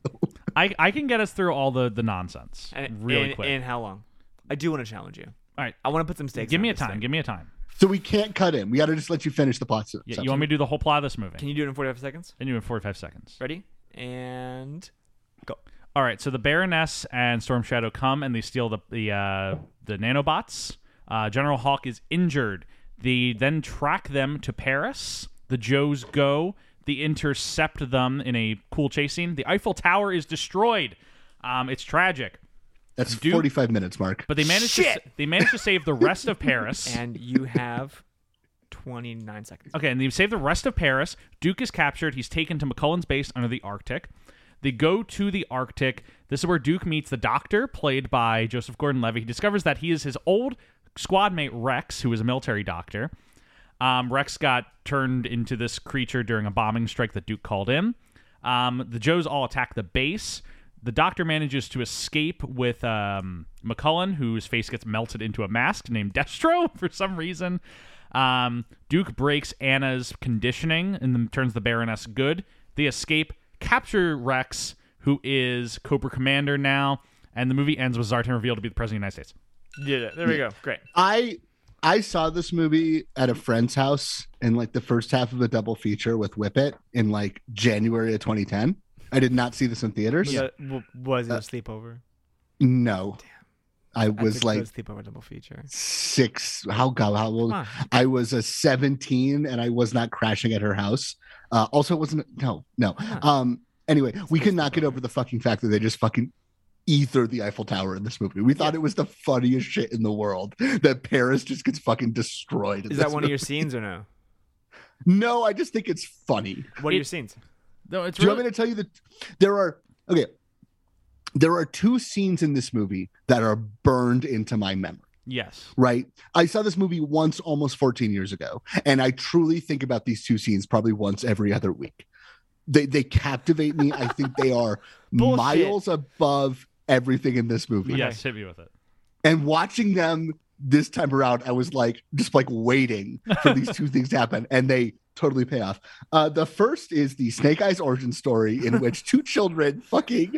I, I can get us through all the, the nonsense And, really and, quick. And how long? I do want to challenge you. all right, I want to put some stakes. give on me a this time. thing. Give me a time. So we can't cut in. We got to just let you finish the plot. Yeah, you want me to do the whole plot of this movie? Can you do it in 45 seconds? I do it in 45 seconds. Ready? And go. All right, so the Baroness and Storm Shadow come and they steal the the uh, the nanobots. Uh, General Hawk is injured. They then track them to Paris. The Joes go. They intercept them in a cool chase scene. The Eiffel Tower is destroyed. Um, it's tragic, That's do- 45 minutes, Mark. but they manage to Shit! sa- they manage to save the rest of Paris. And you have 29 seconds. Okay, and they save the rest of Paris. Duke is captured. He's taken to McCullen's base under the Arctic. They go to the Arctic. This is where Duke meets the doctor, played by Joseph Gordon Levy. He discovers that he is his old squad mate, Rex, who is a military doctor. Um, Rex got turned into this creature during a bombing strike that Duke called in. Um, the Joes all attack the base. The doctor manages to escape with um, McCullen, whose face gets melted into a mask named Destro for some reason. Um, Duke breaks Anna's conditioning and then turns the Baroness good. They escape, capture Rex, who is Cobra Commander now, and the movie ends with Zartan revealed to be the President of the United States. Did it. There we go. Great. I I saw this movie at a friend's house in like the first half of a double feature with Whip It in like January of 2010. I did not see this in theaters. Was it- w- Was it a sleepover? No. I That's a Uh, was good like sleepover double feature. six how god how old Come i was a 17 and i was not crashing at her house uh also it wasn't no no um anyway we could not get over the fucking fact that they just fucking ether the eiffel tower in this movie we thought it was the funniest shit in the world that paris just gets fucking destroyed in Is that this one of movie. your scenes or no? no i just think it's funny What are It- your scenes? No, it's do you really, want me to tell you that there are okay there are two scenes in this movie that are burned into my memory yes. right? I saw this movie once almost 14 years ago, and I truly think about these two scenes probably once every other week. They they captivate me. I think they are Bullshit. miles above everything in this movie. Yes, hit me with it. And watching them this time around, I was like just like waiting for these two things to happen, and they totally pay off. Uh, the first is the Snake Eyes origin story in which two children fucking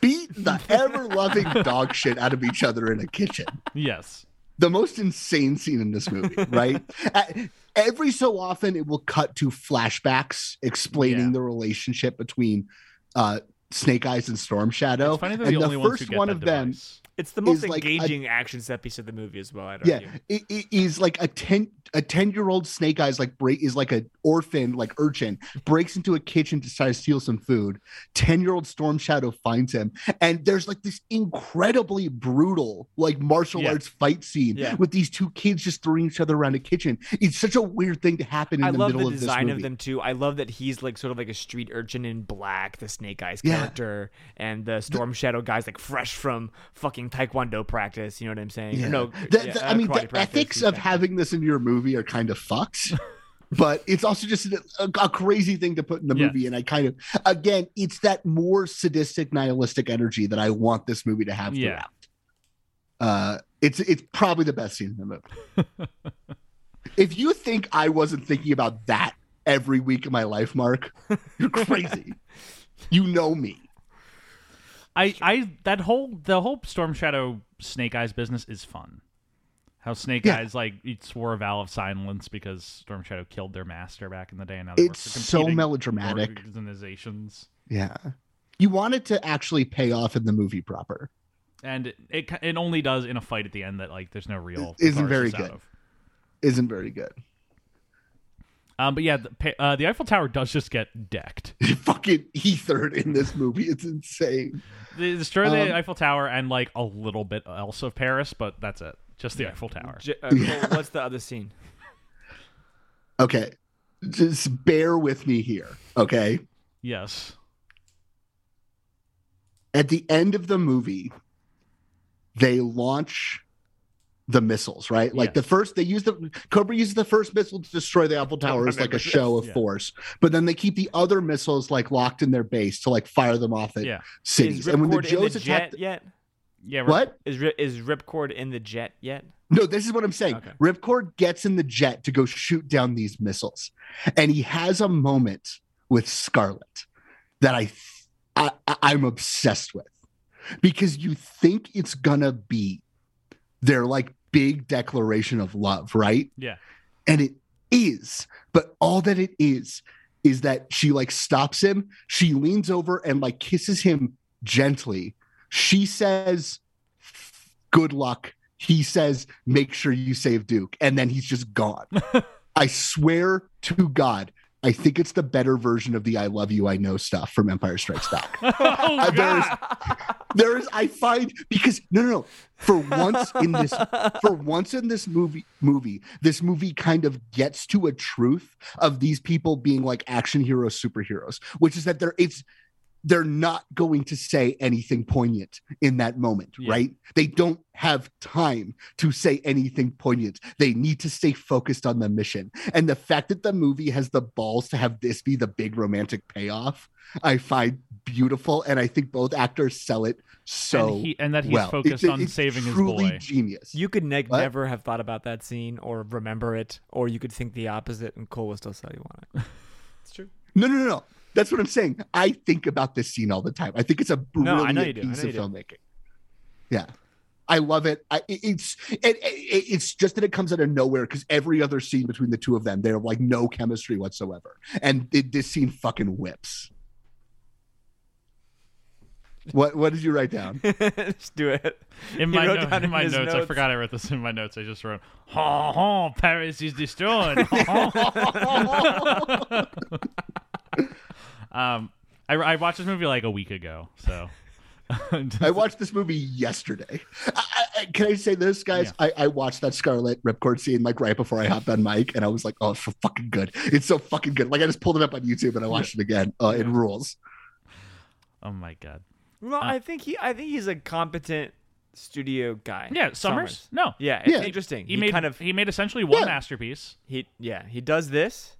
beat the ever loving dog shit out of each other in a kitchen Yes. the most insane scene in this movie, right? Uh, Every so often, it will cut to flashbacks explaining Yeah. the relationship between uh, Snake Eyes and Storm Shadow. It's funny they're and the only ones who first get one that of them device. It's the most is like a- engaging action set piece of the movie as well. I'd yeah argue. it, it is like a 10 a 10 year old snake eyes like break is like an orphan like urchin breaks into a kitchen to try to steal some food 10 year old storm shadow finds him and there's like this incredibly brutal like martial Yeah. arts fight scene Yeah. with these two kids just throwing each other around a kitchen it's such a weird thing to happen in I the love middle the of design this of movie them too. I love that he's like sort of like a street urchin in black, the Snake Eyes Yeah. character, and the Storm Shadow guy's like fresh from fucking Taekwondo practice. You know what I'm saying? Or Yeah. No, The- yeah, the- uh, I mean, karate the practice, ethics he's of back. having this in your movie are kind of fucked, but it's also just a, a crazy thing to put in the Yeah. movie. And I kind of, again, it's that more sadistic, nihilistic energy that I want this movie to have. Yeah. throughout. Uh, it's it's probably the best scene in the movie. if you think I wasn't thinking about that every week of my life, Mark, you're crazy. you know me. I, I that whole the whole Storm Shadow Snake Eyes business is fun. How Snake Yeah. Eyes like it swore a vow of silence because Storm Shadow killed their master back in the day, and now they work It's for so competing melodramatic. organizations. Yeah. You want it to actually pay off in the movie proper. And it, it it only does in a fight at the end that like there's no real It isn't very catharsis out good. of. Isn't very good. Um, but yeah, the, pa- uh, the Eiffel Tower does just get decked. fucking Etherd in this movie. It's insane. They destroy the Um, Eiffel Tower and like a little bit else of Paris, but that's it. Just the Eiffel Tower. J- uh, Cole, what's the other scene? Okay. Just bear with me here. Okay. Yes. At the end of the movie, they launch the missiles, right? Like Yes. the first, they use the Cobra uses the first missile to destroy the Apple Tower as like a show of Yeah. force, but then they keep the other missiles like locked in their base to like fire them off at Yeah. cities. Is And when the Ripcord in Joes the attack, jet yet? Yeah. we're- what? Is Ri- is Ripcord in the jet yet? No, this is what I'm saying. Okay. Ripcord gets in the jet to go shoot down these missiles, and he has a moment with Scarlet that I, th- I, I I'm obsessed with because you think it's gonna be their like big declaration of love, right? Yeah. and it is, but all that it is is that she like stops him. She leans over and like kisses him gently. She says, "Good luck." He says, "Make sure you save Duke," and then he's just gone. I swear to God, I think it's the better version of the "I love you, I know" stuff from Empire Strikes Back. oh, Uh, there is, there is. I find because no, no, no. For once in this, for once in this movie, movie, this movie kind of gets to a truth of these people being like action heroes, superheroes, which is that they're it's they're not going to say anything poignant in that moment, Yeah. right? They don't have time to say anything poignant. They need to stay focused on the mission. And the fact that the movie has the balls to have this be the big romantic payoff, I find beautiful. And I think both actors sell it so and, he, and that he's well. focused It- on it's saving his truly boy. Genius. You could neg- What? never have thought about that scene or remember it, or you could think the opposite, and Cole will still sell you on it. It's true. No, no, no, no. That's what I'm saying. I think about this scene all the time. I think it's a No, brilliant I know you do. I piece know of you filmmaking. Yeah, I love it. I, it- it's it, it, it's just that it comes out of nowhere because every other scene between the two of them, they're like no chemistry whatsoever, and it, this scene fucking whips. What what did you write down? Just do it. In He my, wrote no- down in my his notes, I forgot I wrote this in my notes. I just wrote, "Ha ha, Paris is destroyed." Ha, ha. um, I, I watched this movie like a week ago, so I watched this movie yesterday. I, I, can I say this, guys? Yeah. I, I watched that Scarlet Ripcord scene like right before I hopped on mic, and I was like, "Oh, it's so fucking good! It's so fucking good!" Like I just pulled it up on YouTube and I watched it again. Uh, It rules. oh my god. Uh, No, I think he. I think he's a competent studio guy. Yeah, Summers. Summers. No, Yeah, it's Yeah. interesting. he, made kind of he made essentially one Yeah. masterpiece. he. Yeah, he does this.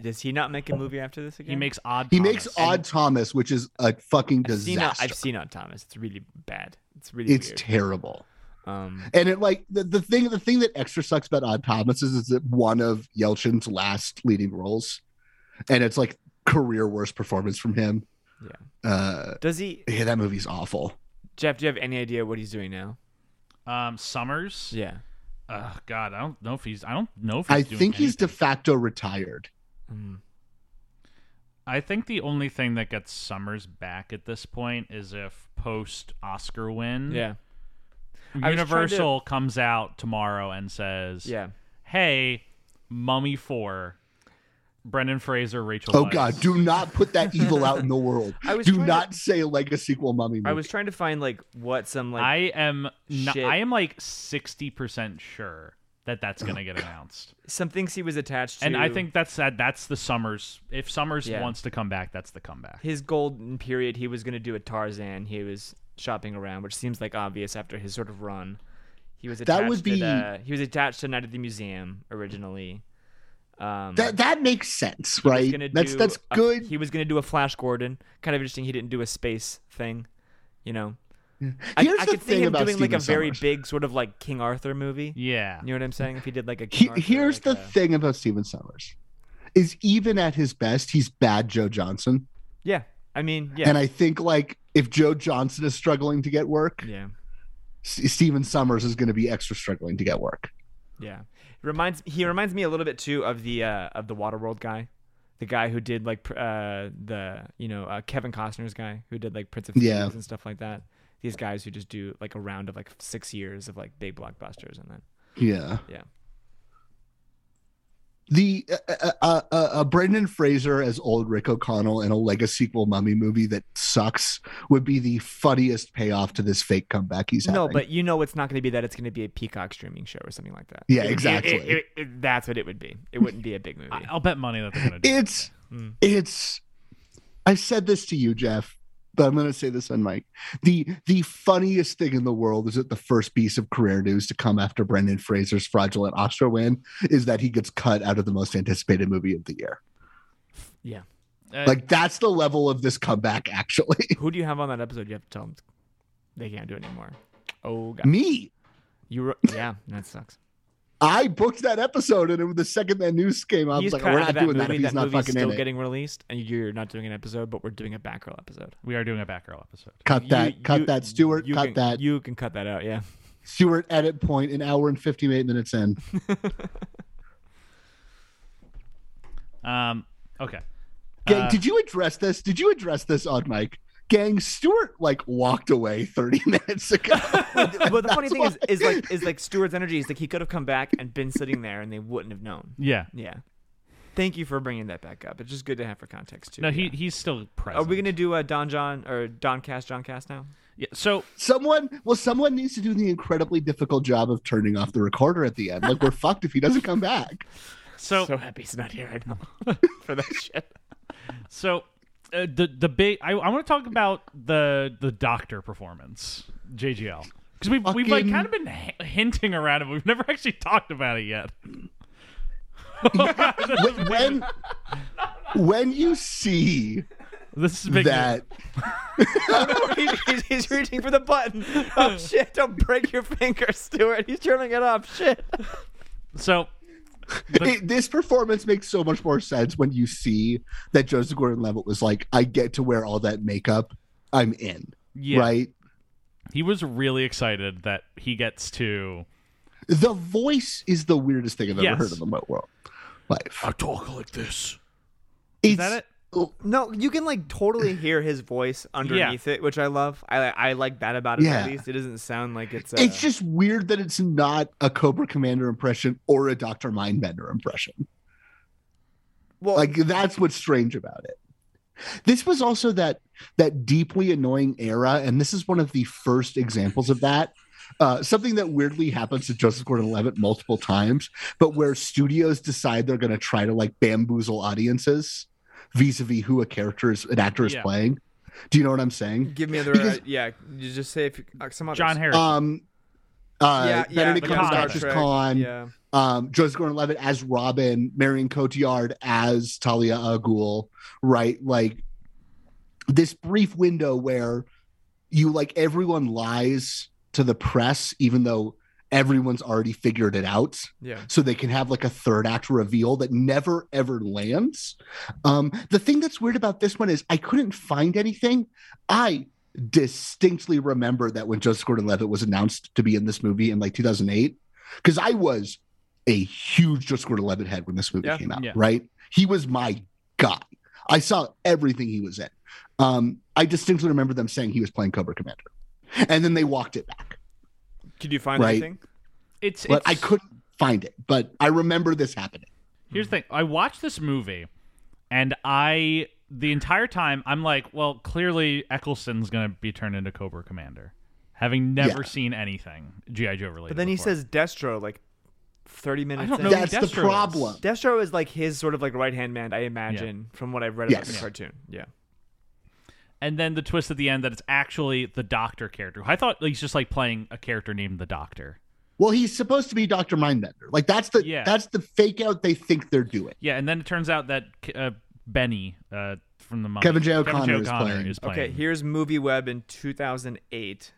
Does he not make a movie after this again? He makes odd. He Thomas. makes Odd Thomas, which is a fucking I've seen. On, disaster. I've seen on Thomas. It's really bad. It's really it's weird. terrible. um, And it like the, the thing the thing that extra sucks about Odd Thomas is, is it one of Yelchin's last leading roles, and it's like career worst performance from him. Yeah. Uh, does he? yeah, that movie's awful. Jeff, do you have any idea what he's doing now? um Summers. Yeah. Ugh, God, I don't know if he's. I don't know if he's I doing think he's de anything. facto retired. Mm. I think the only thing that gets Summers back at this point is if post Oscar win, Yeah. I was trying to- Universal comes out tomorrow and says, Yeah. hey, Mummy Four, Brendan Fraser, Rachel. Oh Weisz." God! Do not put that evil out in the world. I was do trying to- not say like a sequel mummy. I movie. was trying to find like what some like I am. Not, Shit. I am like sixty percent sure that that's gonna get announced, some things he was attached to. and I think that's that. That's the Summers. If Summers Yeah. wants to come back, that's the comeback. his golden period he was going to do a Tarzan. He was shopping around, which seems like obvious after his sort of run. He was attached That would be- at, uh, he was attached to Night at the Museum originally. Um that that makes sense, he was right? gonna That's do that's a- good. He was going to do a Flash Gordon. Kind of interesting he didn't do a space thing, you know. Here's I, I the could thing see him about doing like Stephen a very Summers. big sort of like King Arthur movie. Yeah. You know what I'm saying? If he did like a King He, Arthur, here's like the a- thing about Steven Summers, is even at his best, he's bad Joe Johnson, Yeah. I mean, yeah. and I think like if Joe Johnson is struggling to get work, yeah. S- Steven Summers is going to be extra struggling to get work. Yeah, reminds he reminds me a little bit too of the uh, of the Waterworld guy, the guy who did like pr- uh, the you know uh, Kevin Costner's guy who did like Prince of Thieves Yeah. and stuff like that. These guys who just do like a round of like six years of like big blockbusters and then Yeah. Yeah. The uh, uh, uh, uh, uh, Brendan Fraser as old Rick O'Connell in a Lego sequel mummy movie that sucks would be the funniest payoff to this fake comeback he's having. no, but you know it's not going to be that. It's going to be a Peacock streaming show or something like that. Yeah, It- it- exactly. it- it- it- that's what it would be. It wouldn't be a big movie. I, I'll bet money that they're gonna do. it's Mm. it's. I said this to you, Jeff, but I'm going to say this on Mike. the The funniest thing in the world is that the first piece of career news to come after Brendan Fraser's fraudulent Oscar win is that he gets cut out of the most anticipated movie of the year. yeah. Uh, Like that's the level of this comeback, actually. Who do you have on that episode? You have to tell them they can't do it anymore. Oh god, Me. you were, yeah, that sucks. I booked that episode, and it was the second that news came out, I was He's like, cut "We're out of not doing that. movie. if he's not movie's fucking in still it. getting released, and you're not doing an episode, but we're doing a Batgirl episode. we are doing a Batgirl episode. Cut that. You- cut you- that, Stewart. you Cut can- that, You can cut that out. Yeah. Stewart. Edit point. An hour and fifty-eight minutes in. Um. Okay. Gang, Uh, did you address this? Did you address this on Mike? Gang, Stewart like walked away thirty minutes ago. But the funny That's thing is, why- is like, is like Stewart's energy is like he could have come back and been sitting there, and they wouldn't have known. Yeah. Yeah. Thank you for bringing that back up. It's just good to have for context too. No, he yeah. he's still Are present. we gonna do a Don John or Don Cast John Cast now? Yeah, so someone. Well, someone needs to do the incredibly difficult job of turning off the recorder at the end. Like we're fucked if he doesn't come back. so So happy he's not here right now for that shit. So uh, the the big I, I want to talk about the the doctor performance JGL because we've we've like Fucking- kind of been h- hinting around it. but We've never actually talked about it yet. When when, when you see This is a big. that. He's- he's, he's reaching for the button. Oh shit! Don't break your finger, Stuart. He's turning it off. Shit. So it, this performance makes so much more sense when you see that Joseph Gordon-Levitt was like, "I get to wear all that makeup. I'm in." yeah, Right? he was really excited that he gets to. The voice is the weirdest thing I've Yes. ever heard in the mo- world. Life. I talk like this. Is that it? No, you can like totally hear his voice underneath it, which I love. I I like that about it. Yeah. At least it doesn't sound like it's. Uh, It's just weird that it's not a Cobra Commander impression or a Doctor Mindbender impression. well, like that's what's strange about it this was also that that deeply annoying era and this is one of the first examples of that uh, something that weirdly happens to Joseph Gordon-Levitt multiple times, but where studios decide they're going to try to like bamboozle audiences vis-a-vis who a character is, an actor is Yeah. playing. Do you know what I'm saying? give me other. because- uh, yeah, you just say if uh, some others. John Harrison. Um, uh, yeah, yeah, Benedict the Cumberbatch contract. is Trek, Khan. Yeah, um, Joseph Gordon-Levitt as Robin, Marion Cotillard as Talia al Ghul, right? Like this brief window where you like everyone lies to the press, even though everyone's already figured it out yeah. so they can have like a third act reveal that never ever lands. Um, the thing that's weird about this one is I couldn't find anything. I distinctly remember that when Joseph Gordon-Levitt was announced to be in this movie in like 2008, because I was a huge Joseph Gordon-Levitt head when this movie Yeah, came out. yeah. Right, he was my guy. I saw everything he was in. Um, I distinctly remember them saying he was playing Cobra Commander, and then they walked it back. Could you find Right. anything? It's, But it's I couldn't find it, but I remember this happening. Here's the thing. I watched this movie and I the entire time I'm like, well, clearly Eccleston's gonna be turned into Cobra Commander. Having never Yeah. seen anything G.I. Joe related. But then he before. says Destro like 30 minutes don't in. know who That's Destro the problem. is. Destro is like his sort of like right hand man, I imagine, from what I've read about Yes. the Yeah. cartoon. Yeah. And then the twist at the end that it's actually the Doctor character. I thought he's just like playing a character named the Doctor. Well, he's supposed to be Doctor Mindbender. Like that's the Yeah. that's the fake out they think they're doing. Yeah, and then it turns out that uh, Benny uh, from the Mummy, Kevin J. O'Connor is O'Connor playing. Okay, here's Movie Web in 2008,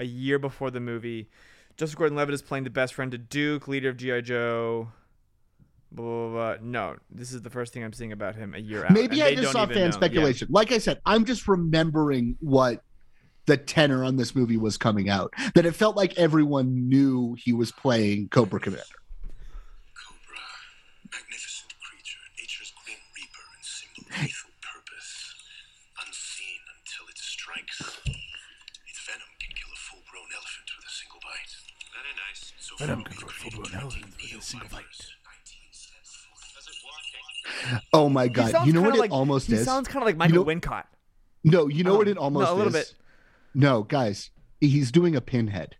a year before the movie. Joseph Gordon-Levitt is playing the best friend to Duke, leader of GI Joe. Blah, blah, blah. No, this is the first thing I'm seeing about him a year out. Maybe and I they don't just saw even fan know. speculation. Like I said, I'm just remembering what the tenor on this movie was coming out. That it felt like everyone knew he was playing Cobra Commander. Cobra, magnificent creature, nature's grim reaper and symbol of lethal purpose, unseen until it strikes. Its venom can kill a full-grown elephant with a single bite. Very nice. So venom can kill a full-grown elephant with a single bite. Oh my He god! sounds You know what kinda like- it almost he is. sounds kind of like Michael Wincott. no, you know what Oh, it almost no, a little is. bit. No, guys, he's doing a pinhead.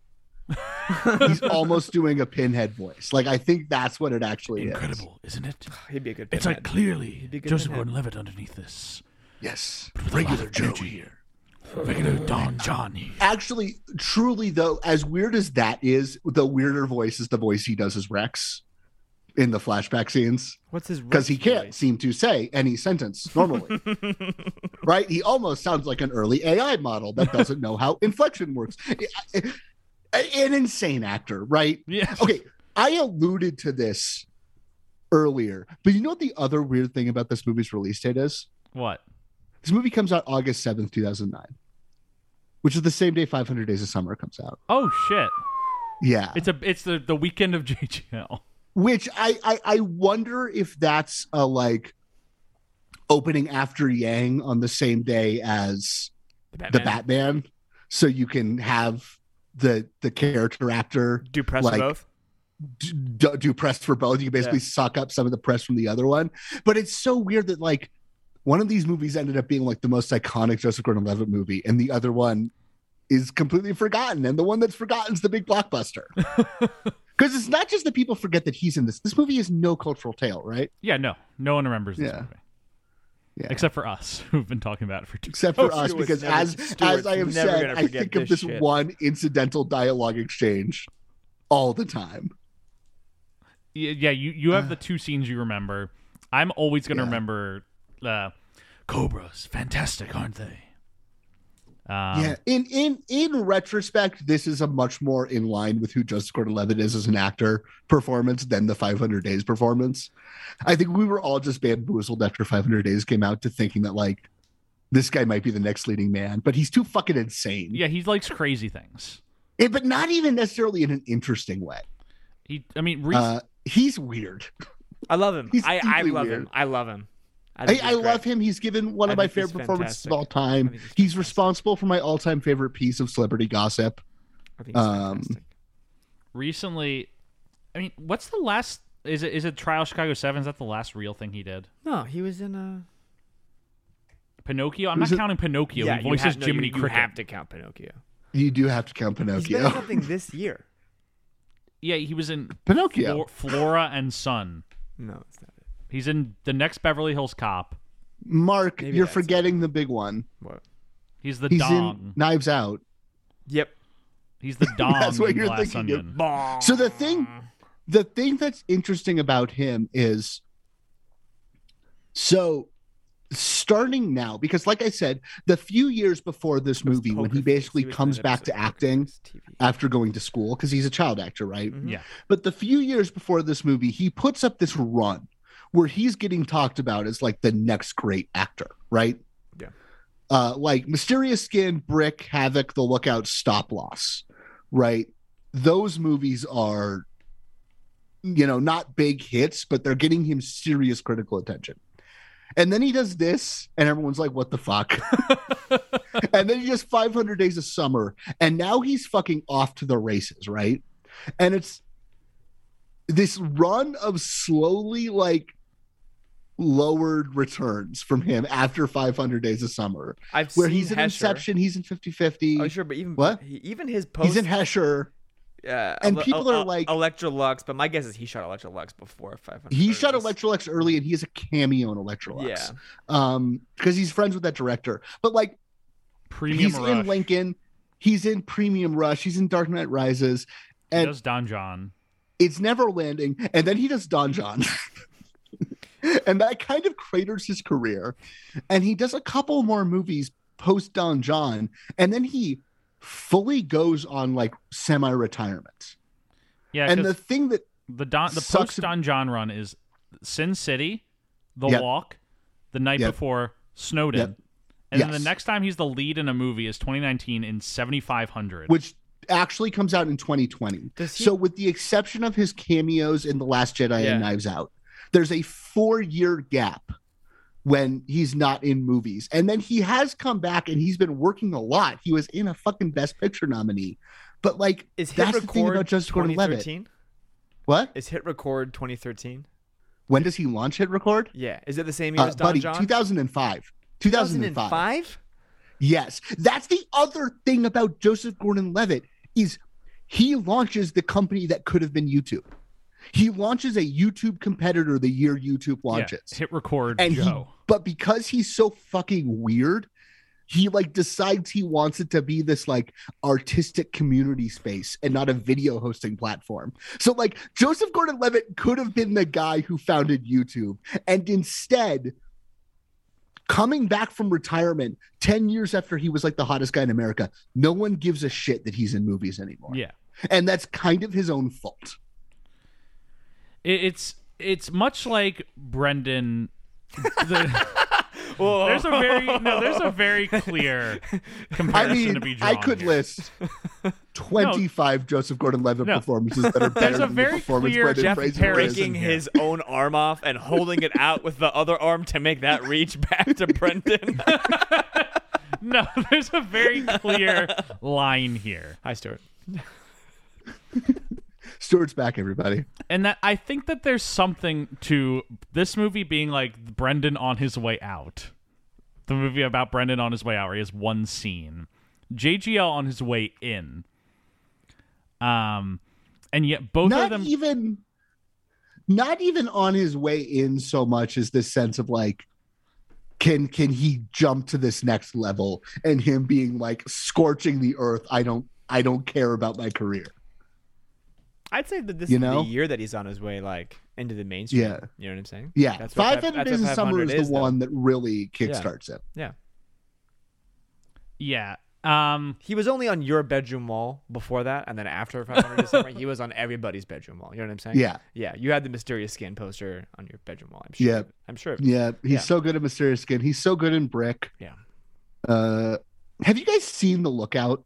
he's almost doing a pinhead voice. Like I think that's what it actually is. Incredible, isn't it? He'd be a good It's like pinhead. clearly be good Joseph pinhead. Gordon-Levitt underneath this. Yes. regular Joe here. Regular Don John here. Actually, truly though, as weird as that is, the weirder voice is the voice he does as Rex in the flashback scenes. What's his because he Rex can't voice? seem to say any sentence normally. right? He almost sounds like an early AI model that doesn't know how inflection works. An insane actor, right? Yeah. Okay, I alluded to this earlier, but you know what the other weird thing about this movie's release date is? What? This movie comes out August 7th, 2009, which is the same day 500 Days of Summer comes out. Oh shit! Yeah. It's a it's the the weekend of JGL. which I, I I wonder if that's a like opening after Yang on the same day as the Batman, so you can have the the character actor Do press like- both? d- d- do press for both. You can basically Yeah. suck up some of the press from the other one, but it's so weird that like one of these movies ended up being like the most iconic Joseph Gordon-Levitt movie, and the other one is completely forgotten, and the one that's forgotten is the big blockbuster. Because it's not just that people forget that he's in this. This movie is no cultural tale, right? Yeah, no, no one remembers this Yeah. movie. Yeah. Except for us, who've been talking about it for two. Except for Oh, us, Stewart's because never- as as Stewart's I have never said, gonna I forget think of this this shit. one incidental dialogue exchange all the time. Y- Yeah, you you have the two scenes you remember. I'm always gonna Yeah. remember. Uh, Cobras, fantastic, aren't they? Um, yeah. In in in retrospect, this is a much more in line with who Joseph Gordon-Levitt is as an actor performance than the 500 Days performance. I think we were all just bamboozled after 500 Days came out to thinking that like this guy might be the next leading man, but he's too fucking insane. yeah, he likes crazy things. Eh, but not even necessarily in an interesting way. He, I mean, Reese, Uh, he's weird. I love him. He's I, I deeply love weird. him. I love him. I, I, think I he's great. love him. He's given one I of my think he's favorite performances fantastic. of all I time. think he's He's fantastic. responsible for my all-time favorite piece of celebrity gossip. I think he's um, fantastic. recently, I mean, what's the last? Is it is it Trial Chicago Seven? Is that the last real thing he did? No, he was in uh, a. Pinocchio. I'm Who's not it- counting Pinocchio. yeah, he you voices have, no, Jiminy you, Cricket. You have to count Pinocchio. You do have to count He's been in Pinocchio. something this year. Yeah, he was in Pinocchio. Flor- Flora and Son. No, it's not it. He's in the next Beverly Hills Cop. Mark, Maybe you're that's it. forgetting the big one. What? He's the He's dong. in Knives Out. Yep. He's the dong. That's what in you're Glass thinking of. Onion. Bong. So the thing, the thing that's interesting about him is, so starting now, because like I said, the few years before this movie, when Poker he Face. basically was in comes that back episode to of Poker acting Face TV. after going to school, because he's a child actor, right? Yeah. But the few years before this movie, he puts up this run where he's getting talked about as like the next great actor, right? Yeah. Uh, like Mysterious Skin, Brick, Havoc, The Lookout, Stop Loss, right? Those movies are, you know, not big hits, but they're getting him serious critical attention. And then he does this, and everyone's like, what the fuck? and then he does 500 Days of Summer, and now he's fucking off to the races, right? And it's this run of slowly like lowered returns from him after 500 Days of Summer, I've where seen he's in Hesher. Inception, he's in 50 50. Oh, sure, but even What? he- even his post, He's in Hesher. uh, and Ele- people El- are like- Electra Lux, but my guess is he shot Electra Lux before 500. He shot Hertz. Electrolux early, and he is a cameo in Electrolux. Yeah. um, because he's friends with that director. But like, Premium he's Rush. in Lincoln, he's in Premium Rush, he's in Dark Knight Rises. He and- does Don John. It's never landing, and then he does Don John. and that kind of craters his career. And he does a couple more movies post Don John, and then he fully goes on like semi retirement. Yeah, and 'cause the thing that the Don the sucks- post Don John run is Sin City, The Yep. Walk, the night Yep. before Snowden, Yep. and then the Yes. next time he's the lead in a movie is 2019 in 7500. which actually comes out in 2020. Does he- So, with the exception of his cameos in The Last Jedi Yeah. and Knives Out, there's a four year gap when he's not in movies. And then he has come back and he's been working a lot. He was in a fucking Best Picture nominee. But, like, Is hit that's the record thing about Joseph Gordon Levitt. 2013? What? Is hit record 2013? When does he launch Hit Record? Yeah, is it the same year Uh, as Don buddy, John? 2005. 2005. Yes. That's the other thing about Joseph Gordon-Levitt is he launches the company that could have been YouTube. He launches a YouTube competitor the year YouTube Yeah, launches. hit record and he, Joe. but because he's so fucking weird, he like decides he wants it to be this like artistic community space and not a video hosting platform. So like Joseph Gordon-Levitt could have been the guy who founded YouTube and instead coming back from retirement 10 years after he was like the hottest guy in America, no one gives a shit that he's in movies anymore. yeah. And that's kind of his own fault. It, it's it's much like Brendan the, There's a very no. There's a very clear comparison I to be mean, drawn. I could here. list 25 Joseph Gordon-Levitt No. performances that are better a than very the performance clear Brendan Jeff Fraser Perry- is in breaking here. his own arm off and holding it out with the other arm to make that reach back to Brendan. No, there's a very clear line here, Hi, Stuart. Stewart's back, everybody. and that I think that there's something to this movie being like Brendan on his way out. The movie about Brendan on his way out, where he has one scene. JGL on his way in. Um, and yet both of Not them. even, not even on his way in so much as this sense of like, can can he jump to this next level? And him being like scorching the earth. I don't, I don't care about my career. I'd say that this You is know? the year that he's on his way, like into the mainstream. Yeah. you know what I'm saying? Yeah, That's what Five that- Hundred that's Days what of Summer 500 is the though. one that really kickstarts it. Yeah, yeah. Um. he was only on your bedroom wall before that, and then after 500 Days of Summer, he was on everybody's bedroom wall. You know what I'm saying? Yeah. yeah. You had the mysterious skin poster on your bedroom wall. I'm sure. Yeah. I'm sure. Yeah, he's Yeah. so good at Mysterious Skin. He's so good in Brick. Yeah. Uh, have you guys seen The Lookout,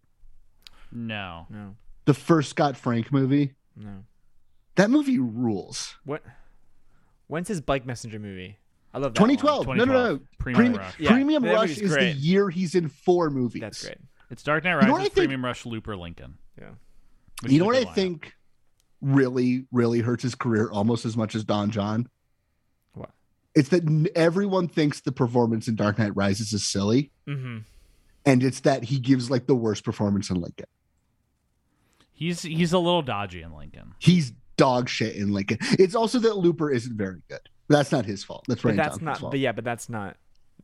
No. No, the first Scott Frank movie? no. That movie rules. What? When's his bike messenger movie? I love that. one. 2012. No, no, no. 2012. Premium Premi- Rush. Yeah, Premium that Rush movie's is great. the year he's in four movies. That's great. It's Dark Knight You Rises, know what I think- Premium Rush, Looper, Lincoln. Yeah. Which is You a know what I good lineup. think really, really hurts his career almost as much as Don John? What? It's that n- everyone thinks the performance in Dark Knight Rises is silly, Mm-hmm. and it's that he gives like the worst performance in Lincoln. He's he's a little dodgy in Lincoln. he's dog shit in Lincoln. It's also that Looper isn't very good. That's not his fault. That's But Ryan that's Johnson's not. fault. But yeah, but that's not.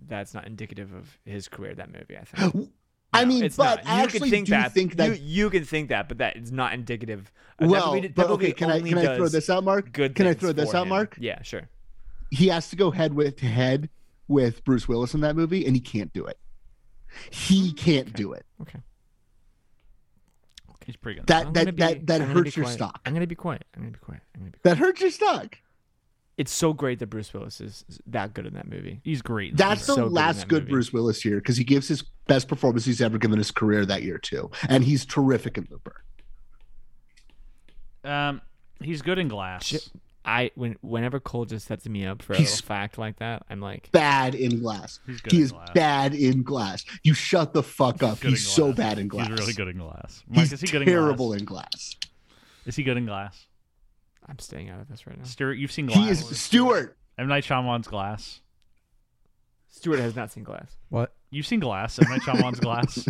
That's not indicative of his career. That movie, I think. I No, mean, it's but not. I you actually can think do that. think that. you, you can think that, but that is not indicative. Uh, that well, movie- that but movie okay, can I only can I throw does this out, Mark? Good. Can I things throw this for out, him. Mark? Yeah, sure. He has to go head with head with Bruce Willis in that movie, and he can't do it. He Mm, can't do it. He's pretty good. That I'm that gonna be- that that I'm gonna be hurts your quiet. stock. I'm gonna be quiet. I'm gonna be quiet. I'm gonna be. Quiet. That hurts your stock. It's so great that Bruce Willis is is that good in that movie. he's great. in Looper. That's the so good in last that good movie. Bruce Willis here because he gives his best performance he's ever given his career that year too, and he's terrific in Looper. um he's good in Glass. Shit. I when whenever Cole just sets me up for a He's- little fact like that, I'm like, Bad in glass. He's good He in is glass. bad in glass. You shut the fuck up. Good He's in so bad in glass. He's really good in glass. Mike, He's is he good terrible in glass? in glass. Is he good in glass? I'm staying out of this right now. Stuart, you've seen glass. He is Stewart. M Night Shyamalan's glass. Stuart has not seen Glass. What? You've seen glass. M Night Shyamalan's glass.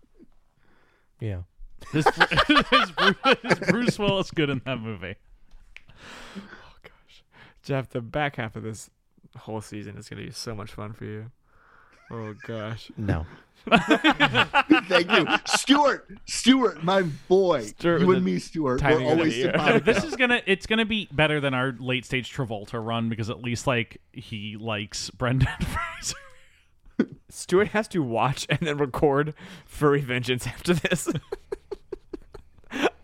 Yeah. Is, is, Bruce, is Bruce Willis good in that movie? Jeff, the back half of this whole season is gonna be so much fun for you. Oh gosh, Mm. No. Thank you, Stewart. Stewart, my boy. Stuart you with and the me, Stewart. timing We're of the always year. No, simpatico. this is gonna it's gonna be better than our late stage Travolta run because at least like he likes Brendan Fraser. Stuart has to watch and then record Furry Vengeance after this.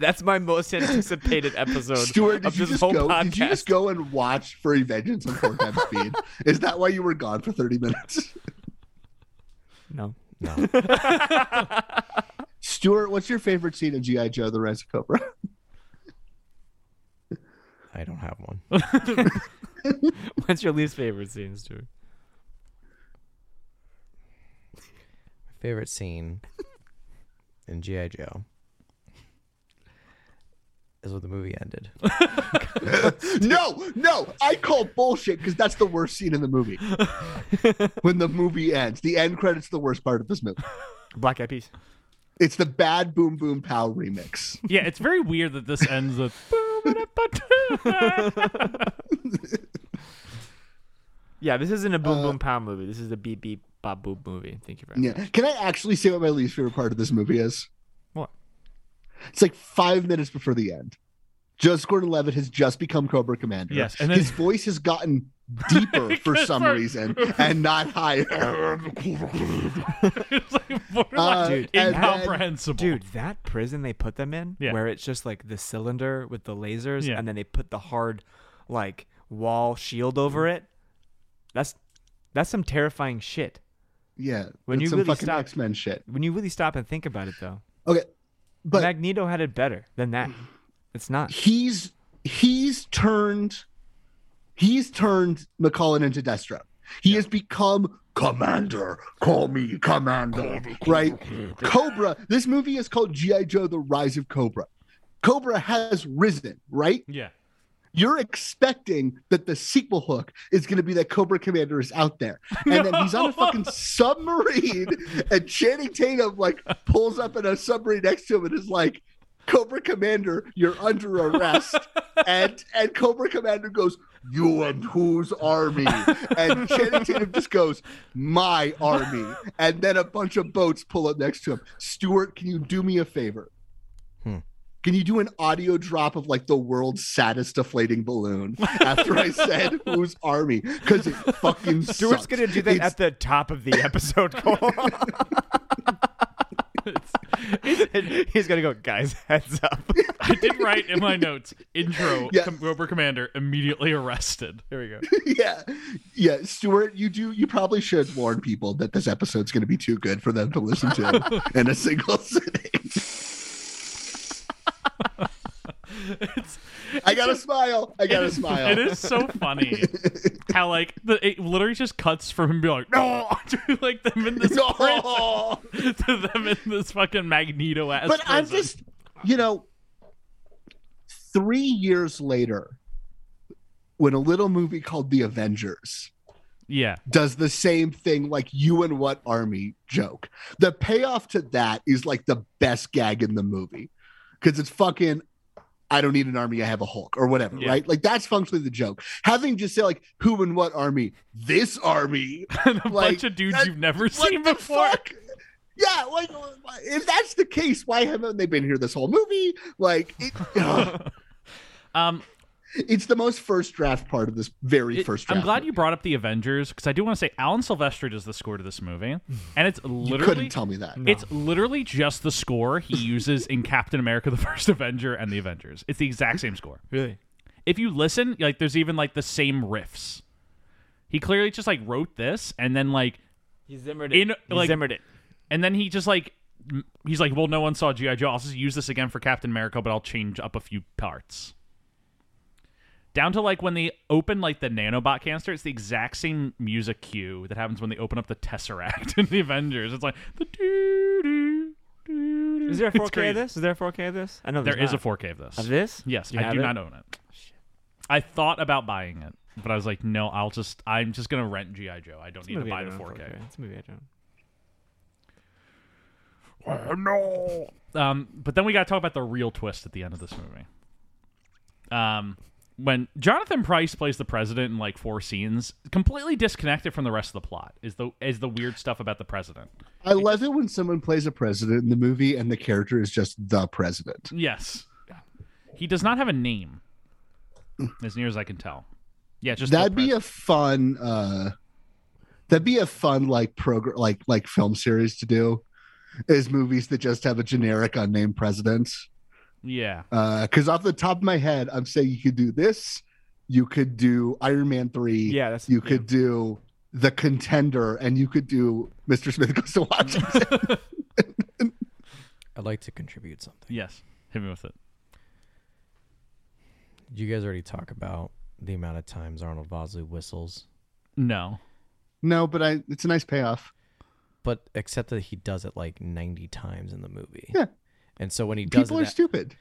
That's my most anticipated episode Stuart, of did you, this just whole go, podcast. did you just go and watch Furry Vengeance on four times speed? Is that why you were gone for 30 minutes? No. No. Stuart, what's your favorite scene of G.I. Joe, The Rise of Cobra? I don't have one. What's your least favorite scene, Stuart? favorite scene in G.I. Joe is when the movie ended. no, no, I call bullshit because that's the worst scene in the movie. when the movie ends, the end credits, the worst part of this movie. Black Eyed Peas. It's the bad Boom Boom Pow remix. Yeah, it's very weird that this ends with Yeah, this isn't a boom boom pow movie. This is a beep beep bop boop movie. Thank you very much. Uh, Yeah. Can I actually say what my least favorite part of this movie is? What? It's like five minutes before the end. Joseph Gordon Levitt has just become Cobra Commander. Yes, and then- his voice has gotten deeper for some like- reason and not higher. it's like borderline Uh, Dude, and then- incomprehensible. Dude, that prison they put them in, Yeah. where it's just like the cylinder with the lasers, Yeah. and then they put the hard, like wall shield over Mm-hmm. it. That's that's some terrifying shit. yeah, When that's you some really fucking stop- X Men shit. When you really stop and think about it, though, Okay, but Mm-hmm. Magneto had it better than that. It's not. he's he's turned he's turned McCullen into Destro. He has become Commander. Call me Commander. Right? Cobra. This movie is called G.I. Joe The Rise of Cobra. Cobra has risen, right? Yeah. You're expecting that the sequel hook is going to be that Cobra Commander is out there. And then he's on a fucking submarine, and Channing Tatum like pulls up in a submarine next to him and is like, Cobra Commander, you're under arrest. and and Cobra Commander goes, You and whose army? And Channing Tatum just goes, My army. And then a bunch of boats pull up next to him. Stuart, can you do me a favor? Hmm. Can you do an audio drop of like the world's saddest deflating balloon after I said whose army? Because it fucking Stuart's sucks. gonna do that It's- at the top of the episode, Cole. He's gonna go, guys, heads up. I did write in my notes intro Yeah. Com- Cobra Commander immediately arrested. Here we go. yeah yeah stuart you do you probably should warn people that this episode's going to be too good for them to listen to in a single sitting It's i gotta smile i it gotta is- smile It is so funny how like the it literally just cuts from him being like no to like them in this No! Oh. prison to them in this fucking Magneto ass. but i'm just you know three years later when a little movie called the avengers yeah. does the same thing like you and what army joke. The payoff to that is like the best gag in the movie because it's fucking I don't need an army, I have a Hulk or whatever, Yeah. right? Like that's functionally the joke. Having just say like who and what army, this army, and a like, bunch of dudes that- you've never what seen the before. fuck? Yeah, like if that's the case, why haven't they been here this whole movie? Like it, ugh, Um, it's the most first draft part of this very it- first draft. I'm glad you movie. brought up the Avengers because I do want to say Alan Silvestri does the score to this movie, and it's literally Hmm. couldn't tell me that. It's literally just the score he uses in Captain America: The First Avenger and the Avengers. It's the exact same score. Really? If you listen, like there's even like the same riffs. He clearly just like wrote this and then like He zimmered it. In- He like- zimmered zimmered it. and then he just like m- he's like, well, no one saw GI Joe. I'll just use this again for Captain America, but I'll change up a few parts. down to like when they open like the nanobot canister, it's the exact same music cue that happens when they open up the Tesseract in the Avengers. It's like the doo doo doo. Is there a 4K of this? Is there a 4K of this? I know There there's is a not. 4K of this. of this. Yes, You I have do it? not own it. I thought about buying it, but I was like, no, I'll just I'm just gonna rent GI Joe. I don't need to Movie buy I the don't own 4K. It's a movie I don't. Um, but then we got to talk about the real twist at the end of this movie. Um, when Jonathan Price plays the president in like four scenes, completely disconnected from the rest of the plot, is the is the weird stuff about the president. I love it when someone plays a president in the movie and the character is just the president. Yes, he does not have a name, as near as I can tell. Yeah, just the That'd be pres- a fun uh that'd be a fun like program like like film series to do is movies that just have a generic unnamed president. yeah. Uh cuz off the top of my head, I'm saying you could do this, you could do Iron Man 3, Yeah, that's you yeah. could do The Contender and you could do Mr. Smith goes to Washington. I'd like to contribute something. Yes, hit me with it. Did you guys already talk about the amount of times Arnold Vosloo whistles? No. no, but I it's a nice payoff. But except that he does it like 90 times in the movie. Yeah. And so when he does People it, are that- stupid.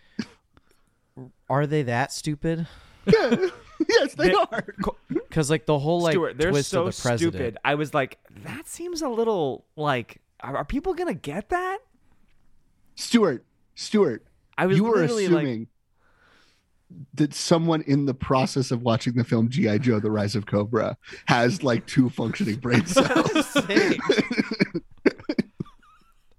are they that stupid? Yeah. yes, they are. Because like the whole like Stuart, they're twist so of the president. stupid. I was like, that seems a little like, are, are people gonna get that? Stuart, Stuart, I was you were literally assuming that someone in the process of watching the film G.I. Joe, The Rise of Cobra, has like two functioning brain cells.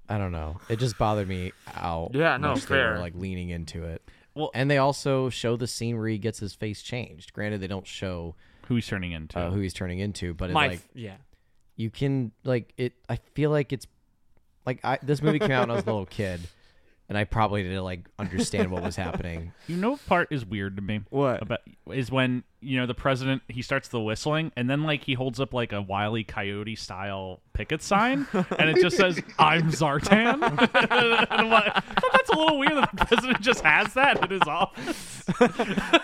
I don't know. It just bothered me how Yeah, no, much they were, fair. like leaning into it. Well- and they also show the scene where he gets his face changed. Granted, they don't show Who he's turning into? uh, who he's turning into, but it, like, my, like yeah. you can like it. I feel like it's like I this movie came out when I was a little kid, and I probably didn't like understand what was happening. You know, what part is weird to me. What? about is when you know the president he starts the whistling and then like he holds up like a wily coyote style picket sign and it just says "I'm Zartan." and I'm like, I thought that's a little weird that the president just has that in his office.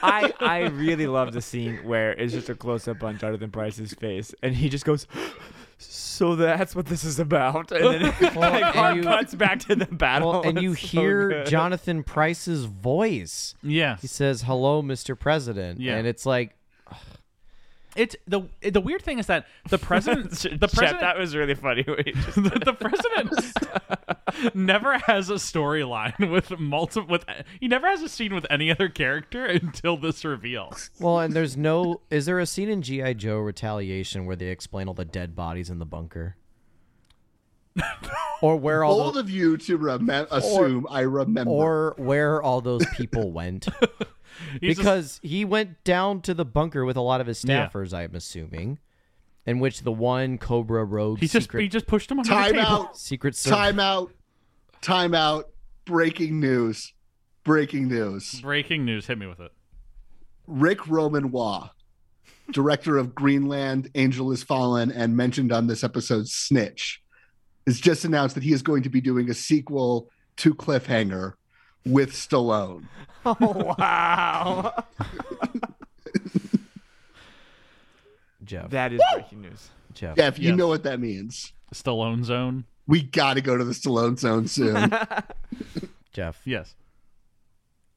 I I really love the scene where it's just a close up on Jonathan Price's face, and he just goes, "So that's what this is about," and then it Well, like, and hard you- cuts back to the battle, Oh, Well, and you It's so hear good. Jonathan Price's voice. Yeah, He says, "Hello, Mr. President," Yeah. and it's like it's the the weird thing is that the president the Shep, president that was really funny. when he just- the, the president never has a storyline with multiple with he never has a scene with any other character until this reveal. Well, and there's no. Is there a scene in G.I. Joe Retaliation where they explain all the dead bodies in the bunker? or where all Bold those, of you to remem- assume I remember. or where all those people went? He's just- because he went down to the bunker with a lot of his Yeah. staffers, I'm assuming. In which the one Cobra Road he just secret he just pushed him under the time table. out, secret service. time out, time out. Breaking news. Breaking news. Breaking news. Hit me with it. Rick Roman Wah, director of Greenland, Angel Is Fallen, and mentioned on this episode, Snitch, has just announced that he is going to be doing a sequel to Cliffhanger with Stallone. oh wow, Jeff, that is breaking news. Jeff, Jeff, you Yes. know what that means. Stallone zone. We got to go to the Stallone zone soon. Jeff. Yes,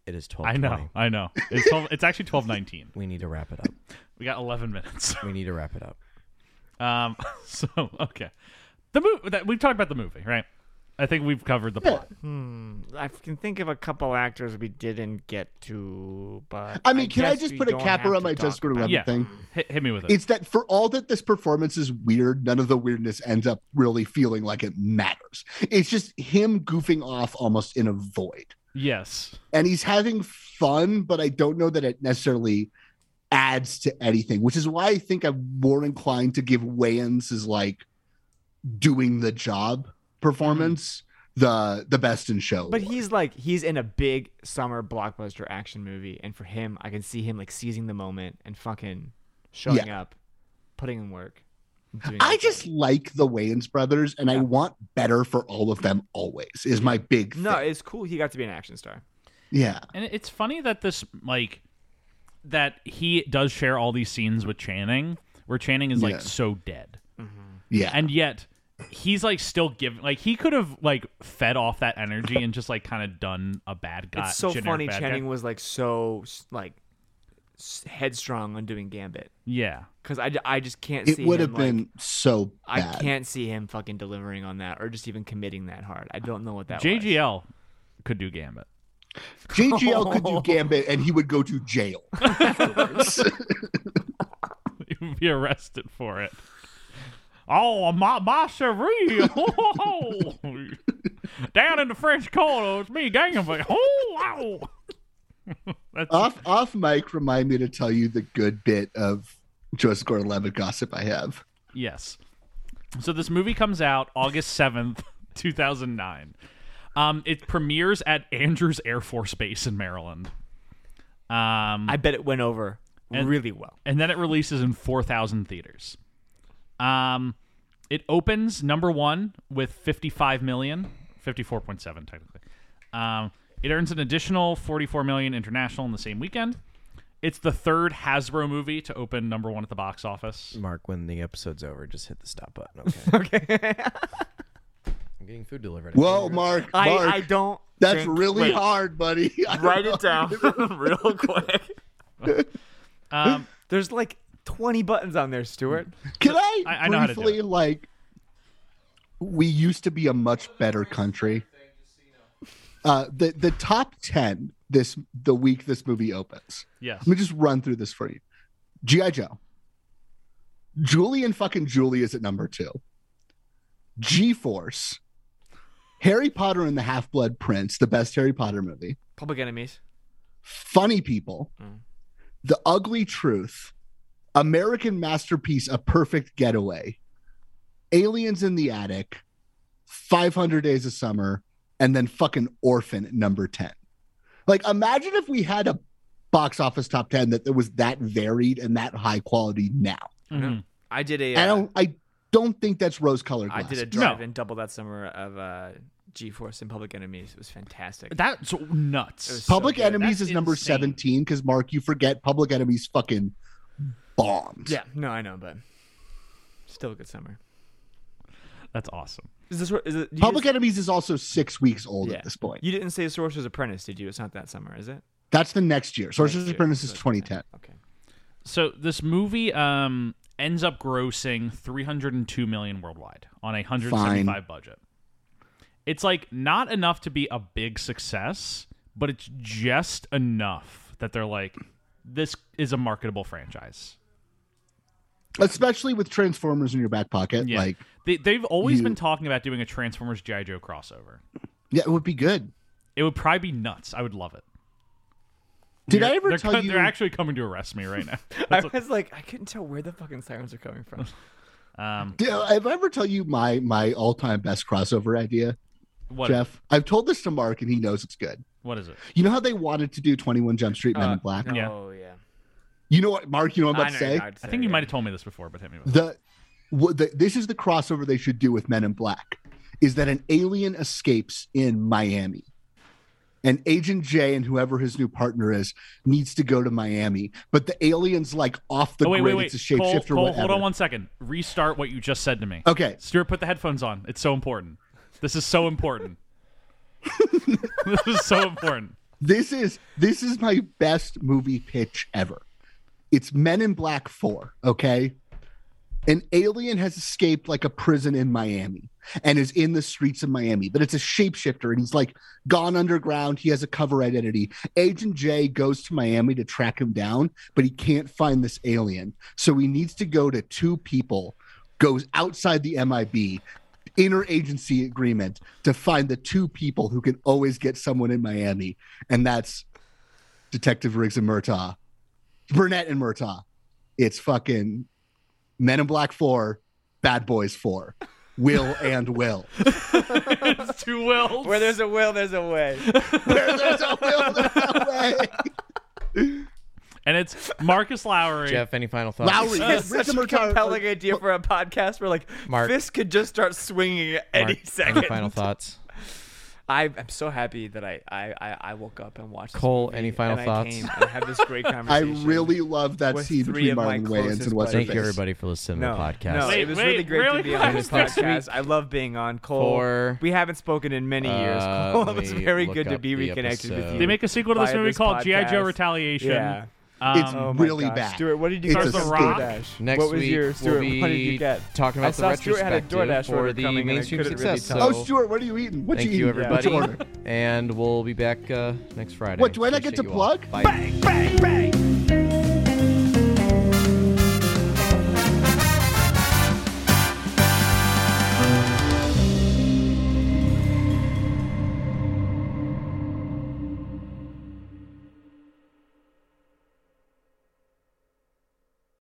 It is twelve. I know. I know. It's 12, it's actually twelve nineteen. We need to wrap it up. We got eleven minutes. We need to wrap it up. Um. So okay, the movie that we've talked about the movie, right? I think we've covered the plot. Hmm. I can think of a couple actors we didn't get to, but I mean, can I guess just we put a don't capper have on to my talk just screw about around it. Yeah. thing? Hit, hit me with it. It's that for all that this performance is weird, none of the weirdness ends up really feeling like it matters. It's just him goofing off almost in a void. yes. and he's having fun, but I don't know that it necessarily adds to anything, which is why I think I'm more inclined to give Wayans as like doing the job performance the the best in show. Mm-hmm. But he's like he's in a big summer blockbuster action movie, and for him, I can see him like seizing the moment and fucking showing up, putting in work. doing I his just job. like the Wayans brothers, and I want better for all of them. Always is my big no. thing. It's cool. He got to be an action star. yeah. And it's funny that this like that he does share all these scenes with Channing, where Channing is like Yeah. so dead, Yeah. and yet he's like still giving. Like he could have like fed off that energy and just like kind of done a bad guy. it's so generic funny. bad guy. Channing was like so s- like s- headstrong on doing Gambit Yeah, because I, d- I just can't. it see would him, have like- been so I bad. can't see him fucking delivering on that or just even committing that hard. I don't know what that was. JGL could do Gambit. JGL could do Gambit and he would go to jail. afterwards. he would be arrested for it. Oh, my, my cherie. Down in the French Quarter, it's me, Gambit. Oh, wow. That's off off mic, remind me to tell you the good bit of Joseph Gordon Levitt gossip I have. Yes. So this movie comes out August 7th, 2009. Um, it premieres at Andrews Air Force Base in Maryland. Um, I bet it went over really well. and then it releases in 4,000 theaters. Um, it opens number one with 55 million, 54.7 technically. Um, it earns an additional 44 million international in the same weekend. It's the third Hasbro movie to open number one at the box office. Mark, when the episode's over, just hit the stop button. Okay. okay. I'm getting food delivered. Whoa, Mark, I, Mark, I don't. that's think- really wait, hard, buddy. I don't Write know. it down real quick. Um, There's like 20 buttons on there, Stuart. Can I, I- I know how to do briefly like? We used to be a much better country. Uh, the the top ten this the week this movie opens. yes. Let me just run through this for you. G.I. Joe. Julie and fucking Julie is at number two. G Force. Harry Potter and the Half Blood Prince, the best Harry Potter movie. Public Enemies. Funny People. Mm. The Ugly Truth. American Masterpiece, A Perfect Getaway. Aliens in the Attic. 500 Days of Summer. And then fucking Orphan at number 10. Like, imagine if we had a box office top 10 that, that was that varied and that high quality now. Mhm. I did a. I uh, don't I don't think that's rose colored I glass. did a No. drive in double that summer of uh, G Force and Public Enemies. It was fantastic. That's nuts. It was- Public so good. Enemies That's is number insane. 17 cuz Mark you forget Public Enemies fucking bombs. yeah, no, I know, but still a good summer. That's awesome. Is this where- is it, you Public didn't- Enemies is also 6 weeks old Yeah. at this point. You didn't say Sorcerer's Apprentice, did you? It's not that summer, is it? That's the next year. Sorcerer's Next year. Apprentice is So- 2010. Okay. So this movie um, ends up grossing 302 million worldwide on a 175 Fine. budget. It's like not enough to be a big success, but it's just enough that they're like, this is a marketable franchise. Especially with Transformers in your back pocket Yeah. like They, they've always You- been talking about doing a Transformers GI Joe crossover. yeah, it would be good. It would probably be nuts. I would love it. Did I They're- ever they're tell co- you They're actually coming to arrest me right now. I was like, I couldn't tell where the fucking sirens are coming from. Um, did I ever tell you my my all-time best crossover idea, what, Jeff? I've told this to Mark and he knows it's good. what is it? You know how they wanted to do 21 Jump Street Men in Black? Yeah. Oh yeah. You know what, Mark, you know what I'm about to know say? you're not I think you saying might it. have told me this before, but hit me with it. the, what the this is the crossover they should do with Men in Black is that an alien escapes in Miami. And Agent J and whoever his new partner is needs to go to Miami, but the alien's like off the oh, wait, grid. wait, wait. It's a shapeshifter. Cole, or Cole, whatever. Hold on one second. Restart what you just said to me. Okay, Stuart, put the headphones on. It's so important. This is so important. this is so important. this is this is my best movie pitch ever. It's Men in Black 4, okay? An alien has escaped like a prison in Miami and is in the streets of Miami, but it's a shapeshifter and he's like gone underground. He has a cover identity. Agent J goes to Miami to track him down, but he can't find this alien. So he needs to go to two people, goes outside the MIB, interagency agreement to find the two people who can always get someone in Miami, and that's Detective Riggs and Murtaugh, Burnett and Murtaugh. It's fucking Men in Black Four, Bad Boys Four, Will and Will. It's too well. Where there's a will, there's a way. Where there's a will, there's a way. and it's Marcus Lowry. Jeff, any final thoughts? Lowry, That's Riggs such and a Murtaugh. compelling idea for a podcast. Where like Mark. fists could just start swinging at Mark, any second. Any final thoughts? I, I'm so happy that I, I, I, I woke up and watched. this Cole, movie, any final and thoughts? I came and had this great I conversation. really love that With scene three between of my Marlon Wayans closest and what's buddies. her Thank you, face. everybody, for listening no, to the podcast. No, Wait, it was wait, really great really to be on this fast next week. podcast. I love being on Cole. For- we haven't spoken in many years. Uh, Cole, let it was me very look good to up be the reconnected with episode. you. They make a sequel to this Via movie this called G.I. Joe podcast. Retaliation. Yeah. It's Um, Oh my really gosh. bad. Stuart, what did you It's get a from rock. DoorDash? Next what was week, your Stuart, we'll be what did you get? talking I about saw the Stuart had a retrospective DoorDash for order the coming and I mainstream couldn't success. Really So- tell. oh, Stuart, what are you eating? What Thank you you, eating? What'd everybody. you order? and we'll be back uh, next Friday. What, do I not get to Appreciate you all. plug? Bye. Bang, bang, bang.